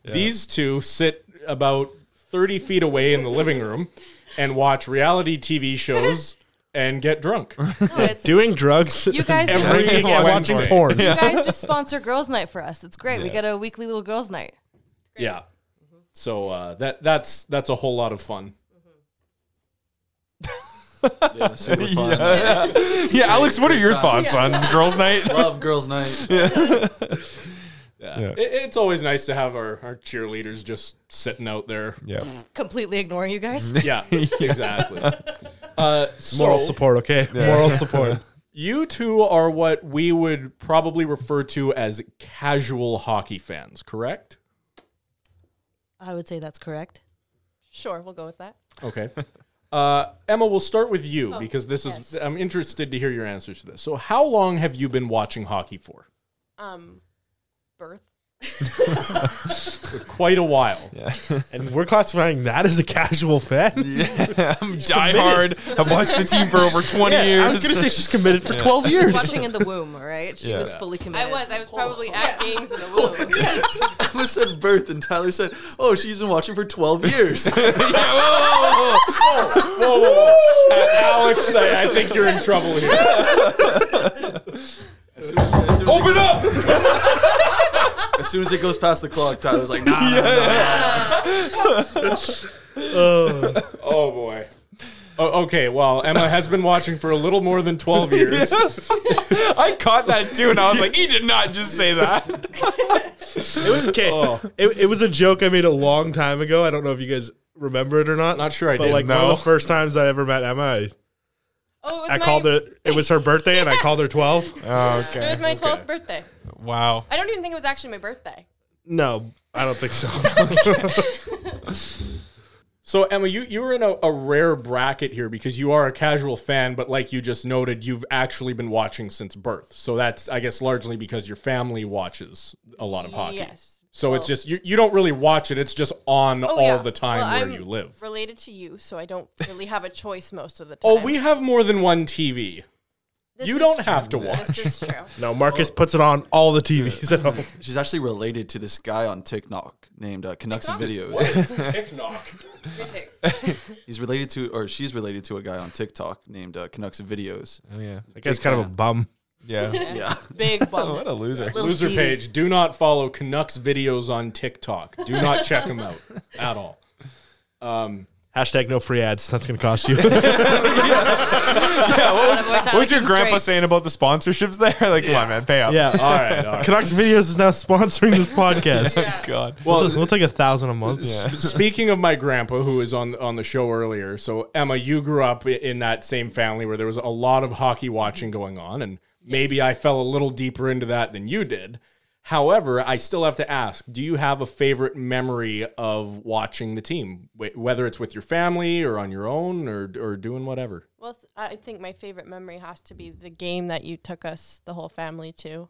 Speaker 2: These two sit about thirty feet away in the living room and watch reality TV shows and get drunk.
Speaker 3: Doing drugs.
Speaker 18: Oh, You guys,
Speaker 2: Every
Speaker 18: just,
Speaker 2: week
Speaker 3: and watching
Speaker 2: Wednesday.
Speaker 3: porn.
Speaker 18: you guys just sponsor girls' night for us. It's great. We get a weekly little girls' night.
Speaker 2: Yeah. So uh, that that's that's a whole lot of fun.
Speaker 5: Yeah, super fun.
Speaker 1: Yeah, Alex, what are your thoughts on girls' night?
Speaker 5: Love girls' night.
Speaker 2: Yeah. It, it's always nice to have our, our cheerleaders just sitting out there.
Speaker 1: Yeah.
Speaker 18: Completely ignoring you guys.
Speaker 2: Yeah, exactly. Uh, so
Speaker 3: Moral support, okay? Moral support.
Speaker 2: You two are what we would probably refer to as casual hockey fans, correct?
Speaker 18: I would say that's correct. Sure, we'll go with that.
Speaker 2: Okay. Uh, Emma, we'll start with you because this is, I'm interested to hear your answers to this. So, how long have you been watching hockey for?
Speaker 20: Um, birth.
Speaker 2: For quite a while.
Speaker 3: And we're classifying that as a casual fan.
Speaker 1: I'm diehard. I've watched the team for over 20
Speaker 3: Yeah,
Speaker 1: years.
Speaker 3: I was gonna say she's committed for
Speaker 1: Yeah.
Speaker 3: twelve
Speaker 18: She was
Speaker 3: years.
Speaker 18: watching in the womb, all right? She
Speaker 1: Yeah.
Speaker 18: was fully committed.
Speaker 20: I was. I was probably at games in the womb.
Speaker 5: Emma said birth, and Tyler said, "Oh, she's been watching for twelve years." yeah,
Speaker 2: Whoa, whoa, whoa. A- Alex, I, I think you're in trouble here.
Speaker 1: Open up!
Speaker 5: As soon as it goes past the clock, Tyler's like, "Nah."
Speaker 3: Uh,
Speaker 2: Oh boy. O- okay, well, Emma has been watching for a little more than 12 years.
Speaker 1: I caught that too, and I was like, he did not just say that.
Speaker 3: It was, okay.
Speaker 1: Oh.
Speaker 3: It, it was a joke I made a long time ago. I don't know if you guys remember it or not.
Speaker 2: Not sure I
Speaker 3: but
Speaker 2: did.
Speaker 3: like one
Speaker 1: No.
Speaker 3: of the first times I ever met Emma, I,
Speaker 20: Oh, it was
Speaker 3: I
Speaker 20: my,
Speaker 3: called her. It was her birthday, and I called her twelve.
Speaker 20: It
Speaker 1: Oh, Okay.
Speaker 20: was my 12th birthday.
Speaker 1: Wow.
Speaker 20: I don't even think it was actually my birthday.
Speaker 3: No, I don't think so.
Speaker 2: So, Emma, you, you were in a, a rare bracket here because you are a casual fan, but like you just noted, you've actually been watching since birth. So, that's, I guess, largely because your family watches a lot of hockey.
Speaker 20: Yes.
Speaker 2: So, it's
Speaker 20: Well-
Speaker 2: just, you, you don't really watch it, it's just on
Speaker 20: Oh,
Speaker 2: all
Speaker 20: yeah.
Speaker 2: the time
Speaker 20: Well,
Speaker 2: where
Speaker 20: I'm
Speaker 2: you live.
Speaker 20: Related to you, so I don't really have a choice most of the time.
Speaker 2: Oh, we have more than one TV.
Speaker 20: This
Speaker 2: you
Speaker 20: is
Speaker 2: don't
Speaker 20: true.
Speaker 2: have to watch.
Speaker 20: This is true.
Speaker 15: No, Marcus puts it on all the TVs at home.
Speaker 7: She's actually related to this guy on TikTok named uh, Canucks and Videos.
Speaker 2: What is TikTok?
Speaker 7: He's related to, or she's related to a guy on TikTok named uh, Canucks and Videos.
Speaker 1: Oh yeah,
Speaker 15: That guy's kind of a bum.
Speaker 1: Yeah. Oh,
Speaker 7: yeah.
Speaker 20: Big bummer.
Speaker 1: What a loser.
Speaker 20: Little
Speaker 2: Loser
Speaker 20: seedy.
Speaker 2: page. Do not follow Canucks videos on TikTok. Do not check them out at all. Um,
Speaker 15: Hashtag no free ads. That's going to cost you.
Speaker 1: yeah, what was,
Speaker 20: Attaboy,
Speaker 1: what
Speaker 20: Tyler,
Speaker 1: was your
Speaker 20: keep it
Speaker 1: grandpa
Speaker 20: straight.
Speaker 1: saying about the sponsorships there? Like, come on, man, pay up.
Speaker 15: Yeah.
Speaker 2: All right, all right.
Speaker 15: Canucks Videos is now sponsoring this podcast.
Speaker 1: God.
Speaker 15: Well, we'll, take a thousand a month.
Speaker 2: S- Speaking of my grandpa, who was on on the show earlier, so Emma, you grew up i- in that same family where there was a lot of hockey watching going on, and maybe I fell a little deeper into that than you did. However, I still have to ask: Do you have a favorite memory of watching the team, Wh- whether it's with your family or on your own or or doing whatever?
Speaker 20: Well, th- I think my favorite memory has to be the game that you took us, the whole family, to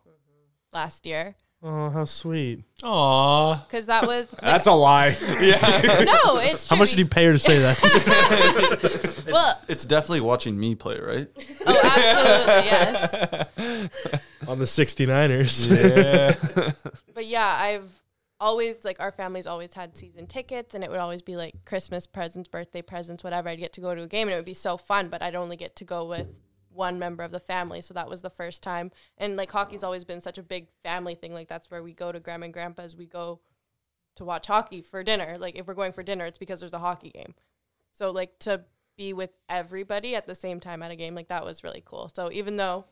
Speaker 20: last year.
Speaker 15: Oh, how sweet.
Speaker 1: Aw.
Speaker 20: Because that was.
Speaker 2: That's a lie.
Speaker 20: like, no, it's.
Speaker 15: How much did you pay her to say that?
Speaker 20: Well,
Speaker 7: It's definitely watching me play, right?
Speaker 20: oh, absolutely, yes.
Speaker 15: On the 69ers.
Speaker 1: Yeah.
Speaker 20: But yeah, I've always like our family's always had season tickets, and it would always be like Christmas presents, birthday presents, whatever. I'd get to go to a game, and it would be so fun. But I'd only get to go with one member of the family, so that was the first time. And like hockey's always been such a big family thing. Like that's where we go to grandma and grandpa's. We go to watch hockey for dinner. Like if we're going for dinner, it's because there's a hockey game. So like to be with everybody at the same time at a game, like that was really cool. So even though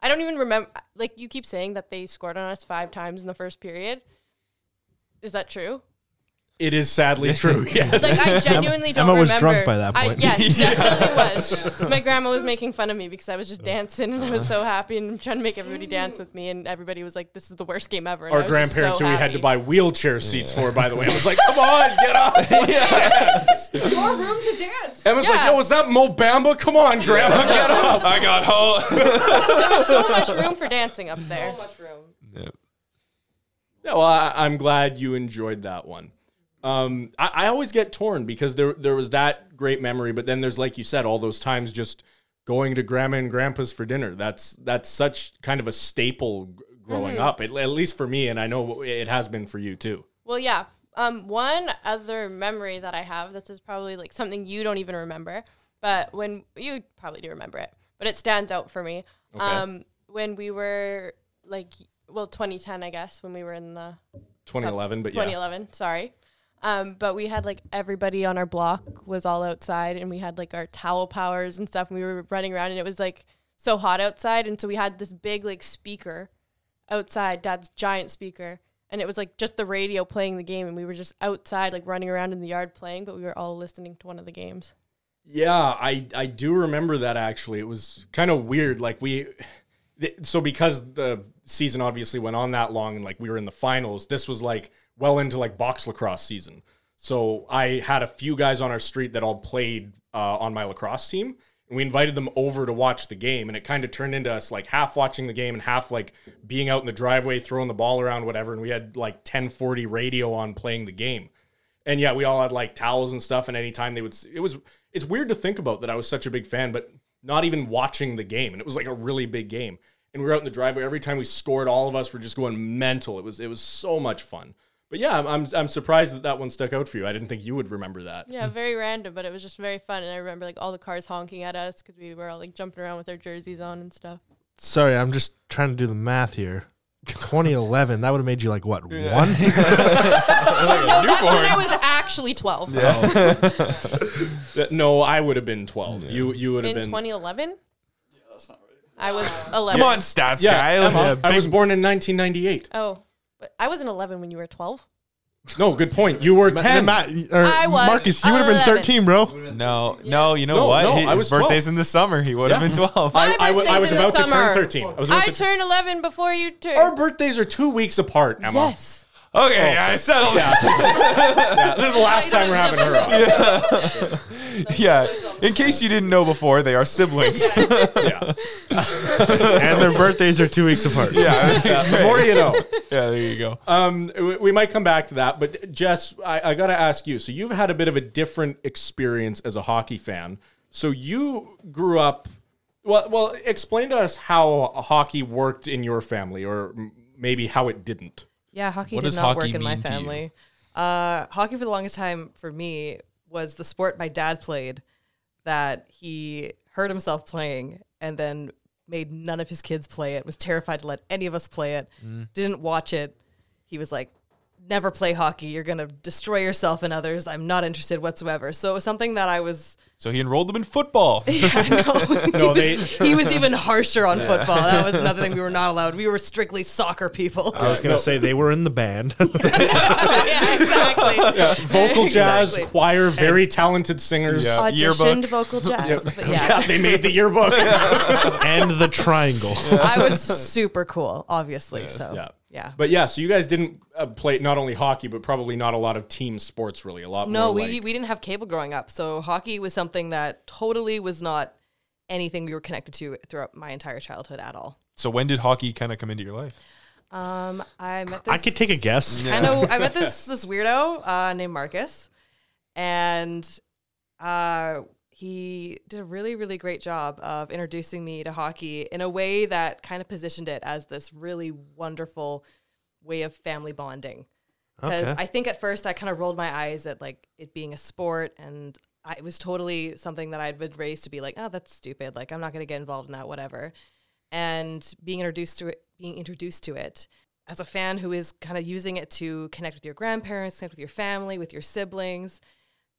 Speaker 20: I don't even remember, like you keep saying that they scored on us five times in the first period. Is that true?
Speaker 2: It is sadly true. Yes.
Speaker 20: Like I genuinely don't
Speaker 15: Emma was
Speaker 20: remember.
Speaker 15: drunk by that
Speaker 20: I-
Speaker 15: point.
Speaker 20: yes, definitely was. My grandma was making fun of me because I was just dancing and I was so happy and trying to make everybody dance with me, and everybody was like, "This is the worst game ever." and I
Speaker 2: Our
Speaker 20: was just
Speaker 2: grandparents
Speaker 20: so
Speaker 2: who we had
Speaker 20: happy.
Speaker 2: to buy wheelchair seats for, by the way. I was like, come on, get up.
Speaker 13: More room to dance.
Speaker 2: Emma's
Speaker 20: Yeah.
Speaker 2: like, yo, is that Mo Bamba? Come on, Grandma, get up.
Speaker 1: I got home.
Speaker 20: There was so much room for dancing up there.
Speaker 13: much room.
Speaker 2: Yeah, well, I, I'm glad you enjoyed that one. Um, I, I always get torn because there there was that great memory, but then there's like you said, all those times just going to grandma and grandpa's for dinner. That's that's such kind of a staple g- growing
Speaker 20: Mm-hmm.
Speaker 2: up, at, at least for me, and I know it has been for you too.
Speaker 20: Well, yeah. Um, one other memory that I have, this is probably like something you don't even remember, but when you probably do remember it, but it stands out for me.
Speaker 2: Okay.
Speaker 20: Um, when we were like, well, 2010, I guess, when we were in the
Speaker 2: 2011, but yeah,
Speaker 20: 2011, sorry. Um, but we had like everybody on our block was all outside and we had like our towel powers and stuff and we were running around and it was like so hot outside and so we had this big like speaker outside dad's giant speaker and it was like just the radio playing the game and we were just outside like running around in the yard playing but we were all listening to one of the games.
Speaker 2: yeah, I I do remember that actually. It was kind of weird, like we. th- So because the season obviously went on that long and like we were in the finals, this was like well into like box lacrosse season. So I had a few guys on our street that all played uh, on my lacrosse team, and we invited them over to watch the game. And it kind of turned into us like half watching the game and half like being out in the driveway throwing the ball around, whatever. And we had like 1040 radio on playing the game. And yeah, we all had like towels and stuff. And anytime they would, s- it was, it's weird to think about that I was such a big fan, but not even watching the game. And it was like a really big game. And we were out in the driveway. Every time we scored, all of us were just going mental. It was, it was so much fun. But yeah, I'm, I'm, I'm surprised that that one stuck out for you. I didn't think you would remember that.
Speaker 20: Yeah, very random, but it was just very fun. And I remember like all the cars honking at us because we were all like jumping around with our jerseys on and stuff.
Speaker 15: Sorry, I'm just trying to do the math here. 2011, that would have made you like, what, one?
Speaker 20: No, that's when I was actually 12.
Speaker 2: Oh, That- no, I would have been 12. You, you would have
Speaker 20: in
Speaker 2: been.
Speaker 20: 2011. Yeah, that's not right. I was 11.
Speaker 1: Come on, stats
Speaker 2: Yeah,
Speaker 1: guy.
Speaker 2: Emma,
Speaker 1: Like,
Speaker 2: I was born in 1998.
Speaker 20: Oh, but I wasn't 11 when you were 12.
Speaker 2: No, good point. You were 10.
Speaker 15: Matt, or
Speaker 20: I was
Speaker 15: Marcus, you would have been
Speaker 20: 11.
Speaker 15: 13, bro.
Speaker 1: No, no, you know
Speaker 2: No,
Speaker 1: what?
Speaker 2: no,
Speaker 1: His
Speaker 2: I was
Speaker 1: birthday's
Speaker 2: 12.
Speaker 1: in the summer. He would have
Speaker 2: Yeah.
Speaker 1: been 12.
Speaker 2: I, I, wa-
Speaker 20: birthday's
Speaker 2: I was
Speaker 20: in the
Speaker 2: about to turn
Speaker 20: summer.
Speaker 2: 13. I was about
Speaker 20: I
Speaker 2: to
Speaker 20: turned 11 before you turned.
Speaker 2: Our birthdays are two weeks apart, Emma.
Speaker 20: yes.
Speaker 1: Okay, I settled.
Speaker 2: Yeah, this is the last
Speaker 18: Oh,
Speaker 2: time we're having her on.
Speaker 1: Yeah. In case you didn't know before, they are siblings.
Speaker 2: Yeah.
Speaker 15: and their birthdays are two weeks apart.
Speaker 1: yeah.
Speaker 2: Yeah, the more you know.
Speaker 1: Yeah, there you go.
Speaker 2: Um, we- we might come back to that, but Jess, I, I got to ask you. So you've had a bit of a different experience as a hockey fan. So you grew up Well, well, explain to us how hockey worked in your family, or m- maybe how it didn't.
Speaker 18: Yeah, hockey did not work in my family. Uh, hockey for the longest time for me was the sport my dad played that he hurt himself playing and then made none of his kids play it, was terrified to let any of us play it,
Speaker 21: Mm.
Speaker 18: didn't watch it. He was like, never play hockey. You're going to destroy yourself and others. I'm not interested whatsoever. So it was something that I was.
Speaker 1: So he enrolled them in football.
Speaker 18: no, he, was, he was even harsher on
Speaker 1: Yeah.
Speaker 18: football. That was another thing we were not allowed. We were strictly soccer people.
Speaker 15: I was gonna say they were in the band.
Speaker 2: Yeah, vocal jazz,
Speaker 18: Exactly.
Speaker 2: choir, very talented singers.
Speaker 15: Yeah. Auditioned
Speaker 18: vocal jazz, but yeah.
Speaker 2: they made the yearbook.
Speaker 15: and the triangle.
Speaker 18: I was super cool, obviously. So
Speaker 2: Yeah.
Speaker 18: yeah.
Speaker 2: But yeah, so you guys didn't uh, play not only hockey, but probably not a lot of team sports, really. A lot
Speaker 18: No,
Speaker 2: more.
Speaker 18: we
Speaker 2: like-
Speaker 18: we didn't have cable growing up, so hockey was something that totally was not anything we were connected to throughout my entire childhood at all.
Speaker 1: So when did hockey kind of come into your life?
Speaker 18: Um, I met this.
Speaker 1: I could take a guess.
Speaker 18: I know. I met this this weirdo uh, named Marcus, and uh, he did a really really great job of introducing me to hockey in a way that kind of positioned it as this really wonderful way of family bonding. Because
Speaker 21: Okay.
Speaker 18: I think at first I kind of rolled my eyes at like it being a sport, and I, it was totally something that I'd been raised to be like, oh, that's stupid. Like I'm not going to get involved in that, whatever. And being introduced to it, being introduced to it as a fan who is kind of using it to connect with your grandparents, connect with your family, with your siblings,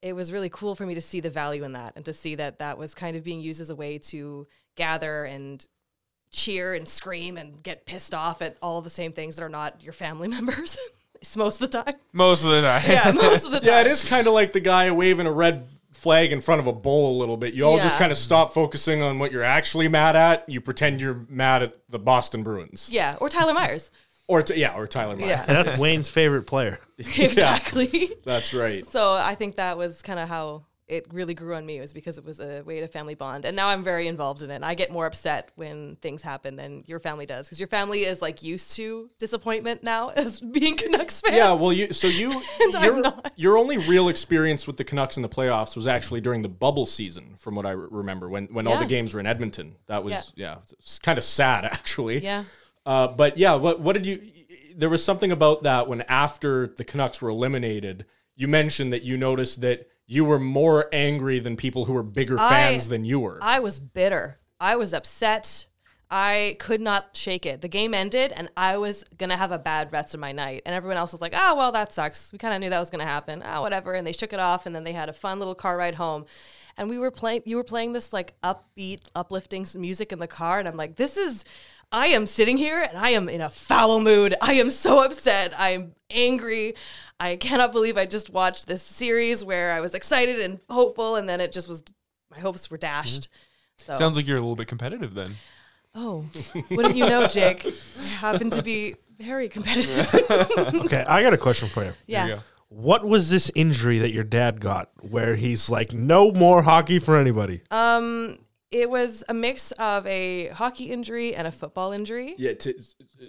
Speaker 18: it was really cool for me to see the value in that and to see that that was kind of being used as a way to gather and cheer and scream and get pissed off at all the same things that are not your family members most of the time.
Speaker 1: Most of the time.
Speaker 18: Yeah, most of the time.
Speaker 2: Yeah, it is kind of like the guy waving a red flag in front of a bowl a little bit. You all just
Speaker 18: Yeah.
Speaker 2: kind of stop focusing on what you're actually mad at. You pretend you're mad at the Boston Bruins.
Speaker 18: Yeah, or Tyler Myers.
Speaker 2: Or t- yeah, or Tyler Myers.
Speaker 18: Yeah.
Speaker 15: That's Wayne's favorite player.
Speaker 18: Exactly.
Speaker 2: That's right.
Speaker 18: So I think that was kind of how it really grew on me was because it was a way to family bond. And now I'm very involved in it. I get more upset when things happen than your family does because your family is like used to disappointment now as being Canucks fans.
Speaker 2: Yeah, well, you so you your, your only real experience with the Canucks in the playoffs was actually during the bubble season, from what I re- remember, when when all the
Speaker 18: Yeah.
Speaker 2: games were in Edmonton. That was
Speaker 18: Yeah.
Speaker 2: yeah, it's kind of sad actually.
Speaker 18: Yeah.
Speaker 2: Uh, but yeah, what what did you? There was something about that when after the Canucks were eliminated, you mentioned that you noticed that you were more angry than people who were bigger
Speaker 18: I-
Speaker 2: fans than you were.
Speaker 18: I was bitter. I was upset. I could not shake it. The game ended, and I was gonna have a bad rest of my night. And everyone else was like, "Oh, well, that sucks. We kind of knew that was gonna happen. Ah, whatever." And they shook it off, and then they had a fun little car ride home. And we were playing. You were playing this like upbeat, uplifting s- music in the car, and I'm like, "This is." I am sitting here and I am in a foul mood. I am so upset. I am angry. I cannot believe I just watched this series where I was excited and hopeful, and then it just was my hopes were dashed. So.
Speaker 1: Mm-hmm. Sounds like you're a little bit competitive then.
Speaker 18: Oh, wouldn't you know, Jake? I happen to be very competitive.
Speaker 15: okay, I got a question for you.
Speaker 18: Yeah. There you go.
Speaker 15: What was this injury that your dad got where he's like, no more hockey for anybody?
Speaker 18: Um, it was a mix of a hockey injury and a football injury.
Speaker 2: yeah, to,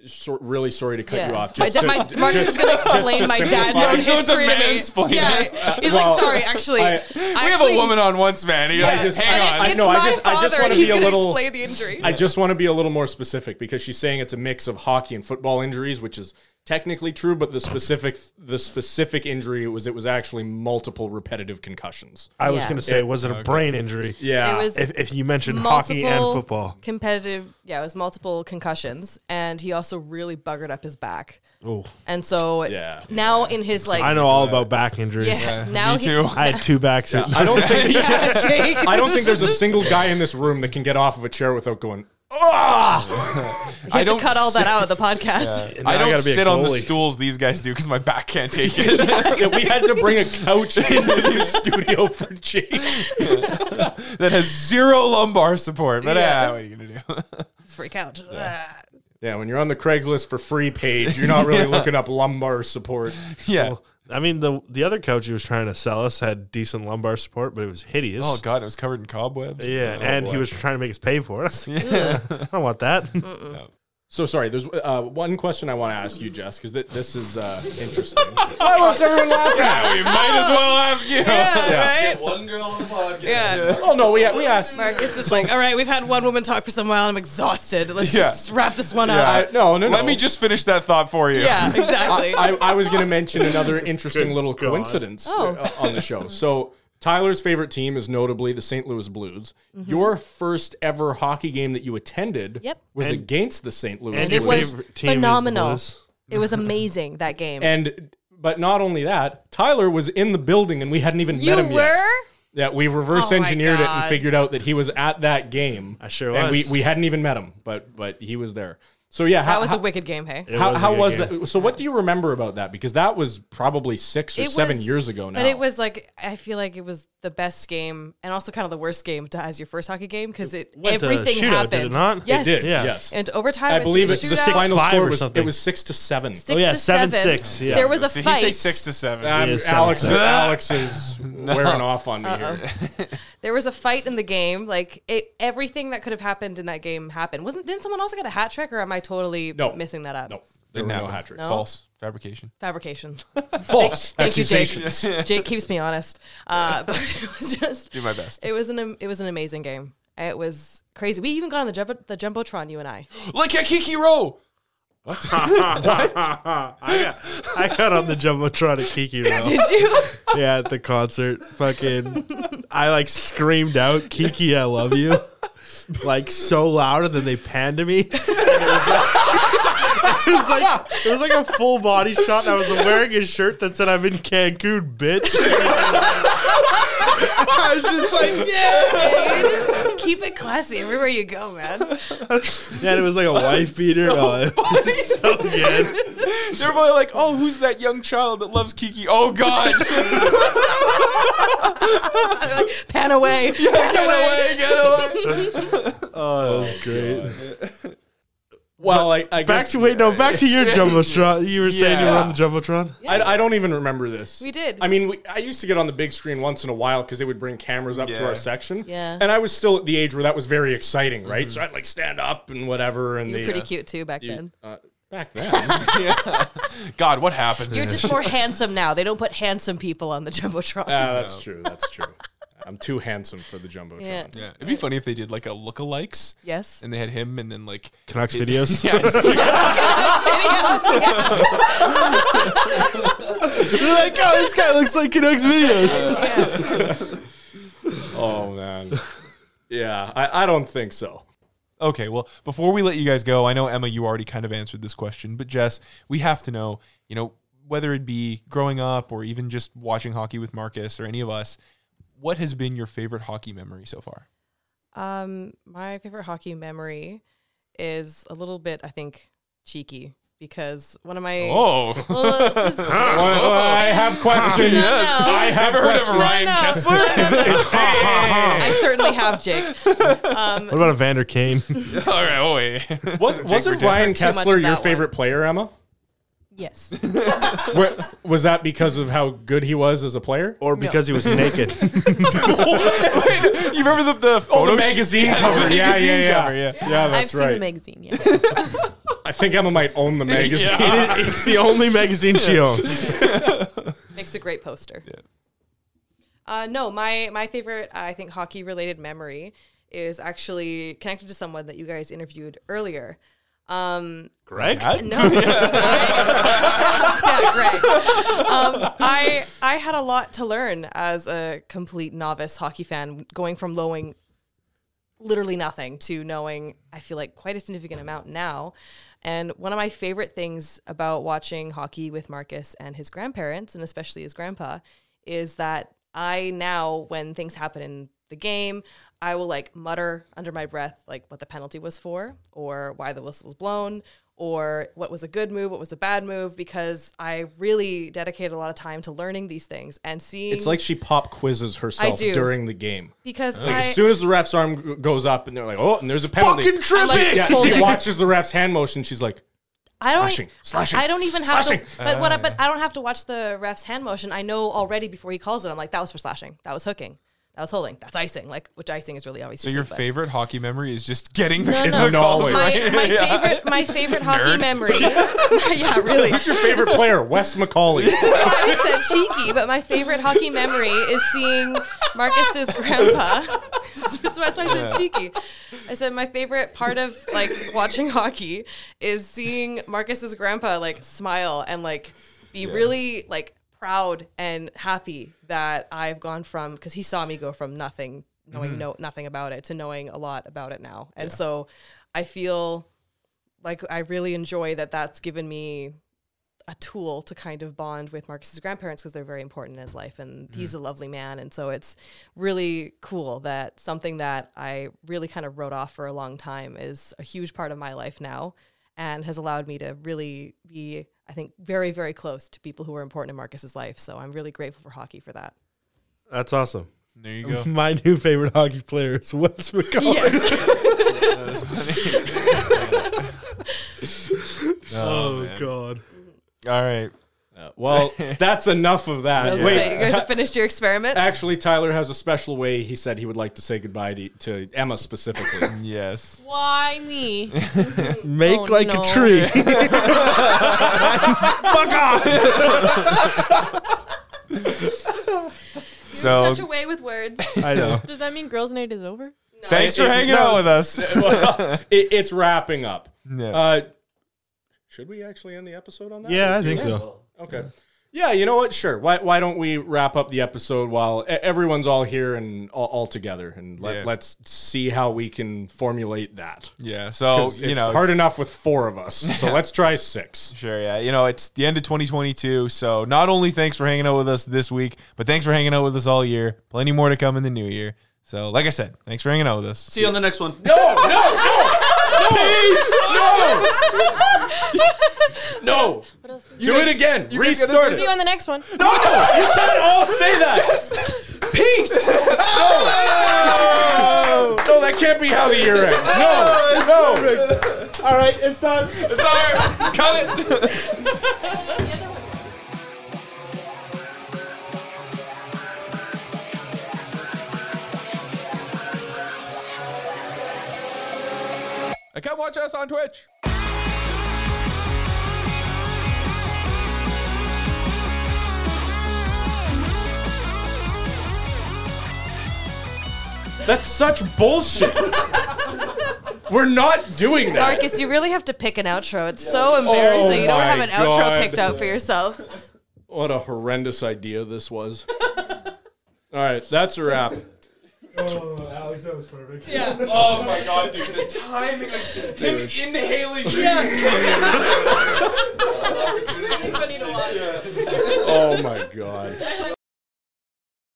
Speaker 2: so, really sorry to cut
Speaker 18: Yeah.
Speaker 2: you off.
Speaker 18: My dad- my- Marcus is gonna explain my dad's own
Speaker 2: simplify.
Speaker 18: history to me. Yeah. He's like, "Sorry, actually, I
Speaker 1: we
Speaker 18: actually-
Speaker 1: have a woman on once, man. and you're
Speaker 18: Yeah,
Speaker 1: like,
Speaker 18: just-
Speaker 1: hang
Speaker 18: and
Speaker 1: on.
Speaker 18: it- it's my father,
Speaker 2: wanna
Speaker 18: he's gonna explain the injury.
Speaker 2: I just want to be a little more specific because she's saying it's a mix of hockey and football injuries, which is technically true, but the specific the specific injury was it was actually multiple repetitive concussions.
Speaker 15: I was going to say, was it a brain injury?
Speaker 2: Yeah.
Speaker 18: It was
Speaker 15: if, if you mentioned hockey and
Speaker 18: multiple
Speaker 15: football.
Speaker 18: Competitive, yeah, it was multiple concussions, and he also really buggered up his back.
Speaker 15: Oh.
Speaker 18: And so
Speaker 15: Yeah.
Speaker 18: now in his like,
Speaker 15: I know all about back injuries.
Speaker 18: Yeah, Yeah, now me he- too.
Speaker 15: I had two back
Speaker 2: Yeah,
Speaker 15: surgeries.
Speaker 2: I don't think
Speaker 18: Yeah, Jake.
Speaker 2: I don't think there's a single guy in this room that can get off of a chair without going. Ah!
Speaker 18: You have to cut all that out of the podcast.
Speaker 1: I don't
Speaker 2: gotta be a
Speaker 1: sit on the
Speaker 2: goalie.
Speaker 1: stools these guys do because my back can't take it.
Speaker 2: Yeah, we had to bring a couch into the studio for Jake.
Speaker 1: that has zero lumbar support. But
Speaker 18: Yeah.
Speaker 1: ah, what are you gonna do?
Speaker 18: Freak out. Ah.
Speaker 2: Yeah, when you're on the Craigslist for free page, you're not really
Speaker 15: Yeah.
Speaker 2: looking up lumbar support.
Speaker 1: Yeah.
Speaker 15: Well, I mean, the the other couch he was trying to sell us had decent lumbar support, but it was hideous.
Speaker 1: Oh god, it was covered in cobwebs.
Speaker 15: Yeah,
Speaker 1: Oh,
Speaker 15: and
Speaker 1: boy.
Speaker 15: he was trying to make us pay for it. I don't want that.
Speaker 2: So sorry. There's uh, one question I want to ask you, Jess, because th- this is uh, interesting.
Speaker 12: Why was everyone laughing?
Speaker 2: we might as well ask you.
Speaker 18: Yeah, right?
Speaker 5: one girl on the podcast.
Speaker 18: Yeah.
Speaker 2: Oh no, we we asked.
Speaker 18: Mark, it's just like, all right, we've had one woman talk for some while. I'm exhausted. Let's
Speaker 1: Yeah.
Speaker 18: just wrap this one
Speaker 2: Yeah,
Speaker 18: up.
Speaker 2: I- no, no, no.
Speaker 1: Let me just finish that thought for you.
Speaker 18: Yeah, exactly.
Speaker 2: I, I was going to mention another interesting little coincidence
Speaker 18: Oh.
Speaker 2: uh, on the show. So Tyler's favorite team is notably the St. Louis Blues.
Speaker 18: Mhm.
Speaker 2: Your first ever hockey game that you attended
Speaker 18: Yep.
Speaker 2: was
Speaker 15: And-
Speaker 2: against the St. Louis
Speaker 15: and your
Speaker 2: Blues.
Speaker 18: it was
Speaker 15: favorite team is the
Speaker 18: phenomenal.
Speaker 15: Blues.
Speaker 18: It was amazing that game.
Speaker 2: And but not only that, Tyler was in the building and we hadn't even
Speaker 18: you
Speaker 2: met him
Speaker 18: were.
Speaker 2: yet. Yeah, we reverse
Speaker 18: Oh my
Speaker 2: engineered it and
Speaker 18: God.
Speaker 2: figured out that he was at that game. I
Speaker 15: sure
Speaker 2: And we,
Speaker 15: was.
Speaker 2: we hadn't even met him, but but he was there. So yeah,
Speaker 18: That was a wicked game, hey? It
Speaker 2: How
Speaker 18: was a
Speaker 2: how
Speaker 18: good
Speaker 2: was
Speaker 18: game.
Speaker 2: that? So what do you remember about that? Because that was probably six or
Speaker 18: It
Speaker 2: seven
Speaker 18: was-
Speaker 2: years ago now.
Speaker 18: But it was like I feel like it was the best game and also kind of the worst game to, as your first hockey game because it
Speaker 2: Went to
Speaker 18: everything
Speaker 2: shootout, did it
Speaker 18: happened.
Speaker 2: not? It
Speaker 18: Yes,
Speaker 2: did, yeah. Yes.
Speaker 18: And overtime,
Speaker 2: I
Speaker 18: it
Speaker 2: believe
Speaker 18: took
Speaker 2: it,
Speaker 18: a
Speaker 2: the
Speaker 18: shootout.
Speaker 2: final
Speaker 15: five
Speaker 2: score
Speaker 15: or
Speaker 2: was
Speaker 15: something.
Speaker 2: it was six to seven.
Speaker 18: Six Oh, yeah, to seven, seven. six, yeah. There was a
Speaker 1: Did he say
Speaker 18: fight.
Speaker 1: six to seven?
Speaker 2: Um,
Speaker 1: He is seven
Speaker 2: Alex,
Speaker 1: to seven.
Speaker 2: Alex is
Speaker 1: No.
Speaker 2: wearing off on me
Speaker 18: Uh-oh.
Speaker 2: here.
Speaker 18: There was a fight in the game. Like it, everything that could have happened in that game happened. Wasn't didn't someone also get a hat trick? Or am I totally missing that up?
Speaker 2: No, there
Speaker 1: Didn't
Speaker 2: were no
Speaker 1: happen.
Speaker 2: hat tricks.
Speaker 18: No?
Speaker 1: False fabrication.
Speaker 18: Fabrication.
Speaker 2: False
Speaker 18: Thank, thank you, Jake.
Speaker 1: accusations.
Speaker 18: Jake keeps me honest. Uh, but it was just
Speaker 1: Do my best.
Speaker 18: It was an am- it was an amazing game. It was crazy. We even got on the jumbo, the jumbotron. You and I.
Speaker 1: Look at Kiki Rowe.
Speaker 15: I, got, I got on the jumbotron at Kiki. Row.
Speaker 18: Did you?
Speaker 15: Yeah, at the concert. Fucking, I like screamed out, "Kiki, I love you!" Like so loud, and then they panned to me. And it, was like, it was like it was like a full body shot. And I was wearing a shirt that said, "I'm in Cancun, bitch." I was just like,
Speaker 18: yeah. keep it classy everywhere you go, man.
Speaker 15: yeah, and it was like a wife beater. Oh, it was so good.
Speaker 1: They're probably like, oh, who's that young child that loves Kiki? Oh God,
Speaker 18: Pan away. pan
Speaker 1: get
Speaker 18: away.
Speaker 1: away, get away.
Speaker 15: Oh, that was great.
Speaker 2: Well, I, I
Speaker 15: Back
Speaker 2: guess-
Speaker 15: to wait, no, back to your jumbotron. You were saying you were
Speaker 2: Yeah.
Speaker 15: on the jumbotron.
Speaker 2: I, I don't even remember this.
Speaker 18: We did.
Speaker 2: I mean, we, I used to get on the big screen once in a while because they would bring cameras up to
Speaker 1: Yeah.
Speaker 2: our section.
Speaker 18: Yeah.
Speaker 2: And I was still at the age where that was very exciting, right?
Speaker 1: Mm-hmm.
Speaker 2: So I'd like stand up and whatever. And
Speaker 18: You were
Speaker 2: the,
Speaker 18: pretty
Speaker 2: uh,
Speaker 18: cute too back
Speaker 2: you-
Speaker 18: then.
Speaker 2: Uh, back then.
Speaker 1: God, what happened?
Speaker 18: You're just more handsome now. They don't put handsome people on the jumbotron.
Speaker 2: Ah, that's true. That's true. I'm too handsome for the jumbotron.
Speaker 18: Yeah.
Speaker 1: Yeah, it'd be funny if they did like a lookalikes.
Speaker 18: Yes.
Speaker 1: And they had him, and then like
Speaker 15: Canucks
Speaker 1: it-
Speaker 15: videos?
Speaker 1: Yeah,
Speaker 15: They're like, oh, this guy looks like Canucks videos.
Speaker 2: Oh man. Yeah, I, I don't think so.
Speaker 1: Okay, well, before we let you guys go, I know Emma, you already kind of answered this question, but Jess, we have to know, you know, whether it be growing up or even just watching hockey with Marcus or any of us, what has been your favorite hockey memory so far?
Speaker 18: Um, my favorite hockey memory is a little bit, I think, cheeky because one of my
Speaker 1: Oh.
Speaker 18: Well, just-
Speaker 2: Well, I have questions.
Speaker 18: No, no.
Speaker 2: I have
Speaker 1: Never heard of
Speaker 2: questions.
Speaker 1: Ryan
Speaker 18: No, no.
Speaker 1: Kessler?
Speaker 18: I certainly have Jake. Um,
Speaker 15: What about a Vander Kane?
Speaker 1: All right, oh wait.
Speaker 2: Was, wasn't
Speaker 1: Verdugo.
Speaker 2: Ryan
Speaker 18: Too much
Speaker 2: Kessler
Speaker 18: of
Speaker 2: your
Speaker 18: that
Speaker 2: favorite player, Emma?
Speaker 18: yes,
Speaker 2: Where, was that because of how good he was as a player?
Speaker 15: Or because he was naked?
Speaker 18: Oh,
Speaker 1: you remember the, the
Speaker 2: Oh,
Speaker 1: photo
Speaker 2: the
Speaker 1: sh-
Speaker 2: magazine
Speaker 1: Yeah, the
Speaker 2: cover. Yeah, yeah,
Speaker 1: magazine
Speaker 2: yeah.
Speaker 1: cover,
Speaker 2: yeah.
Speaker 1: yeah.
Speaker 2: that's
Speaker 20: I've
Speaker 2: right.
Speaker 20: seen the magazine. Yeah.
Speaker 2: I think Emma might own the magazine.
Speaker 15: It is, it's the only magazine she owns.
Speaker 18: makes a great poster. Uh, no, my my favorite, I think, hockey related memory is actually connected to someone that you guys interviewed earlier. Um,
Speaker 15: Greg?
Speaker 18: No. yeah, Greg. Um, I I had a lot to learn as a complete novice hockey fan, going from knowing literally nothing to knowing I feel like quite a significant amount now. And one of my favorite things about watching hockey with Marcus and his grandparents, and especially his grandpa, is that I now, when things happen in the game, I will like mutter under my breath like what the penalty was for, or why the whistle was blown, or what was a good move, what was a bad move, because I really dedicated a lot of time to learning these things and seeing.
Speaker 2: It's like she pop quizzes herself
Speaker 18: do.
Speaker 2: during the game.
Speaker 18: because
Speaker 2: Like
Speaker 18: I,
Speaker 2: as soon as the ref's arm g- goes up and they're like, oh, and there's a penalty.
Speaker 15: Fucking tripping!
Speaker 18: I'm like,
Speaker 2: yeah, she
Speaker 18: folding.
Speaker 2: watches the ref's hand motion. She's like,
Speaker 18: I don't,
Speaker 2: Slashing, slashing,
Speaker 18: I don't even have
Speaker 2: slashing.
Speaker 18: to.
Speaker 2: Uh.
Speaker 18: But what? I, but I don't have to watch the ref's hand motion. I know already before he calls it. I'm like, that was for slashing. That was hooking. That was holding. That's icing. Like which icing is really obviously.
Speaker 1: So your
Speaker 18: but-
Speaker 1: favorite hockey memory is just getting the
Speaker 18: No,
Speaker 1: physical
Speaker 18: no,
Speaker 1: calls
Speaker 18: my,
Speaker 1: right.
Speaker 18: my
Speaker 1: Yeah.
Speaker 18: favorite my favorite hockey
Speaker 1: Nerd.
Speaker 18: memory. yeah, really.
Speaker 2: Who's your favorite player? Wes Macaulay.
Speaker 18: I said cheeky, but my favorite hockey memory is seeing Marcus's grandpa. That's why I said
Speaker 21: Yeah.
Speaker 18: cheeky. I said my favorite part of like watching hockey is seeing Marcus's grandpa like smile and like be
Speaker 21: Yeah.
Speaker 18: really like proud and happy that I've gone from because he saw me go from nothing, knowing
Speaker 21: Mhm.
Speaker 18: no nothing about it, to knowing a lot about it now, and
Speaker 21: Yeah.
Speaker 18: so I feel like I really enjoy that. That's given me a tool to kind of bond with Marcus's grandparents because they're very important in his life and
Speaker 2: Mm-hmm.
Speaker 18: he's a lovely man and so it's really cool that something that I really kind of wrote off for a long time is a huge part of my life now and has allowed me to really be I think very very close to people who are important in Marcus's life so I'm really grateful for hockey for that.
Speaker 15: That's awesome.
Speaker 1: There you go.
Speaker 15: My new favorite hockey player is Wes McCauley.
Speaker 1: Oh,
Speaker 15: oh,
Speaker 1: man.
Speaker 15: God.
Speaker 1: All right. Uh,
Speaker 2: well, that's enough of
Speaker 18: I
Speaker 2: that.
Speaker 18: was gonna say, you guys
Speaker 2: Ti-
Speaker 18: have finished your experiment.
Speaker 2: Actually, Tyler has a special way he said he would like to say goodbye to, to Emma specifically.
Speaker 1: yes.
Speaker 13: Why me?
Speaker 15: Make
Speaker 13: Oh,
Speaker 15: like
Speaker 13: no.
Speaker 15: a tree.
Speaker 13: Fuck
Speaker 1: so
Speaker 20: Such a way with words.
Speaker 1: I know.
Speaker 20: Does that mean girls' night is over?
Speaker 1: thanks for hanging out with us.
Speaker 2: Well, it, it's wrapping up.
Speaker 1: Yeah.
Speaker 2: Uh, should we actually end the episode on that?
Speaker 15: Yeah,
Speaker 2: Or
Speaker 15: I
Speaker 2: do
Speaker 15: think
Speaker 2: we?
Speaker 15: so.
Speaker 2: Okay. Yeah, you know what? Sure. Why, why don't we wrap up the episode while e- everyone's all here and all, all together, and let,
Speaker 1: Yeah.
Speaker 2: let's see how we can formulate that.
Speaker 1: Yeah, so,
Speaker 2: 'Cause
Speaker 1: you
Speaker 2: it's
Speaker 1: know,
Speaker 2: hard
Speaker 1: it's-
Speaker 2: enough with four of us. So let's try six.
Speaker 1: Sure, yeah. You know, it's the end of 2022. So, not only thanks for hanging out with us this week, but thanks for hanging out with us all year. Plenty more to come in the new year. So, like I said, thanks for hanging out with us.
Speaker 7: See you on the next one.
Speaker 1: No,
Speaker 7: no, no,
Speaker 2: No. Do it again.
Speaker 20: You guys gotta
Speaker 2: Restart
Speaker 20: See
Speaker 2: it.
Speaker 20: you on the next one.
Speaker 2: No, no, you can't all say that. Peace. No. no, that can't be how the year ends. No, no. All right, it's done. It's
Speaker 1: done. Cut it. And come watch us on Twitch.
Speaker 2: That's such bullshit. We're not doing that. Oh
Speaker 18: Marcus, you really have to pick an outro. It's so embarrassing. you don't
Speaker 2: my
Speaker 18: have an outro
Speaker 2: God.
Speaker 18: picked out for yourself.
Speaker 2: What a horrendous idea this was. All right, that's a wrap.
Speaker 15: Oh, Alex, that was perfect.
Speaker 13: Yeah.
Speaker 1: Oh my god, dude. The timing, like, him inhaling.
Speaker 13: Everybody to watch.
Speaker 2: Oh my god.